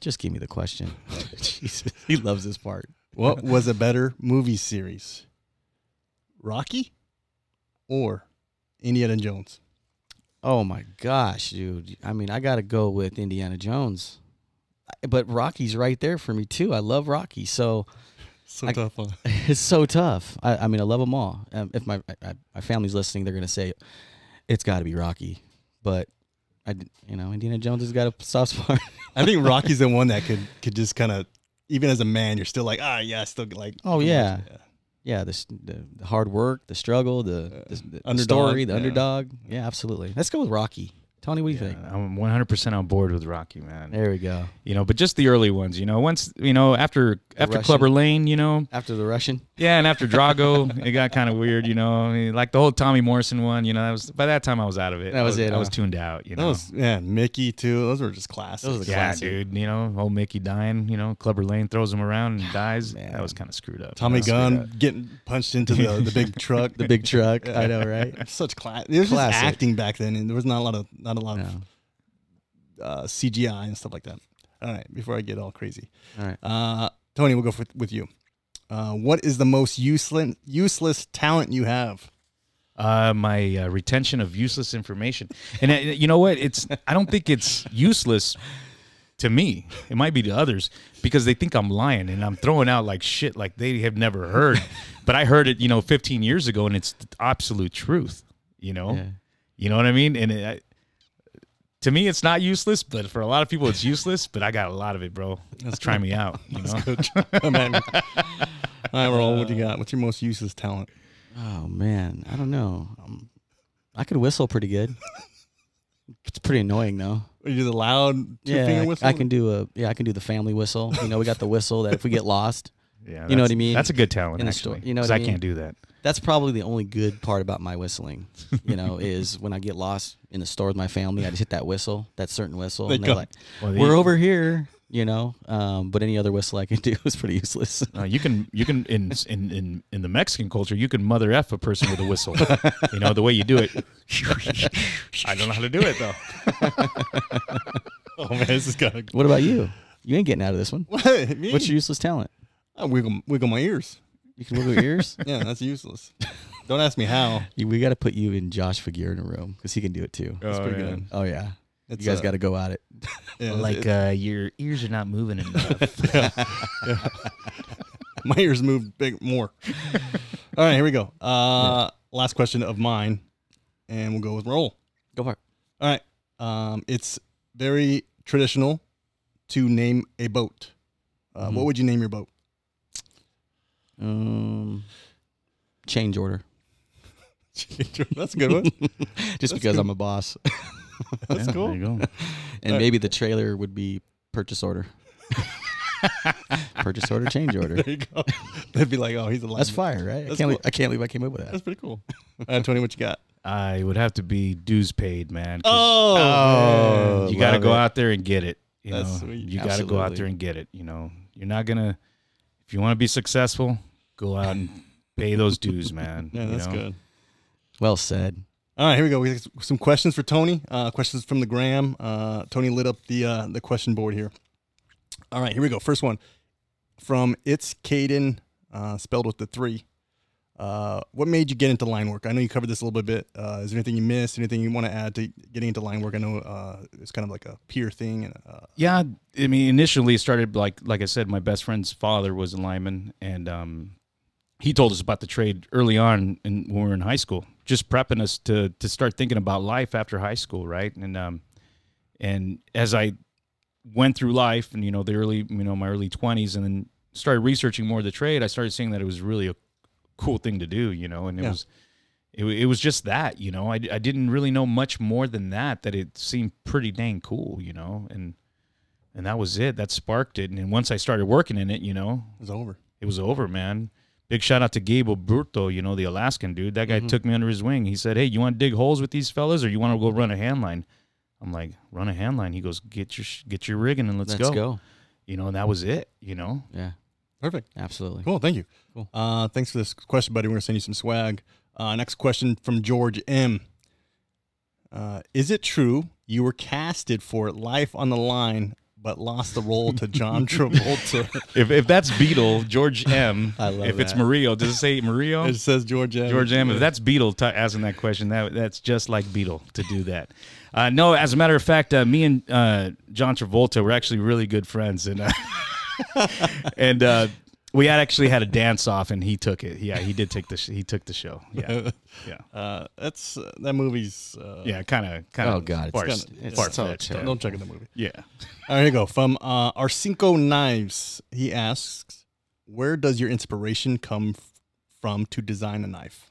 Just give me the question. Jesus, he loves this part.
What was a better movie series? Rocky or Indiana Jones?
Oh my gosh, dude. I mean, I got to go with Indiana Jones. I- But Rocky's right there for me too. I love Rocky, so
So
I-
tough one.
it's so tough. I, I mean, I love them all. Um, if my I, my family's listening, they're gonna say it's got to be Rocky, but I, d- you know, Indiana Jones has got a soft spot.
I think Rocky's the one that could could just kind of, even as a man, you're still like, ah, yeah, I still like.
Oh,
can
yeah.
watch it."
Yeah, the, s- the, the hard work, the struggle, the, the, the
Uh, Underdog,
story, the
yeah.
underdog. Yeah, absolutely. Let's go with Rocky. Tony, what do you think?
I'm 100% on board with Rocky, man.
There we go.
You know, but just the early ones, you know, once, you know, after after
Russian.
Clubber Lane, you know.
After the Russian,
Yeah, and after Drago, it got kind of weird, you know. I mean, like the whole Tommy Morrison one, you know, that was by that time I was out of it.
That
I
was it,
I was
huh?
tuned out, you
That
know.
was yeah, Mickey too. Those were just classics.
Those are the
yeah,
classic.
dude, you know, old Mickey dying, you know, Clubber Lane throws him around and dies.
Man.
That was kind of screwed up.
Tommy
you know?
Gunn getting punched into the, the big truck.
the big truck. I know, right?
Such class. It was
Classic.
just acting back then, and there was not a lot of not a lot
No.
of uh, CGI and stuff like that. All right, before I get all crazy.
All right.
Uh, Tony, we'll go for, with you. Uh, what is the most useless useless talent you have?
Uh, my uh, retention of useless information, and uh, you know what? It's I don't think it's useless to me. It might be to others because they think I'm lying and I'm throwing out like shit like they have never heard, but I heard it you know 15 years ago and it's the absolute truth. You know,
Yeah.
you know what I mean. And it, I, to me, it's not useless, but for a lot of people, it's useless. But I got a lot of it, bro. Let's try me out. You know,
Oh, man. all right, Raul, what do you got? What's your most useless talent?
Oh man, I don't know. Um, I could whistle pretty good. it's pretty annoying though.
Are you the loud two
yeah,
finger
I-
whistle?
I can do a yeah, I can do the family whistle. You know, we got the whistle that if we get lost,
yeah,
You know what I
that's-
mean?
That's a good talent,
In the
actually.
sto- you know what
'cause
I
I
mean?
can't do that.
that's probably the only good part about my whistling. You know, is when I get lost in the store with my family, I just hit that whistle, that certain whistle,
They
and they're
go-
like,
Well,
"We're
you-
over here." You know, um, but any other whistle I can do is pretty useless.
Uh, you can you can in, in in in the Mexican culture you can mother f a person with a whistle. you know the way you do it. I don't know how to do it though.
Oh man, this is kind of.
What about you? You ain't getting out of this one.
What? Me?
What's your useless talent?
I wiggle, wiggle my ears.
You can wiggle your ears.
Yeah, that's useless. Don't ask me how.
You- We got to put you in Josh Figuer in a room because he can do it too.
That's
Oh,
pretty
yeah.
good.
Oh yeah,
It's,
you guys
uh,
got to go at it.
yeah, it's-
Like uh, your ears are not moving enough.
uh, my ears moved big more. All right, here we go. Uh, Last question of mine, and we'll go with roll.
Go for it.
All right. Um, it's very traditional to name a boat. Uh, What would you name your boat?
Um, change order.
That's a good one.
Just because I'm a boss,
That's
Yeah,
cool.
There you go.
and
All right.
maybe the trailer would be purchase order. purchase order, change order.
There you go. They'd be like, oh, he's a
That's fire, right? I
That's
can't.
cool.
believe- I can't believe I came up with that.
That's pretty cool. Uh, Tony, what you got?
I would have to be dues paid, man. 'cause
Oh,
Oh,
you got to
love
go
it.
out there and get it. You
That's
know,
sweet.
you got to go out
Absolutely.
there and get it. You know, you're not gonna if you want to be successful, go out and pay those dues, man.
yeah,
you
that's
know?
good.
Well said.
All right, here we go. We got s- some questions for Tony. Uh, questions from the gram. Uh, Tony lit up the uh, the question board here. All right, here we go. First one from it's Caden, uh, spelled with the three. Uh, what made you get into line work? I know you covered this a little bit. Uh, is there anything you missed? Anything you want to add to getting into line work? I know uh, it's kind of like a peer thing. And, uh,
Yeah, I mean, initially it started like like I said, my best friend's father was a lineman, and um, he told us about the trade early on in, when we were in high school, just prepping us to to start thinking about life after high school, right? And um, and as I went through life, and you know, the early you know my early twenties, and then started researching more of the trade, I started seeing that it was really a cool thing to do, you know, and it
Yeah.
was it, wa- it was just that, you know, I, I didn't really know much more than that, that it seemed pretty dang cool, you know, and, and that was it. That sparked it. And then once I started working in it, you know,
it's over.
it was over, man. Big shout out to Gabe Oberto, you know, the Alaskan dude. That guy
Mm-hmm.
took me under his wing. He said, Hey, you want to dig holes with these fellas or you want to go run a hand line? I'm like, run a hand line. He goes, get your, sh- get your rigging and let's,
Let's go.
You know, and that was it, you know?
Yeah,
Perfect.
absolutely.
Cool. Thank you.
Cool.
Uh, thanks for this question, buddy. We're gonna send you some swag. Uh, next question from George M. Uh, is it true you were casted for Life on the Line, but lost the role to John Travolta?
If, if that's Beetle, George M.
I love
if it's
that.
Mario, does it say Mario?
it says George M.
Oh. George M. If that's Beetle t- asking that question, that that's just like Beetle to do that. Uh, no, as a matter of fact, uh, me and uh, John Travolta were actually really good friends, and uh, and uh, we had actually had a dance off, and he took it. Yeah, he did take the sh- he took the show. Yeah, yeah,
Uh, that's uh, that movie's. Uh,
yeah. Kind of, kind of.
Oh, God, it's
far,
kinda-
it's
far
so
Don't,
terrible.
don't check out that movie.
Yeah.
All right, here you go. From uh, Arcinco Knives, he asks, "Where does your inspiration come f- from to design a knife?"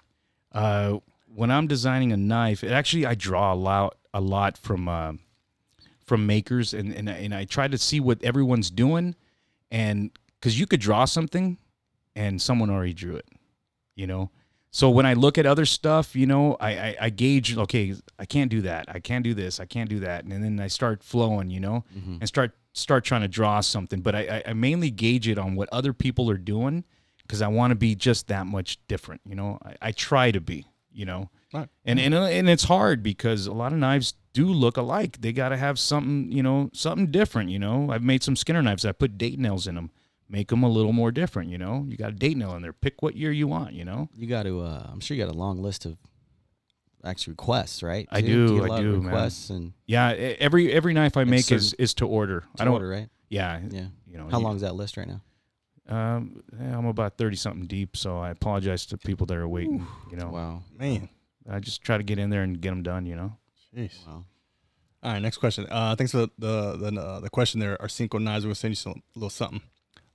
Uh, when I'm designing a knife, it actually I draw a lot a lot from uh, from makers and and and I try to see what everyone's doing, and because you could draw something, and someone already drew it, you know. So when I look at other stuff, you know, I, I, I gauge, okay, I can't do that. I can't do this. I can't do that. And then I start flowing, you know, and start start trying to draw something. But I, I, I mainly gauge it on what other people are doing because I want to be just that much different, you know. I, I try to be, you know.
Right.
And and uh, and it's hard because a lot of knives do look alike. They got to have something, you know, something different, you know. I've made some Skinner knives. I put date nails in them. Make them a little more different, you know. You got a date nail in there. Pick what year you want, you know.
You got to. Uh, I'm sure you got a long list of actual requests, right?
I
too?
do,
you get a
I
lot of
do, man.
requests and
Yeah, e- every every knife I make is
certain-
is to order.
to
I don't.
order, right?
Yeah,
Yeah.
you know.
How
you-
long is that list right now?
Um, yeah, I'm about thirty something deep, so I apologize to people that are waiting. You know,
Wow.
Man,
I just try to get in there and get them done. You know.
jeez.
Wow.
All right, next question. Uh, thanks for the the, uh, the question there. Our cinco knives will send you some little something.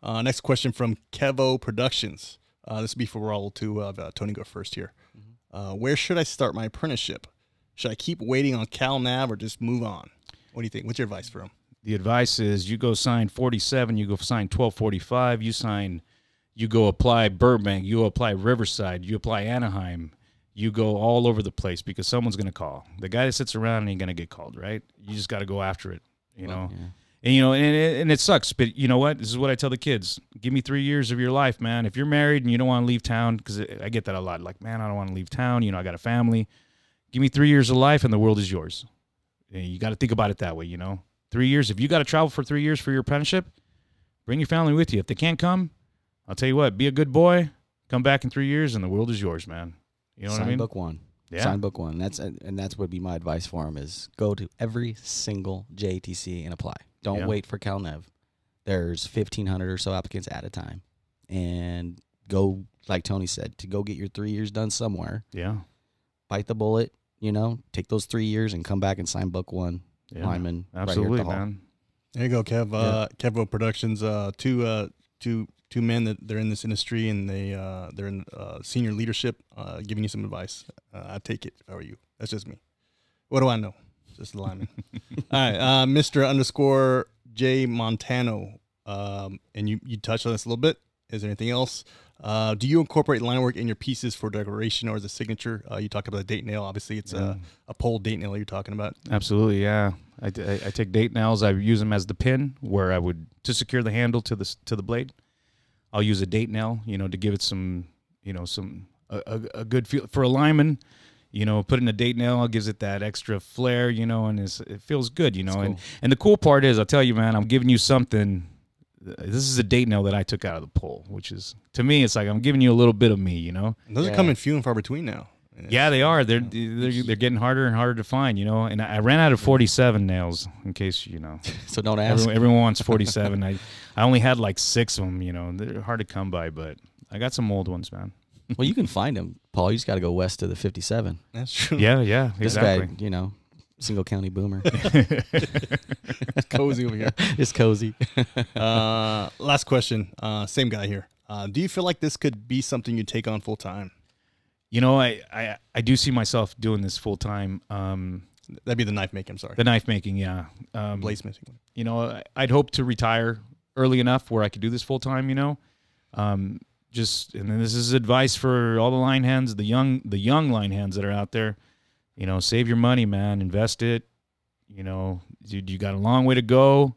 Uh, next question from Kevo Productions. Uh, this will be for Raul too. Uh, uh, Tony go first here. Uh, where should I start my apprenticeship? Should I keep waiting on Cal Nav or just move on? What do you think? What's your advice for him?
the advice is you go sign 47 you go sign 1245 you sign you go apply burbank you apply riverside you apply anaheim you go all over the place because someone's going to call the guy that sits around ain't going to get called right you just got to go after it you know and you know and it, and it sucks but you know what this is what i tell the kids give me three years of your life man if you're married and you don't want to leave town because i get that a lot like man i don't want to leave town you know i got a family give me three years of life and the world is yours and you got to think about it that way you know Three years. If you got to travel for three years for your apprenticeship, bring your family with you. If they can't come, I'll tell you what, be a good boy, come back in three years, and the world is yours, man. You know
Sign
what I mean?
book one.
Yeah.
Sign book one. That's and and that's would be my advice for him is go to every single JATC and apply. Don't
Yeah.
wait for CalNev. There's 1,500 or so applicants at a time, and go like Tony said to go get your three years done somewhere.
Yeah.
Bite the bullet, you know. Take those three years and come back and sign book one.
Yeah.
Lineman,
Absolutely,
right here at the hall.
man.
There you go, Kev. Uh, Kevo Productions. Uh, two, uh, two, two men that they're in this industry and they uh, they're in uh, senior leadership, uh, giving you some advice. Uh, I take it if I were you. That's just me. What do I know? Just a lineman. All right, uh, Mister Underscore J Montano. Um, and you you touched on this a little bit. Is there anything else? Uh, do you incorporate line work in your pieces for decoration or as a signature? Uh, you talked about the date nail. Obviously, it's a, a pole date nail you're talking about.
Absolutely, yeah. I, t- I- I take date nails. I use them as the pin where I would to secure the handle to the s- to the blade. I'll use a date nail, you know, to give it some, you know, some a, a, a good feel for a lineman. You know, putting a date nail gives it that extra flair, you know, and it's, it feels good, you know. And and the cool part is, I'll tell you, man, I'm giving you something. This is a date nail that I took out of the pole, which is to me, it's like I'm giving you a little bit of me, you know.
And those are
Yeah.
coming few and far between now.
Yeah, they are. They're they're, they're getting harder and harder to find, you know. And I I ran out of 47 nails in case you know.
So don't ask.
Everyone, everyone wants 47. I I only had like 6 of them, you know. They're hard to come by, but I got some old ones, man.
well, you can find them, Paul. You just got to go west to the 57.
That's true.
Yeah, yeah, exactly.
Hmm. This guy, you know, single county boomer.
cozy over here.
it's cozy.
Uh, last question. Uh, same guy here. Uh, do you feel like this could be something you take on full time?
You know, I, I I do see myself doing this full time. Um
That'd be the knife making. I'm sorry,
the knife making, yeah. Um
bladesmithing.
you know, I- I'd hope to retire early enough where I could do this full time, you know. Um, just and then this is advice for all the line hands, the young the young line hands that are out there. You know, save your money, man, invest it. You know, you, you got a long way to go.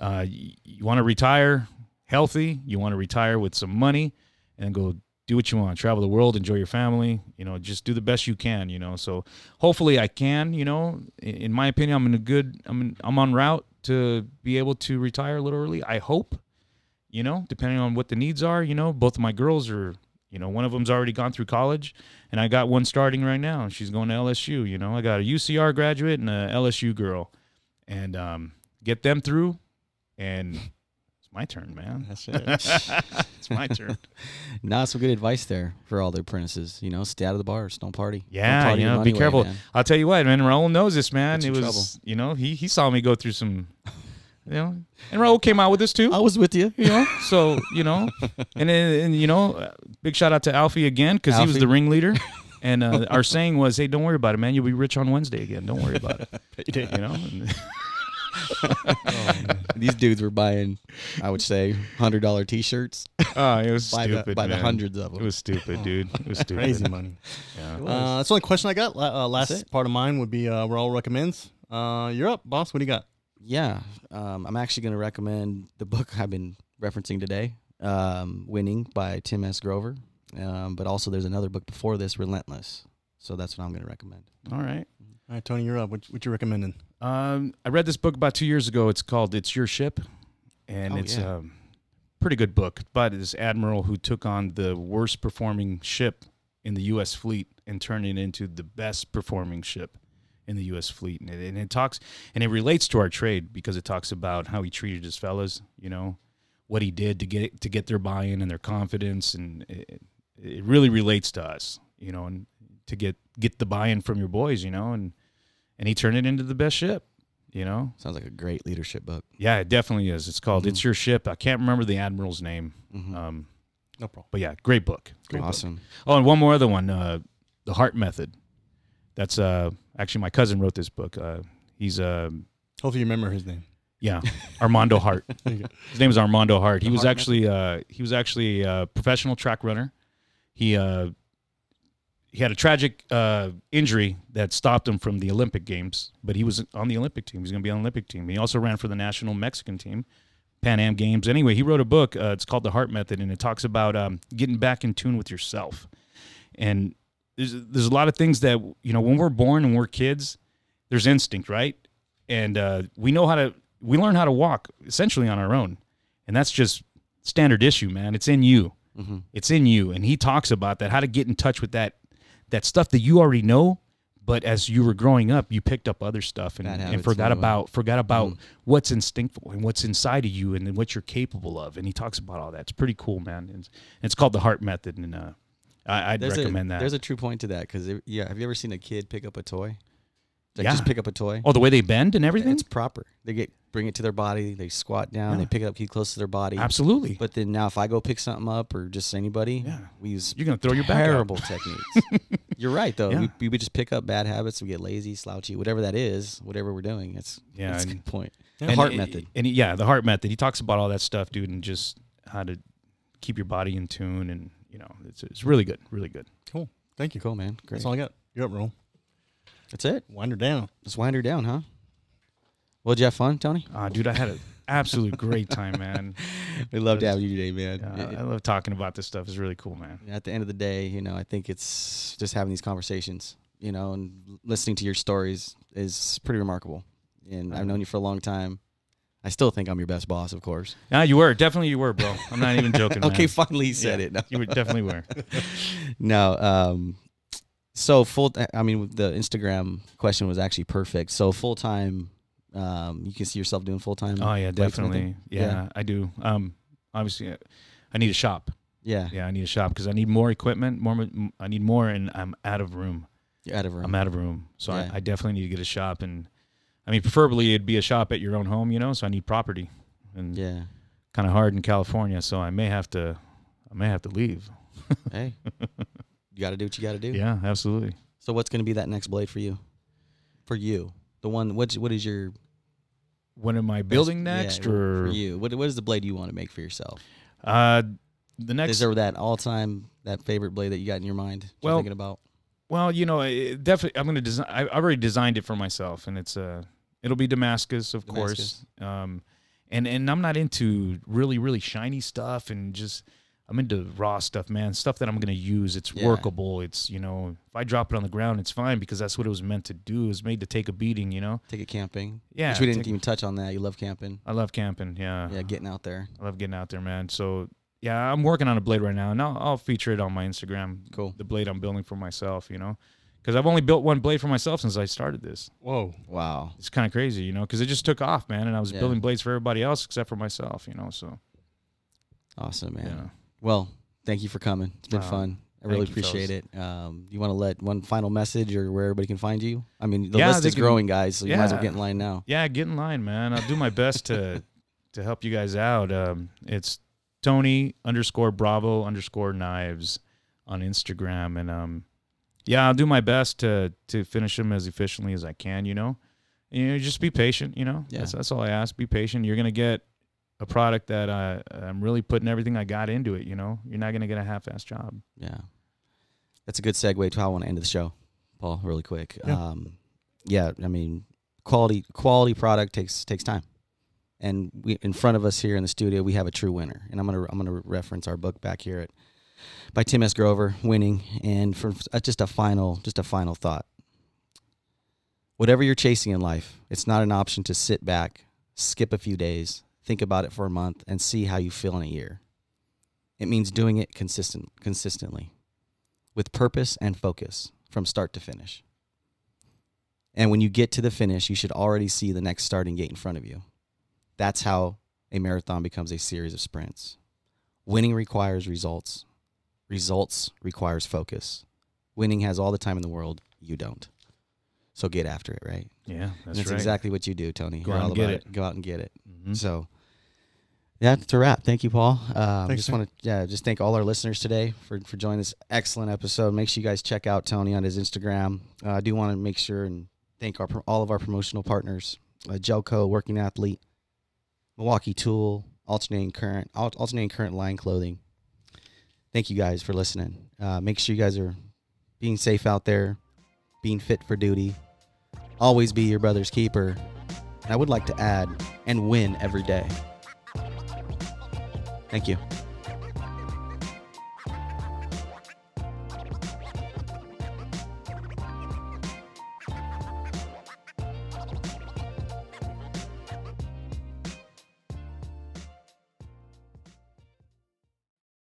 Uh, you, you want to retire healthy, you want to retire with some money and go do what you want, travel the world, enjoy your family, you know, just do the best you can, you know. So hopefully I can, you know, in, in my opinion, I'm in a good, I'm in, I'm on route to be able to retire a little early. I hope, you know, depending on what the needs are, you know, both of my girls are, you know, one of them's already gone through college and I got one starting right now and she's going to LSU, you know, I got a UCR graduate and a LSU girl and, um, get them through and it's my turn, man.
That's it.
It's my turn.
Not some good advice there for all the apprentices. You know, stay out of the bars. Don't party. Don't
Yeah,
party
you
your
know,
money
be
away,
careful.
man.
I'll tell you what, man. Raul knows this, man.
Gets
It
you
was,
trouble.
you know, he he saw me go through some, you know, and Raul came out with this too.
I was with you.
You know, so you know, and then- and you know, uh, big shout out to Alfie again because he was
Alfie.
the ringleader. And uh, our saying was, "Hey, don't worry about it, man. You'll be rich on Wednesday again. Don't worry about it." you know, And-
These dudes were buying, I would say, hundred dollar t-shirts
oh, it was
by
stupid.
the by the
man.
hundreds of
It
them.
was stupid, dude. It was stupid.
Crazy money.
Yeah.
Uh, that's the only question I got. La- Uh, last
That's it.
part of mine would be uh, we're all recommends. Uh, you're up, boss. What do you got?
yeah, um, I'm actually going to recommend the book I've been referencing today, um, "Winning" by Tim S. Grover. Um, but also, there's another book before this, "Relentless." So that's what I'm going to recommend.
All right.
All right, Tony, you're up. What, what you recommending?
Um, I read this book about two years ago. It's called "It's Your Ship," and
Oh,
it's
yeah.
um, pretty good book. But this admiral who took on the worst performing ship in the U.S. fleet and turned it into the best performing ship in the U.S. fleet, and it, and it talks and it relates to our trade because it talks about how he treated his fellas. You know, what he did to get to get their buy-in and their confidence, and it, it really relates to us. You know, and to get get the buy-in from your boys. You know, and and he turned it into the best ship. You know, Mm-hmm.
Sounds like a great leadership book.
yeah, it definitely is. It's called "It's Your Ship." I can't remember the admiral's name, um,
No problem.
but yeah, great book.
Mm-hmm. awesome.
Oh, and one more other one, uh, "The Heart Method." That's uh, actually my cousin wrote this book. Uh, he's uh,
Hopefully, you remember his name.
yeah, Armando Hart. His name is Armando Hart. He was
Hart
actually uh, he was actually a professional track runner. He uh, he had a tragic uh, injury that stopped him from the Olympic Games, but he was on the Olympic team. He's going to be on the Olympic team. He also ran for the national Mexican team, Pan Am Games. Anyway, he wrote a book. Uh, it's called The Heart Method, and it talks about um, getting back in tune with yourself. And there's there's a lot of things that you know when we're born and we're kids, there's instinct, right? And uh, we know how to we learn how to walk essentially on our own, and that's just standard issue, man. It's in you.
Mhm.
It's in you, and he talks about that how to get in touch with that that stuff that you already know, but as you were growing up, you picked up other stuff and,
Bad
and
habits, Mm-hmm.
forgot
anyway.
about forgot about what's instinctual and what's inside of you and then what you're capable of. And he talks about all that. It's pretty cool, man. It's, it's called the Heart Method, and uh, I, I'd
There's
recommend
a,
that.
There's a true point to that because yeah, have you ever seen a kid pick up a toy? Like
Yeah.
just pick up a toy.
oh, the way they bend and everything.
it's proper. They get bring it to their body. They squat down. They
Yeah.
pick it up, keep close to their body.
Absolutely.
But then now, if I go pick something up or just anybody,
Yeah.
we use
You're gonna throw your back out.
terrible techniques. You're right though.
Yeah.
We, we just pick up bad habits. We get lazy, slouchy, whatever that is, whatever we're doing. It's
Yeah,
yeah, that's a
and-
good point.
And-
Heart
and- eh,
method.
And he- yeah, the heart method. He talks about all that stuff, dude, and just how to keep your body in tune and you know, it's it's really good, really good.
Cool. Thank you.
Cool man. Great.
That's all I got. You're up, roll.
That's it.
Wind her down.
Let's wind her down, huh? Well, did you have fun, Tony?
Ah, dude, I had an absolute great time, man.
We love to have
That's-
you today, man.
Yeah,
It-
I love talking about this stuff. It's really cool, man.
at the end of the day, you know, I think it's just having these conversations, you know, and listening to your stories is pretty remarkable. And I've known you for a long time. I still think I'm your best boss, of course.
Yeah, you were definitely you were, bro. I'm not even joking.
okay,
man.
finally you said
Yeah,
it. No,
You were definitely were.
no um, so full. I mean, the Instagram question was actually perfect. So full time, um, you can see yourself doing full time.
Oh yeah, definitely. Yeah,
Yeah.
I do. Um, obviously, I- I need a shop.
yeah,
Yeah, I need a shop because I need more equipment. More, m- I need more, and I'm out of room.
you're out of room.
I'm out of room, so
Yeah.
I, I definitely need to get a shop. And I mean, preferably it'd be a shop at your own home, you know. So I need property, and
yeah.
kind of hard in California, so I may have to, I may have to leave.
hey, you got to do what you got to do.
Yeah, absolutely.
So what's going to be that next blade for you? For you, the one. What's what is your
When am I building
best- yeah,
next,
w-
or
for you? What what is the blade you want to make for yourself?
uh, the
Is
next?
there that all time that favorite blade that you got in your mind? that you're
Well-
thinking about.
well, you know, it definitely. I'm gonna design. I I've already designed it for myself, and it's uh, it'll be Damascus, of
Damascus.
course. Um, and and I'm not into really really shiny stuff, and just I'm into raw stuff, man. Stuff that I'm gonna use. It's
Yeah.
workable. It's you know, if I drop it on the ground, it's fine because that's what it was meant to do. It was made to take a beating, you know.
Take it camping.
Yeah,
Which we didn't
take- Uh-huh.
even touch on that. You love camping.
I love camping. Yeah.
Yeah, getting out there.
I love getting out there, man. So yeah, I'm working on a blade right now, and I'll, I'll feature it on my Instagram.
Cool.
The blade I'm building for myself, you know, because I've only built one blade for myself since I started this.
Whoa.
Wow.
It's kind of crazy, you know, because it just took off, man, and I was
Yeah.
building blades for everybody else except for myself, you know. So
Awesome, man.
yeah, yeah,
Well, thank you for coming. It's been
Uh,
fun. I
thank
really
you,
appreciate it. Um, you want to let one final message or where everybody can find you? I mean, the
Yeah,
list
they
is
can-
growing, guys. So you might as well
Yeah.
get in line now.
get in line, man. I'll do my best to to help you guys out. Um, it's Tony underscore Bravo underscore Knives on Instagram, and um, yeah, I'll do my best to to finish them as efficiently as I can, you know. you know, just be patient. You know,
Yeah.
that's, that's all I ask. Be patient. You're gonna get a product that I, I'm really putting everything I got into it. You know, you're not gonna get a half-ass job.
Yeah. That's a good segue to how I want to end the show, Paul, really quick.
Yeah.
Um, yeah, I mean, quality quality product takes takes time. And we in front of us here in the studio, we have a true winner. And I'm going to I'm going to reference our book back here at by Tim S. Grover, Winning, and for uh, just a final just a final thought. Whatever you're chasing in life, it's not an option to sit back, skip a few days, think about it for a month and see how you feel in a year. It means doing it consistent consistently with purpose and focus from start to finish. And when you get to the finish, you should already see the next starting gate in front of you. That's how a marathon becomes a series of sprints. Winning requires results. Results requires focus. Winning has all the time in the world. You don't. So get after it, right?
Yeah,
And
that's,
That's
right.
exactly what you do, Tony.
Go
You're
out
all
and get
about
it.
Go out and get it.
Mhm.
So that's a wrap. Thank you, Paul. Um,
Thanks,
just
sir.
want to yeah, just thank all our listeners today for for joining this excellent episode. Make sure you guys check out Tony on his Instagram. Uh, I do want to make sure and thank our pro- all of our promotional partners: uh, Gelco, Working Athlete, Milwaukee Tool, Alternating Current, Al- Alternating Current Line Clothing. Thank you guys for listening. Uh, make sure you guys are being safe out there, being fit for duty. Always be your brother's keeper. And I would like to add and win every day. Thank you.